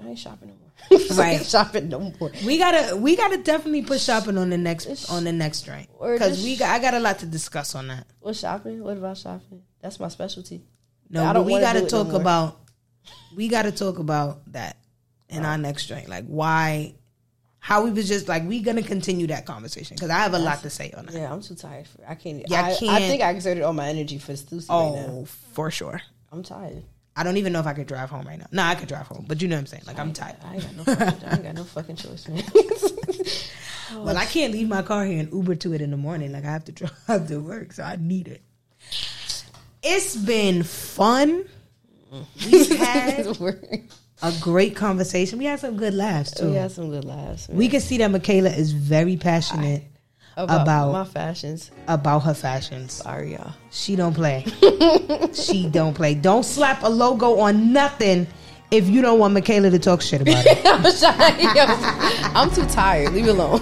Speaker 2: I ain't shopping no more. I
Speaker 1: Right.
Speaker 2: ain't shopping no more.
Speaker 1: We gotta we gotta definitely put shopping on the next on the next drink
Speaker 2: Or
Speaker 1: because
Speaker 2: just-
Speaker 1: we got I got a lot to discuss on that.
Speaker 2: What shopping? What about shopping? That's my specialty.
Speaker 1: No,
Speaker 2: I
Speaker 1: but
Speaker 2: don't
Speaker 1: we
Speaker 2: wanna
Speaker 1: got
Speaker 2: do
Speaker 1: to
Speaker 2: it no
Speaker 1: talk
Speaker 2: more.
Speaker 1: about we got to talk about that in our next drink. Like why, how we was just like we gonna continue that conversation because I have a lot to say on that.
Speaker 2: Yeah, I'm too tired. For, I can't.
Speaker 1: Yeah, I
Speaker 2: I, I
Speaker 1: can't.
Speaker 2: think I exerted all my energy for Stussy right now.
Speaker 1: Oh, for sure.
Speaker 2: I'm tired.
Speaker 1: I don't even know if I could drive home right now. No, I could drive home, but you know what I'm saying. Like I'm tired.
Speaker 2: I ain't got no. Fucking, I ain't got no fucking choice, man. Oh.
Speaker 1: Well, I can't leave my car here and Uber to it in the morning. Like I have to drive to work, so I need it. It's been fun. We had a great conversation. We had some good laughs too.
Speaker 2: we had some good laughs. man.
Speaker 1: We can see that Michaela is very passionate
Speaker 2: about,
Speaker 1: about-
Speaker 2: my fashions.
Speaker 1: about her fashions.
Speaker 2: Sorry, y'all.
Speaker 1: She don't play. she don't play. Don't slap a logo on nothing if you don't want Michaela to talk shit about it.
Speaker 2: I'm too tired. Leave me alone.